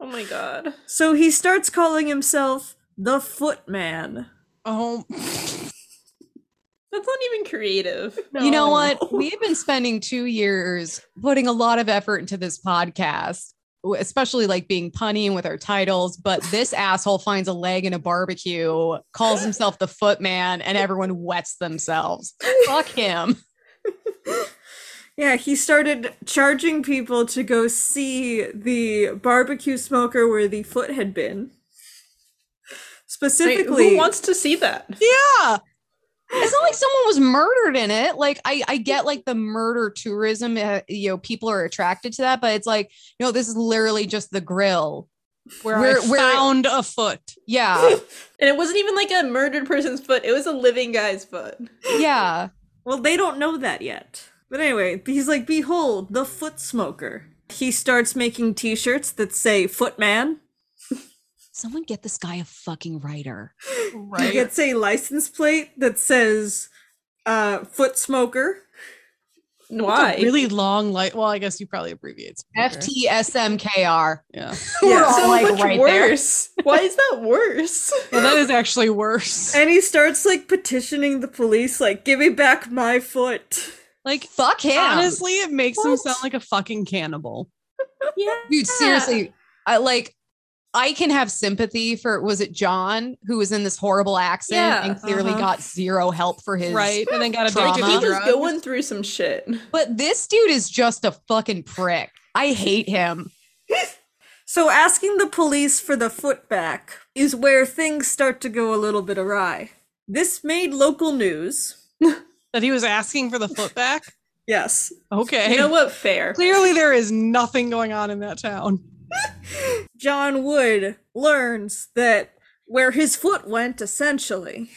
[SPEAKER 3] Oh my god.
[SPEAKER 2] So he starts calling himself the Footman.
[SPEAKER 5] Oh,
[SPEAKER 3] That's not even creative.
[SPEAKER 4] You know
[SPEAKER 5] no.
[SPEAKER 4] what? We've been spending two years putting a lot of effort into this podcast, w- especially like being punny and with our titles. But this asshole finds a leg in a barbecue, calls himself the footman, and everyone wets themselves. Fuck him.
[SPEAKER 2] Yeah, he started charging people to go see the barbecue smoker where the foot had been.
[SPEAKER 3] Like,
[SPEAKER 2] Specifically,
[SPEAKER 3] who wants to see that?
[SPEAKER 5] Yeah.
[SPEAKER 4] It's not like someone was murdered in it. Like I, I get like the murder tourism. Uh, you know, people are attracted to that, but it's like no, this is literally just the grill.
[SPEAKER 5] Where,
[SPEAKER 4] Where-
[SPEAKER 5] I
[SPEAKER 4] where-
[SPEAKER 5] found a foot.
[SPEAKER 4] Yeah,
[SPEAKER 3] And it wasn't even like a murdered person's foot, it was a living guy's foot.
[SPEAKER 4] yeah.
[SPEAKER 2] Well, they don't know that yet. But anyway, he's like, Behold, the foot smoker. He starts making t shirts that say Footman.
[SPEAKER 4] Someone get this guy a fucking writer.
[SPEAKER 2] He
[SPEAKER 5] Right.
[SPEAKER 2] gets a license plate that says uh, Foot Smoker.
[SPEAKER 3] Why?
[SPEAKER 5] Really long light. Well, I guess you probably abbreviates.
[SPEAKER 4] FTSMKR.
[SPEAKER 5] Yeah.
[SPEAKER 4] We're all
[SPEAKER 3] so
[SPEAKER 4] like
[SPEAKER 3] much
[SPEAKER 4] right there.
[SPEAKER 3] worse. Why is that worse?
[SPEAKER 5] Well, that is actually worse.
[SPEAKER 2] And he starts like petitioning the police, like, Give me back my foot.
[SPEAKER 5] Like,
[SPEAKER 4] Fuck him.
[SPEAKER 5] honestly, it makes him
[SPEAKER 3] What?
[SPEAKER 5] sound like a fucking cannibal.
[SPEAKER 4] dude seriously i like i can have sympathy for was it john who was in this horrible accident
[SPEAKER 3] Yeah,
[SPEAKER 4] and clearly
[SPEAKER 2] uh-huh.
[SPEAKER 4] got zero help for his
[SPEAKER 5] Right. And then
[SPEAKER 4] Like,
[SPEAKER 5] got addicted
[SPEAKER 3] Like
[SPEAKER 4] Drama.
[SPEAKER 3] he
[SPEAKER 5] to
[SPEAKER 3] was
[SPEAKER 5] drugs.
[SPEAKER 3] going through some shit.
[SPEAKER 4] but this dude is just a fucking prick i hate him
[SPEAKER 2] So asking the police for the foot back is where things start to go a little bit awry. This made local news.
[SPEAKER 5] that he was asking for the foot back.
[SPEAKER 2] Yes.
[SPEAKER 5] Okay.
[SPEAKER 3] You know what? Fair.
[SPEAKER 5] Clearly, there is nothing going on in that town.
[SPEAKER 2] John Wood learns that where his foot went, essentially.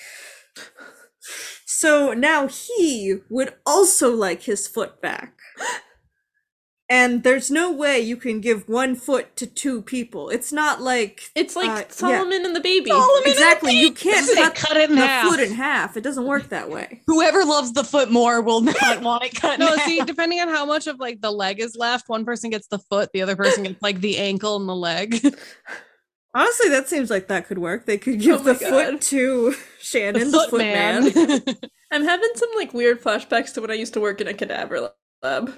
[SPEAKER 2] So now he would also like his foot back. And there's no way you can give one foot to two people. It's not like
[SPEAKER 3] It's like
[SPEAKER 2] Uh, yeah.
[SPEAKER 3] Solomon and the baby.
[SPEAKER 2] exactly you can't
[SPEAKER 5] They
[SPEAKER 2] cut,
[SPEAKER 5] cut it in
[SPEAKER 2] the
[SPEAKER 5] half.
[SPEAKER 2] foot in half. It doesn't work that way.
[SPEAKER 4] whoever loves the foot more will not want it cut
[SPEAKER 5] No,
[SPEAKER 4] in
[SPEAKER 5] see,
[SPEAKER 4] half.
[SPEAKER 5] depending on how much of like the leg is left, one person gets the foot, the other person gets like the ankle and the leg.
[SPEAKER 2] Honestly, that seems like that could work. They could give
[SPEAKER 3] my
[SPEAKER 2] the
[SPEAKER 3] God.
[SPEAKER 2] foot to Shannon, Oh the, foot man.
[SPEAKER 3] I'm having some like weird flashbacks to when I used to work in a cadaver lab.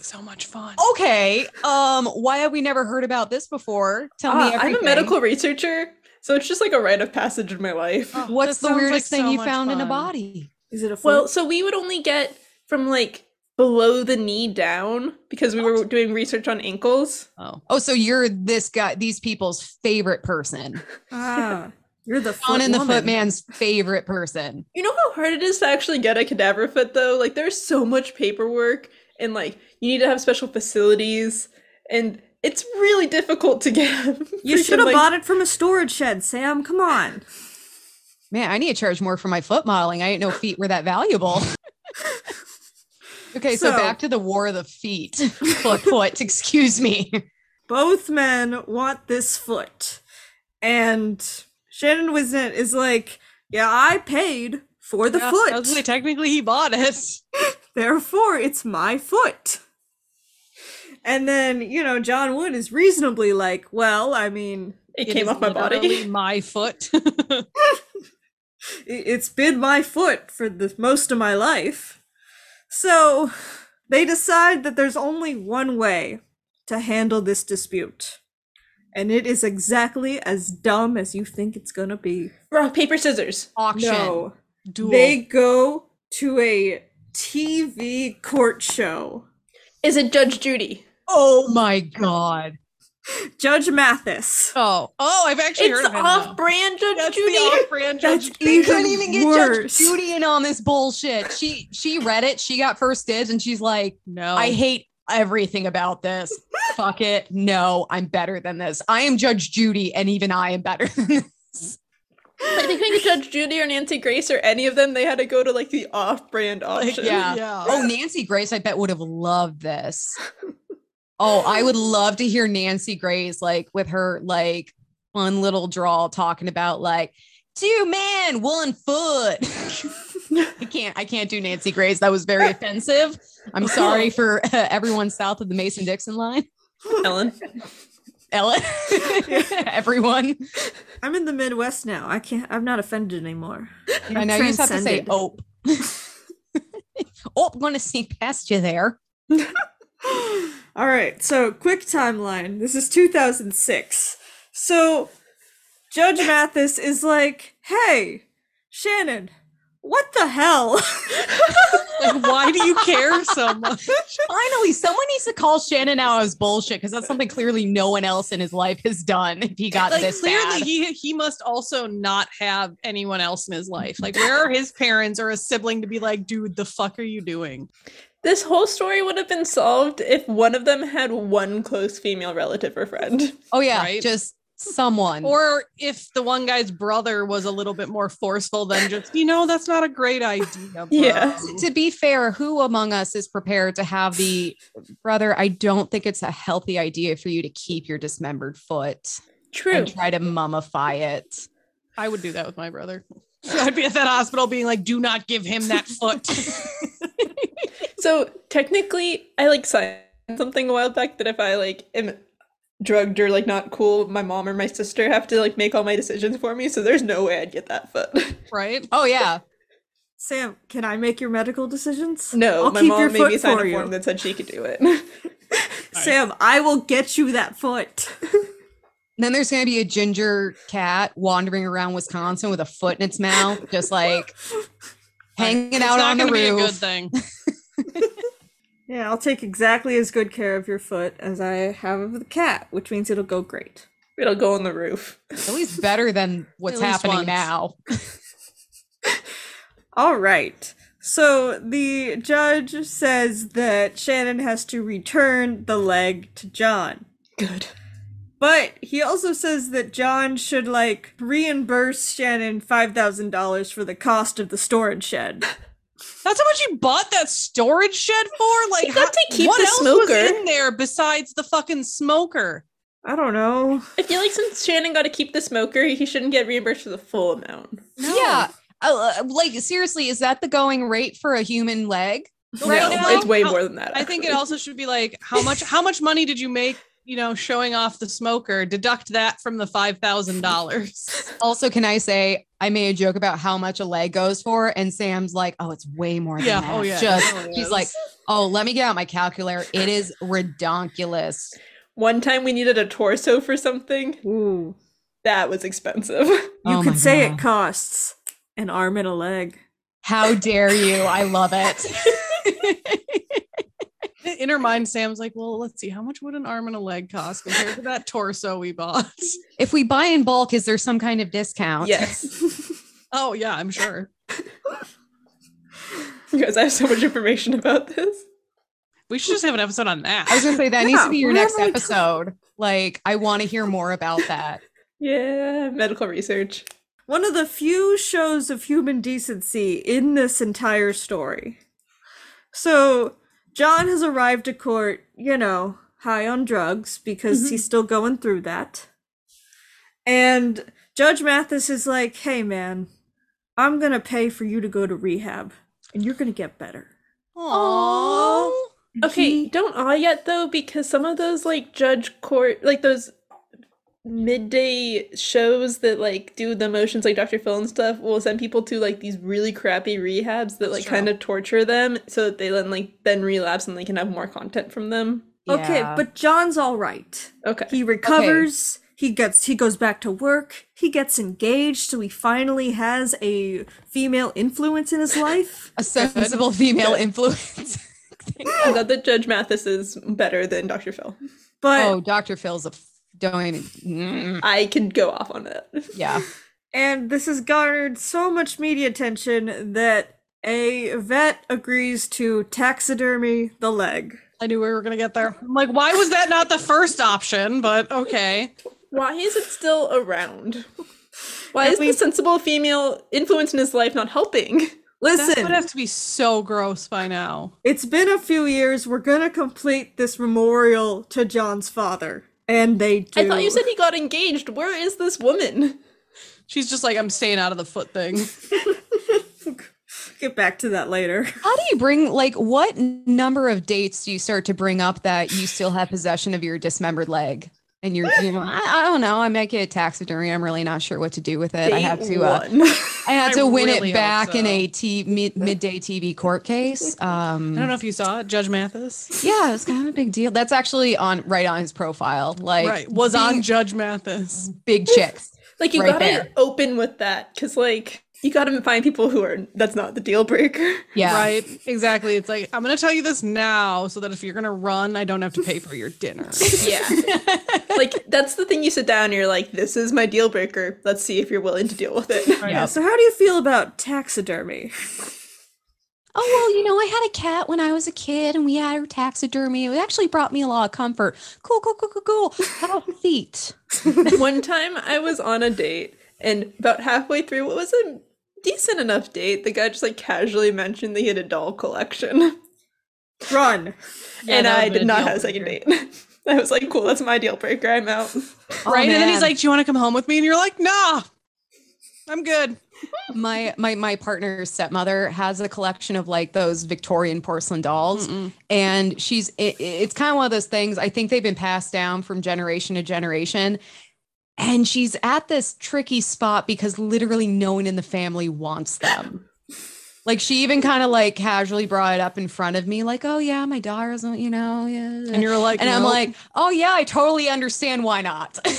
[SPEAKER 5] so much fun.
[SPEAKER 4] okay um why have we never heard about this before tell me
[SPEAKER 3] Ah, I'm a
[SPEAKER 4] everything.
[SPEAKER 3] medical researcher, so it's just like a rite of passage in my life.
[SPEAKER 4] what's the
[SPEAKER 5] That sounds
[SPEAKER 4] weirdest
[SPEAKER 5] like
[SPEAKER 4] thing
[SPEAKER 5] so
[SPEAKER 4] you
[SPEAKER 5] much
[SPEAKER 4] found in a
[SPEAKER 5] fun.
[SPEAKER 4] body
[SPEAKER 2] Is it a foot?
[SPEAKER 3] Well, so we would only get from like below the knee down because we were doing research on ankles.
[SPEAKER 5] Oh,
[SPEAKER 4] oh so you're this guy these people's favorite person
[SPEAKER 2] ah, you're the foot
[SPEAKER 4] john and the
[SPEAKER 2] woman.
[SPEAKER 4] foot man's favorite person
[SPEAKER 3] You know how hard it is to actually get a cadaver foot though? Like there's so much paperwork and like you need to have special facilities and it's really difficult to get.
[SPEAKER 2] You
[SPEAKER 3] freaking,
[SPEAKER 2] should have
[SPEAKER 3] like-
[SPEAKER 2] bought it from a storage shed, Sam. Come on.
[SPEAKER 4] Man, I need to charge more for my foot modeling. I didn't know feet were that valuable. okay, so,
[SPEAKER 2] So-
[SPEAKER 4] back to the war of the feet. foot, foot, excuse me.
[SPEAKER 2] Both men want this foot. And Shannon Wisnet is like, Yeah, I paid for the
[SPEAKER 5] Yeah, I was gonna say,
[SPEAKER 2] foot.
[SPEAKER 5] technically, he bought it.
[SPEAKER 2] Therefore, it's my foot. And then, you know, John Wood is reasonably like, Well, I mean,
[SPEAKER 3] it,
[SPEAKER 5] It
[SPEAKER 3] came
[SPEAKER 5] is
[SPEAKER 3] off my
[SPEAKER 5] literally
[SPEAKER 3] body.
[SPEAKER 5] My foot.
[SPEAKER 2] i- it's been my foot for the most of my life. So they decide that there's only one way to handle this dispute. And it is exactly as dumb as you think it's gonna be.
[SPEAKER 3] Rock, paper, scissors.
[SPEAKER 4] Auction.
[SPEAKER 2] No.
[SPEAKER 5] Duel.
[SPEAKER 2] They go to a TV court show.
[SPEAKER 3] Is it Judge Judy?
[SPEAKER 4] Oh my god.
[SPEAKER 2] Judge Mathis.
[SPEAKER 5] oh, oh, I've actually heard
[SPEAKER 3] it's
[SPEAKER 5] of him.
[SPEAKER 3] off
[SPEAKER 5] though.
[SPEAKER 3] brand Judge
[SPEAKER 5] That's
[SPEAKER 3] Judy.
[SPEAKER 5] the off-brand
[SPEAKER 2] That's
[SPEAKER 5] judge.
[SPEAKER 4] We
[SPEAKER 2] even
[SPEAKER 4] couldn't even get
[SPEAKER 2] worse.
[SPEAKER 4] Judge Judy in on this bullshit. She she read it, she got first dibs, and she's like,
[SPEAKER 2] Oh.
[SPEAKER 5] No,
[SPEAKER 4] I hate everything about this. Fuck it. No, I'm better than this. I am Judge Judy, and even I am better than this.
[SPEAKER 3] Like they couldn't get Judge Judy or Nancy Grace or any of them. They had to go to like the off-brand option.
[SPEAKER 4] yeah.
[SPEAKER 5] yeah.
[SPEAKER 4] Oh, Nancy Grace, I bet would have loved this. Oh, I would love to hear Nancy Grace like with her like fun little drawl talking about like two man, one foot. I can't I can't do Nancy Grace. That was very offensive. I'm sorry for uh, everyone south of the Mason Dixon line.
[SPEAKER 3] Ellen.
[SPEAKER 4] Ellen, everyone.
[SPEAKER 2] I'm in the Midwest now. I can't I'm not offended anymore.
[SPEAKER 4] I know you just have to say
[SPEAKER 2] Transcended.
[SPEAKER 4] "ope." oh, I'm gonna sneak past you there.
[SPEAKER 2] All right, so quick timeline. This is 2006. So Judge Mathis is like, "Hey, Shannon, What the hell?
[SPEAKER 5] Like, why do you care so much?
[SPEAKER 4] Finally, someone needs to call Shannon out as bullshit because that's something clearly no one else in his life has done. If he got
[SPEAKER 5] like
[SPEAKER 4] this
[SPEAKER 5] clearly
[SPEAKER 4] bad.
[SPEAKER 5] he he must also not have anyone else in his life. Like where are his parents or a sibling to be like, dude, the fuck are you doing?
[SPEAKER 3] This whole story would have been solved if one of them had one close female relative or friend.
[SPEAKER 4] oh yeah,
[SPEAKER 5] Right?
[SPEAKER 4] just someone.
[SPEAKER 5] Or if the one guy's brother was a little bit more forceful than just, you know, that's not a great idea. Bro.
[SPEAKER 3] Yeah.
[SPEAKER 4] to be fair, who among us is prepared to have the brother? I don't think it's a healthy idea for you to keep your dismembered foot
[SPEAKER 3] True.
[SPEAKER 4] and try to mummify it.
[SPEAKER 5] I would do that with my brother. I'd be at that hospital being like, do not give him that foot.
[SPEAKER 3] So technically, I like signed something a while back that if I like am drugged or like not cool, my mom or my sister have to like make all my decisions for me. So there's no way I'd get that foot.
[SPEAKER 5] right?
[SPEAKER 4] Oh yeah.
[SPEAKER 2] Sam, can I make your medical decisions?
[SPEAKER 3] No,
[SPEAKER 2] I'll
[SPEAKER 3] my
[SPEAKER 2] keep your
[SPEAKER 3] mom made me
[SPEAKER 2] foot
[SPEAKER 3] sign
[SPEAKER 2] for
[SPEAKER 3] a
[SPEAKER 2] you.
[SPEAKER 3] form that said she could do it.
[SPEAKER 2] Sam, I will get you that foot.
[SPEAKER 4] And then there's gonna be a ginger cat wandering around Wisconsin with a foot in its mouth, just like hanging
[SPEAKER 5] It's
[SPEAKER 4] out
[SPEAKER 5] not
[SPEAKER 4] on the
[SPEAKER 5] gonna be a good
[SPEAKER 4] roof.
[SPEAKER 5] thing.
[SPEAKER 2] Yeah, I'll take exactly as good care of your foot as I have of the cat, which means it'll go great.
[SPEAKER 3] It'll go on the roof.
[SPEAKER 4] At least better than what's
[SPEAKER 5] At least
[SPEAKER 4] happening
[SPEAKER 5] once.
[SPEAKER 4] now.
[SPEAKER 2] All right. So the judge says that Shannon has to return the leg to John.
[SPEAKER 3] Good.
[SPEAKER 2] But he also says that John should like reimburse Shannon $5,000 for the cost of the storage shed.
[SPEAKER 5] That's how much you bought that storage shed for? Like,
[SPEAKER 3] You got
[SPEAKER 5] ho-
[SPEAKER 3] to keep
[SPEAKER 5] what
[SPEAKER 3] the
[SPEAKER 5] else was
[SPEAKER 3] smoker.
[SPEAKER 5] in there besides the fucking smoker?
[SPEAKER 2] I don't know.
[SPEAKER 3] I feel like since Shannon got to keep the smoker, he shouldn't get reimbursed for the full amount.
[SPEAKER 4] Yeah. Uh, uh, like seriously, is that the going rate for a human leg?
[SPEAKER 5] Right
[SPEAKER 3] no,
[SPEAKER 5] now,
[SPEAKER 3] it's way
[SPEAKER 5] how-
[SPEAKER 3] more than that.
[SPEAKER 5] I think it
[SPEAKER 3] actually.
[SPEAKER 5] also should be like how much how much money did you make? You know, showing off the smoker. Deduct that from the five thousand dollars.
[SPEAKER 4] Also, can I say I made a joke about how much a leg goes for, and Sam's like, "Oh, it's way more than
[SPEAKER 5] Yeah.
[SPEAKER 4] that."
[SPEAKER 5] Oh, yeah.
[SPEAKER 4] Just
[SPEAKER 5] No, it
[SPEAKER 4] he's
[SPEAKER 5] is.
[SPEAKER 4] like, "Oh, let me get out my calculator. It is redonkulous."
[SPEAKER 3] One time we needed a torso for something.
[SPEAKER 2] Ooh.
[SPEAKER 3] That was expensive.
[SPEAKER 2] You
[SPEAKER 4] Oh my
[SPEAKER 2] could say
[SPEAKER 4] God.
[SPEAKER 2] it costs an arm and a leg.
[SPEAKER 4] How dare you? I love it.
[SPEAKER 5] In her mind, Sam's like, "Well, let's see, how much would an arm and a leg cost compared to that torso we bought?"
[SPEAKER 4] if we buy in bulk, is there some kind of discount?
[SPEAKER 3] yes.
[SPEAKER 5] Oh yeah, I'm sure.
[SPEAKER 3] You guys, I have so much information about this.
[SPEAKER 5] We should just have an episode on that.
[SPEAKER 4] I was gonna say that needs to
[SPEAKER 2] Yeah,
[SPEAKER 4] be your
[SPEAKER 2] what
[SPEAKER 4] next
[SPEAKER 2] have I done?
[SPEAKER 4] episode. Like, I want to hear more about that.
[SPEAKER 3] Yeah, medical research.
[SPEAKER 2] One of the few shows of human decency in this entire story. So, John has arrived to court, you know, high on drugs because he's still going through that. And Judge Mathis is like, hey, man, I'm going to pay for you to go to rehab and you're going to get better.
[SPEAKER 4] Aww.
[SPEAKER 3] Okay, don't awe yet though, because some of those like judge court, like those midday shows that like do the motions, like Dr. Phil and stuff, will send people to like these really crappy rehabs that like
[SPEAKER 4] true.
[SPEAKER 3] kind of torture them, so that they then like then relapse and they can have more content from them.
[SPEAKER 2] Okay,
[SPEAKER 4] Yeah.
[SPEAKER 2] but John's all right.
[SPEAKER 3] Okay,
[SPEAKER 2] He recovers. He gets he goes back to work. He gets engaged, so he finally has a female influence in his life.
[SPEAKER 4] a sensible female influence.
[SPEAKER 3] I'm glad that Judge Mathis is better than Dr. Phil.
[SPEAKER 2] But
[SPEAKER 4] oh, Dr. Phil's a f- don't even. Mm,
[SPEAKER 3] I could go off on it.
[SPEAKER 4] yeah.
[SPEAKER 2] and this has garnered so much media attention that a vet agrees to taxidermy the leg.
[SPEAKER 5] I knew we were gonna get there. I'm like, why was that not the first option? But okay,
[SPEAKER 3] Why is it still around? Why is
[SPEAKER 2] we-
[SPEAKER 3] the sensible female influence in his life not helping?
[SPEAKER 5] that would
[SPEAKER 2] Listen,
[SPEAKER 5] have to be so gross by now.
[SPEAKER 2] it's been a few years. We're gonna complete this memorial to John's father, and they do.
[SPEAKER 3] I thought you said he got engaged. Where is this woman?
[SPEAKER 5] She's just like, I'm staying out of the foot thing.
[SPEAKER 2] get back to that later.
[SPEAKER 4] How do you bring like what number of dates do you start to bring up that you still have possession of your dismembered leg? And you're, you know, I, I don't know. I might get a taxidermy. I'm really not sure what to do with it. I
[SPEAKER 3] Date
[SPEAKER 4] have to, uh,
[SPEAKER 3] one.
[SPEAKER 4] I had
[SPEAKER 5] I
[SPEAKER 4] to win
[SPEAKER 5] really
[SPEAKER 4] it
[SPEAKER 5] hope
[SPEAKER 4] back in
[SPEAKER 5] so.
[SPEAKER 4] a t- mid- midday TV court case. Um,
[SPEAKER 5] I don't know if you saw it, Judge Mathis.
[SPEAKER 4] Yeah, it's kind of a big deal. That's actually on right on his profile. Like
[SPEAKER 5] right, was
[SPEAKER 4] being
[SPEAKER 5] on Judge Mathis.
[SPEAKER 4] big chicks.
[SPEAKER 3] like you
[SPEAKER 4] right
[SPEAKER 3] gotta
[SPEAKER 4] there.
[SPEAKER 3] open with that, because like You gotta find people who are that's not the deal breaker.
[SPEAKER 4] Yeah.
[SPEAKER 5] Right? Exactly. It's like, I'm going to tell you this now so that if you're going to run, I don't have to pay for your dinner.
[SPEAKER 4] Oh,
[SPEAKER 3] Yeah. like that's the thing you sit down and you're like, this is my deal breaker. Let's see if you're willing to deal with it.
[SPEAKER 2] Yeah, so how do you feel about taxidermy?
[SPEAKER 4] Oh, well, you know, I had a cat when I was a kid and we had her taxidermy. It actually brought me a lot of comfort. Cool, cool, cool, cool, cool. How about the feet?
[SPEAKER 3] One time I was on a date and about halfway through what was a decent enough date, the guy just like casually mentioned that he had a doll collection.
[SPEAKER 2] Run.
[SPEAKER 4] Yeah,
[SPEAKER 3] and
[SPEAKER 4] that
[SPEAKER 3] I
[SPEAKER 4] would've been
[SPEAKER 3] did
[SPEAKER 4] a
[SPEAKER 3] not
[SPEAKER 4] deal
[SPEAKER 3] have a second
[SPEAKER 4] breaker.
[SPEAKER 3] date. I was like, cool, that's my deal breaker. I'm out.
[SPEAKER 4] Oh,
[SPEAKER 5] right? And then he's
[SPEAKER 4] man.
[SPEAKER 5] like, Do you want to come home with me? And you're like, Nah, I'm good.
[SPEAKER 4] my my my partner's stepmother has a collection of like those Victorian porcelain dolls,
[SPEAKER 5] Mm-mm.
[SPEAKER 4] and she's it, it's kind of one of those things. I think they've been passed down from generation to generation, and she's at this tricky spot because literally no one in the family wants them. Like she even kind of like casually brought it up in front of me, like, "Oh yeah, my daughter doesn't, you know." Yeah.
[SPEAKER 5] And you're like,
[SPEAKER 4] and I'm
[SPEAKER 5] "Nope."
[SPEAKER 4] like, "Oh yeah, I totally understand why not."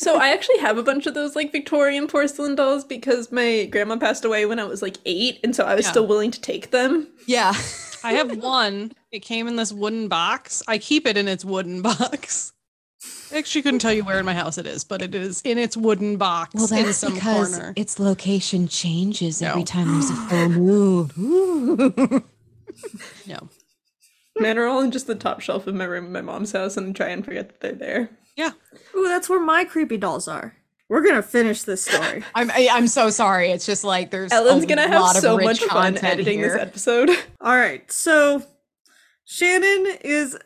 [SPEAKER 3] So I actually have a bunch of those like Victorian porcelain dolls because my grandma passed away when I was like eight, and so I was
[SPEAKER 5] Yeah.
[SPEAKER 3] still willing to take them.
[SPEAKER 4] yeah.
[SPEAKER 5] I have one. It came in this wooden box. I keep it in its wooden box. I actually couldn't tell you where in my house it is, but it is in its wooden box
[SPEAKER 4] Well,
[SPEAKER 5] in
[SPEAKER 4] that's
[SPEAKER 5] some
[SPEAKER 4] because
[SPEAKER 5] corner.
[SPEAKER 4] its location changes
[SPEAKER 5] No.
[SPEAKER 4] every time there's a full moon.
[SPEAKER 5] no.
[SPEAKER 3] Mine are all in just the top shelf of my room at my mom's house, and try and forget that they're there.
[SPEAKER 5] Yeah.
[SPEAKER 2] Ooh, that's where my creepy dolls are. We're gonna finish this story.
[SPEAKER 4] I'm I, I'm so sorry. It's just like there's
[SPEAKER 3] Ellen's
[SPEAKER 4] a
[SPEAKER 3] gonna have
[SPEAKER 4] lot of
[SPEAKER 3] so
[SPEAKER 4] rich
[SPEAKER 3] much fun
[SPEAKER 4] content
[SPEAKER 3] editing
[SPEAKER 4] here.
[SPEAKER 3] this episode.
[SPEAKER 2] All right, so Shannon is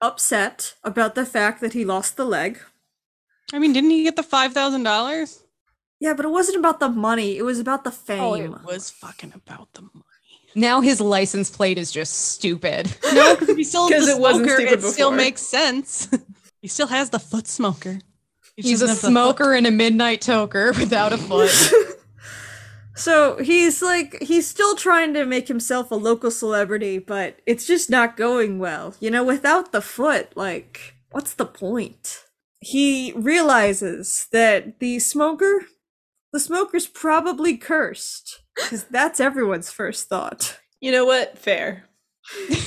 [SPEAKER 2] upset about the fact that he lost the leg.
[SPEAKER 5] I mean, didn't he get the five thousand dollars?
[SPEAKER 2] Yeah, but it wasn't about the money, it was about the fame.
[SPEAKER 5] Oh, it was fucking about the money.
[SPEAKER 4] Now his license plate is just stupid.
[SPEAKER 5] No, because he still
[SPEAKER 3] 'Cause
[SPEAKER 5] has the
[SPEAKER 3] it wasn't
[SPEAKER 5] smoker. It
[SPEAKER 3] stupid
[SPEAKER 5] still
[SPEAKER 3] before.
[SPEAKER 5] makes sense. he still has the foot smoker. He just
[SPEAKER 4] He's a
[SPEAKER 5] doesn't have the foot-
[SPEAKER 4] smoker and a midnight toker without a foot.
[SPEAKER 2] So he's like, he's still trying to make himself a local celebrity, but it's just not going well. You know, without the foot, like, what's the point? He realizes that the smoker, the smoker's probably cursed, because that's everyone's first thought.
[SPEAKER 3] You know what? Fair.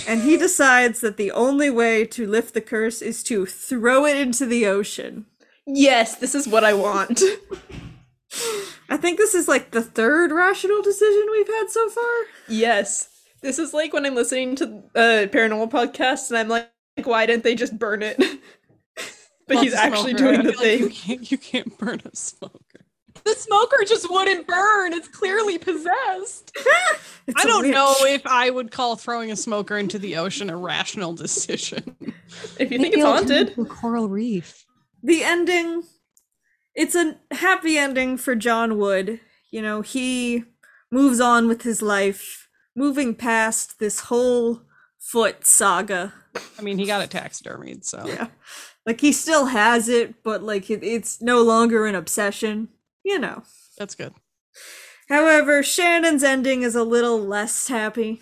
[SPEAKER 2] And he decides that the only way to lift the curse is to throw it into the ocean.
[SPEAKER 3] Yes, this is what I want.
[SPEAKER 2] I think this is like the third rational decision we've had so far.
[SPEAKER 3] yes, this is like when I'm listening to uh, paranormal podcasts, and I'm like, why didn't they just burn it? but
[SPEAKER 5] Well,
[SPEAKER 3] he's
[SPEAKER 5] it's a
[SPEAKER 3] actually
[SPEAKER 5] smoker.
[SPEAKER 3] doing
[SPEAKER 5] I
[SPEAKER 3] the
[SPEAKER 5] feel
[SPEAKER 3] thing.
[SPEAKER 5] like You can't, you can't burn a smoker.
[SPEAKER 4] the smoker just wouldn't burn. It's clearly possessed.
[SPEAKER 2] It's
[SPEAKER 5] I
[SPEAKER 2] a
[SPEAKER 5] don't
[SPEAKER 2] witch.
[SPEAKER 5] know if I would call throwing a smoker into the ocean a rational decision.
[SPEAKER 3] If you think it's haunted,
[SPEAKER 4] coral reef.
[SPEAKER 2] the ending it's a happy ending for John Wood. You know, he moves on with his life, moving past this whole foot saga.
[SPEAKER 5] I mean, he got it taxidermied, so
[SPEAKER 2] Yeah. Like he still has it, but like it, it's no longer an obsession, you know.
[SPEAKER 5] that's good.
[SPEAKER 2] However, Shannon's ending is a little less happy.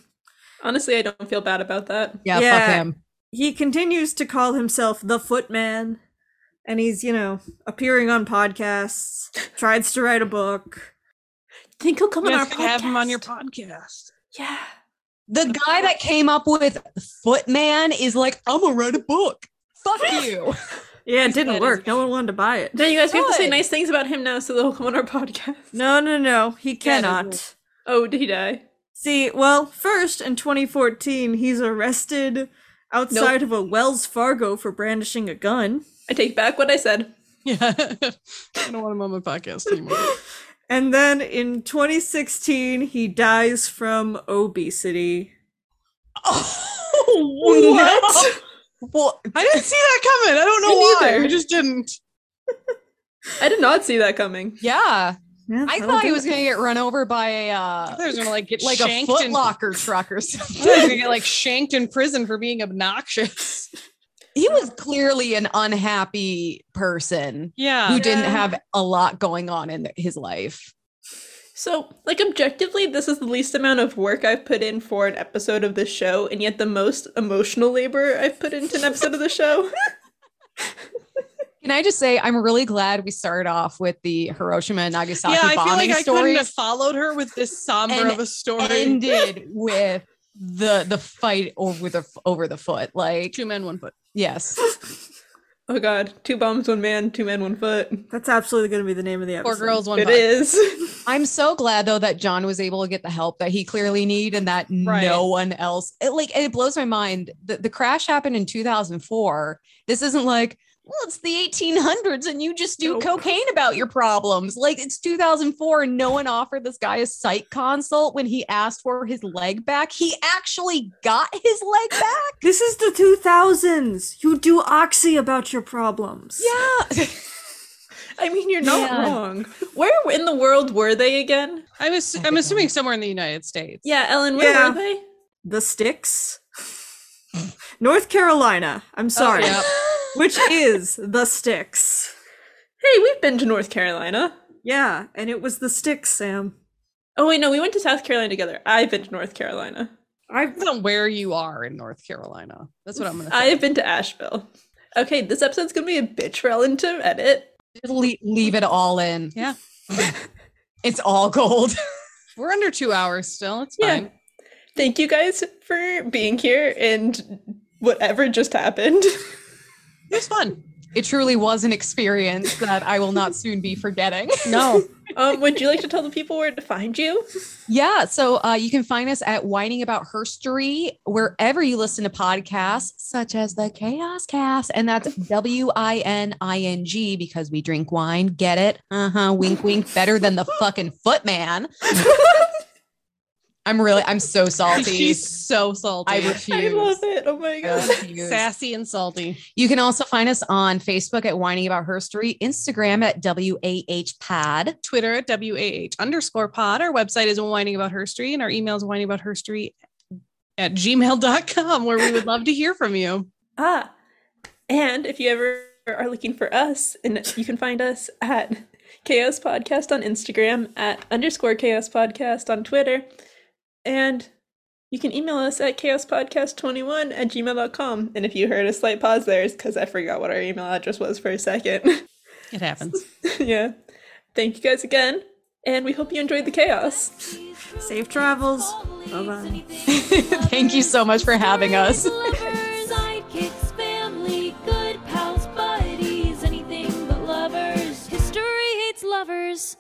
[SPEAKER 3] honestly, I don't feel bad about that.
[SPEAKER 4] Yeah,
[SPEAKER 2] Yeah.
[SPEAKER 4] fuck him.
[SPEAKER 2] He continues to call himself the Footman, and he's, you know, appearing on podcasts, tries to write a book.
[SPEAKER 3] Think he'll come
[SPEAKER 5] You
[SPEAKER 3] on our
[SPEAKER 5] guys could have him on your
[SPEAKER 3] podcast.
[SPEAKER 5] podcast.
[SPEAKER 3] Yeah.
[SPEAKER 4] The guy that came up with Footman is like, I'm gonna write a book. Fuck you.
[SPEAKER 2] Yeah, it
[SPEAKER 5] that
[SPEAKER 2] didn't
[SPEAKER 5] is-
[SPEAKER 2] work. No one wanted to buy it.
[SPEAKER 3] No, you guys, we have to say
[SPEAKER 4] Good.
[SPEAKER 3] nice things about him now so they'll come on our podcast.
[SPEAKER 2] No, no, no. He
[SPEAKER 5] Yeah, it doesn't
[SPEAKER 2] cannot.
[SPEAKER 5] work.
[SPEAKER 3] Oh, did he die?
[SPEAKER 2] See, well, first in 2014, he's arrested outside of a Wells Fargo for brandishing a gun.
[SPEAKER 3] I take back what I said.
[SPEAKER 5] Yeah, I don't want him on my podcast anymore.
[SPEAKER 2] And then in 2016, he dies from obesity. Oh,
[SPEAKER 5] what?
[SPEAKER 4] Well,
[SPEAKER 5] I didn't see that coming. I don't know
[SPEAKER 3] Me
[SPEAKER 5] why.
[SPEAKER 3] neither.
[SPEAKER 5] I just didn't.
[SPEAKER 3] I did not see that coming.
[SPEAKER 4] yeah.
[SPEAKER 2] Yeah,
[SPEAKER 4] I
[SPEAKER 5] Oh,
[SPEAKER 2] that'll
[SPEAKER 4] thought he
[SPEAKER 2] do
[SPEAKER 4] was
[SPEAKER 2] it.
[SPEAKER 4] going to get run over by a
[SPEAKER 5] I
[SPEAKER 4] uh,
[SPEAKER 5] thought he was gonna like get
[SPEAKER 4] like a
[SPEAKER 5] shanked
[SPEAKER 4] Foot
[SPEAKER 5] in-
[SPEAKER 4] Locker truck or
[SPEAKER 5] I thought he was
[SPEAKER 4] something.
[SPEAKER 5] gonna get like shanked in prison for being obnoxious.
[SPEAKER 4] he was clearly an unhappy person
[SPEAKER 5] Yeah,
[SPEAKER 4] who didn't
[SPEAKER 3] Yeah.
[SPEAKER 4] have a lot going on in his life.
[SPEAKER 3] So, like, objectively, this is the least amount of work I've put in for an episode of this show, and yet the most emotional labor I've put into an episode of the show.
[SPEAKER 4] Can Can I just say I'm really glad we started off with the Hiroshima and Nagasaki
[SPEAKER 5] yeah, I feel
[SPEAKER 4] bombing
[SPEAKER 5] like I couldn't
[SPEAKER 4] stories.
[SPEAKER 5] have followed her with this somber
[SPEAKER 4] And
[SPEAKER 5] of a story.
[SPEAKER 4] ended with the the fight over the over the foot. Like
[SPEAKER 5] Two men, one foot.
[SPEAKER 4] yes,
[SPEAKER 3] Oh god, two bombs, one man, two men, one foot.
[SPEAKER 2] That's absolutely going to be the name of the
[SPEAKER 5] Four
[SPEAKER 2] episode.
[SPEAKER 5] girls, one
[SPEAKER 3] It
[SPEAKER 5] butt.
[SPEAKER 3] is.
[SPEAKER 4] I'm so glad though that John was able to get the help that he clearly needed, and that
[SPEAKER 5] Right.
[SPEAKER 4] no one else. It, like it blows my mind. The, the crash happened in 2004. This isn't like well, it's the 1800s, and you just do
[SPEAKER 3] Nope.
[SPEAKER 4] cocaine about your problems. Like it's 2004, and no one offered this guy a psych consult when he asked for his leg back. He actually got his leg back.
[SPEAKER 2] This is the 2000s. You do oxy about your problems.
[SPEAKER 4] Yeah.
[SPEAKER 3] I mean, you're not
[SPEAKER 4] Yeah.
[SPEAKER 3] wrong. Where in the world were they again?
[SPEAKER 5] I'm, assu- I'm assuming somewhere in the United States.
[SPEAKER 3] Yeah, Ellen, where
[SPEAKER 2] Yeah.
[SPEAKER 3] were they?
[SPEAKER 2] The sticks. North Carolina. I'm sorry.
[SPEAKER 5] yeah.
[SPEAKER 2] Which is the sticks.
[SPEAKER 3] Hey, we've been to North Carolina.
[SPEAKER 2] Yeah, and it was the sticks, Sam.
[SPEAKER 3] Oh wait, no, we went to South Carolina together. I've been to North Carolina.
[SPEAKER 2] I
[SPEAKER 5] Depends on where you are in North Carolina. That's what I'm gonna.
[SPEAKER 3] I
[SPEAKER 5] Say.
[SPEAKER 3] have been to Asheville. Okay, this episode's gonna be a bitch for Ellen to edit.
[SPEAKER 4] Just le- leave it all in.
[SPEAKER 5] Yeah.
[SPEAKER 4] it's all gold.
[SPEAKER 5] We're under two hours still. It's
[SPEAKER 3] Yeah.
[SPEAKER 5] fine.
[SPEAKER 3] Thank you guys for being here and whatever just happened.
[SPEAKER 5] It was fun.
[SPEAKER 4] It truly was an experience that I will not soon be forgetting.
[SPEAKER 5] No,
[SPEAKER 3] Um, would you like to tell the people where to find you?
[SPEAKER 4] Yeah. So uh, you can find us at Whining About Herstory, wherever you listen to podcasts, such as the Chaos Cast. And that's W I N I N G because we drink wine. Get it? Uh huh. Wink, wink. Better than the fucking footman. I'm really, I'm so salty.
[SPEAKER 5] she's so salty.
[SPEAKER 4] I
[SPEAKER 3] I love
[SPEAKER 4] refuse.
[SPEAKER 3] it. Oh my
[SPEAKER 4] I
[SPEAKER 3] god.
[SPEAKER 4] refuse.
[SPEAKER 5] Sassy and salty.
[SPEAKER 4] You can also find us on Facebook at Whining About Herstory, Instagram at WAH Pod.
[SPEAKER 5] Twitter at WAH underscore pod. Our website is whining about herstory and our email is whining about herstory at gmail.com where we would love to hear from you.
[SPEAKER 3] Ah, and if you ever are looking for us, and you can find us at Chaos Podcast on Instagram, at underscore Chaos Podcast on Twitter, and you can email us at chaospodcast21 at gmail.com. And if you heard a slight pause there, it's because I forgot what our email address was for a second.
[SPEAKER 5] It happens.
[SPEAKER 3] yeah. Thank you guys again, and we hope you enjoyed the chaos.
[SPEAKER 2] safe travels. Bye bye.
[SPEAKER 4] Thank you so much for having us.
[SPEAKER 1] Lovers, sidekicks, family, good pals, buddies, anything but lovers. History hates lovers.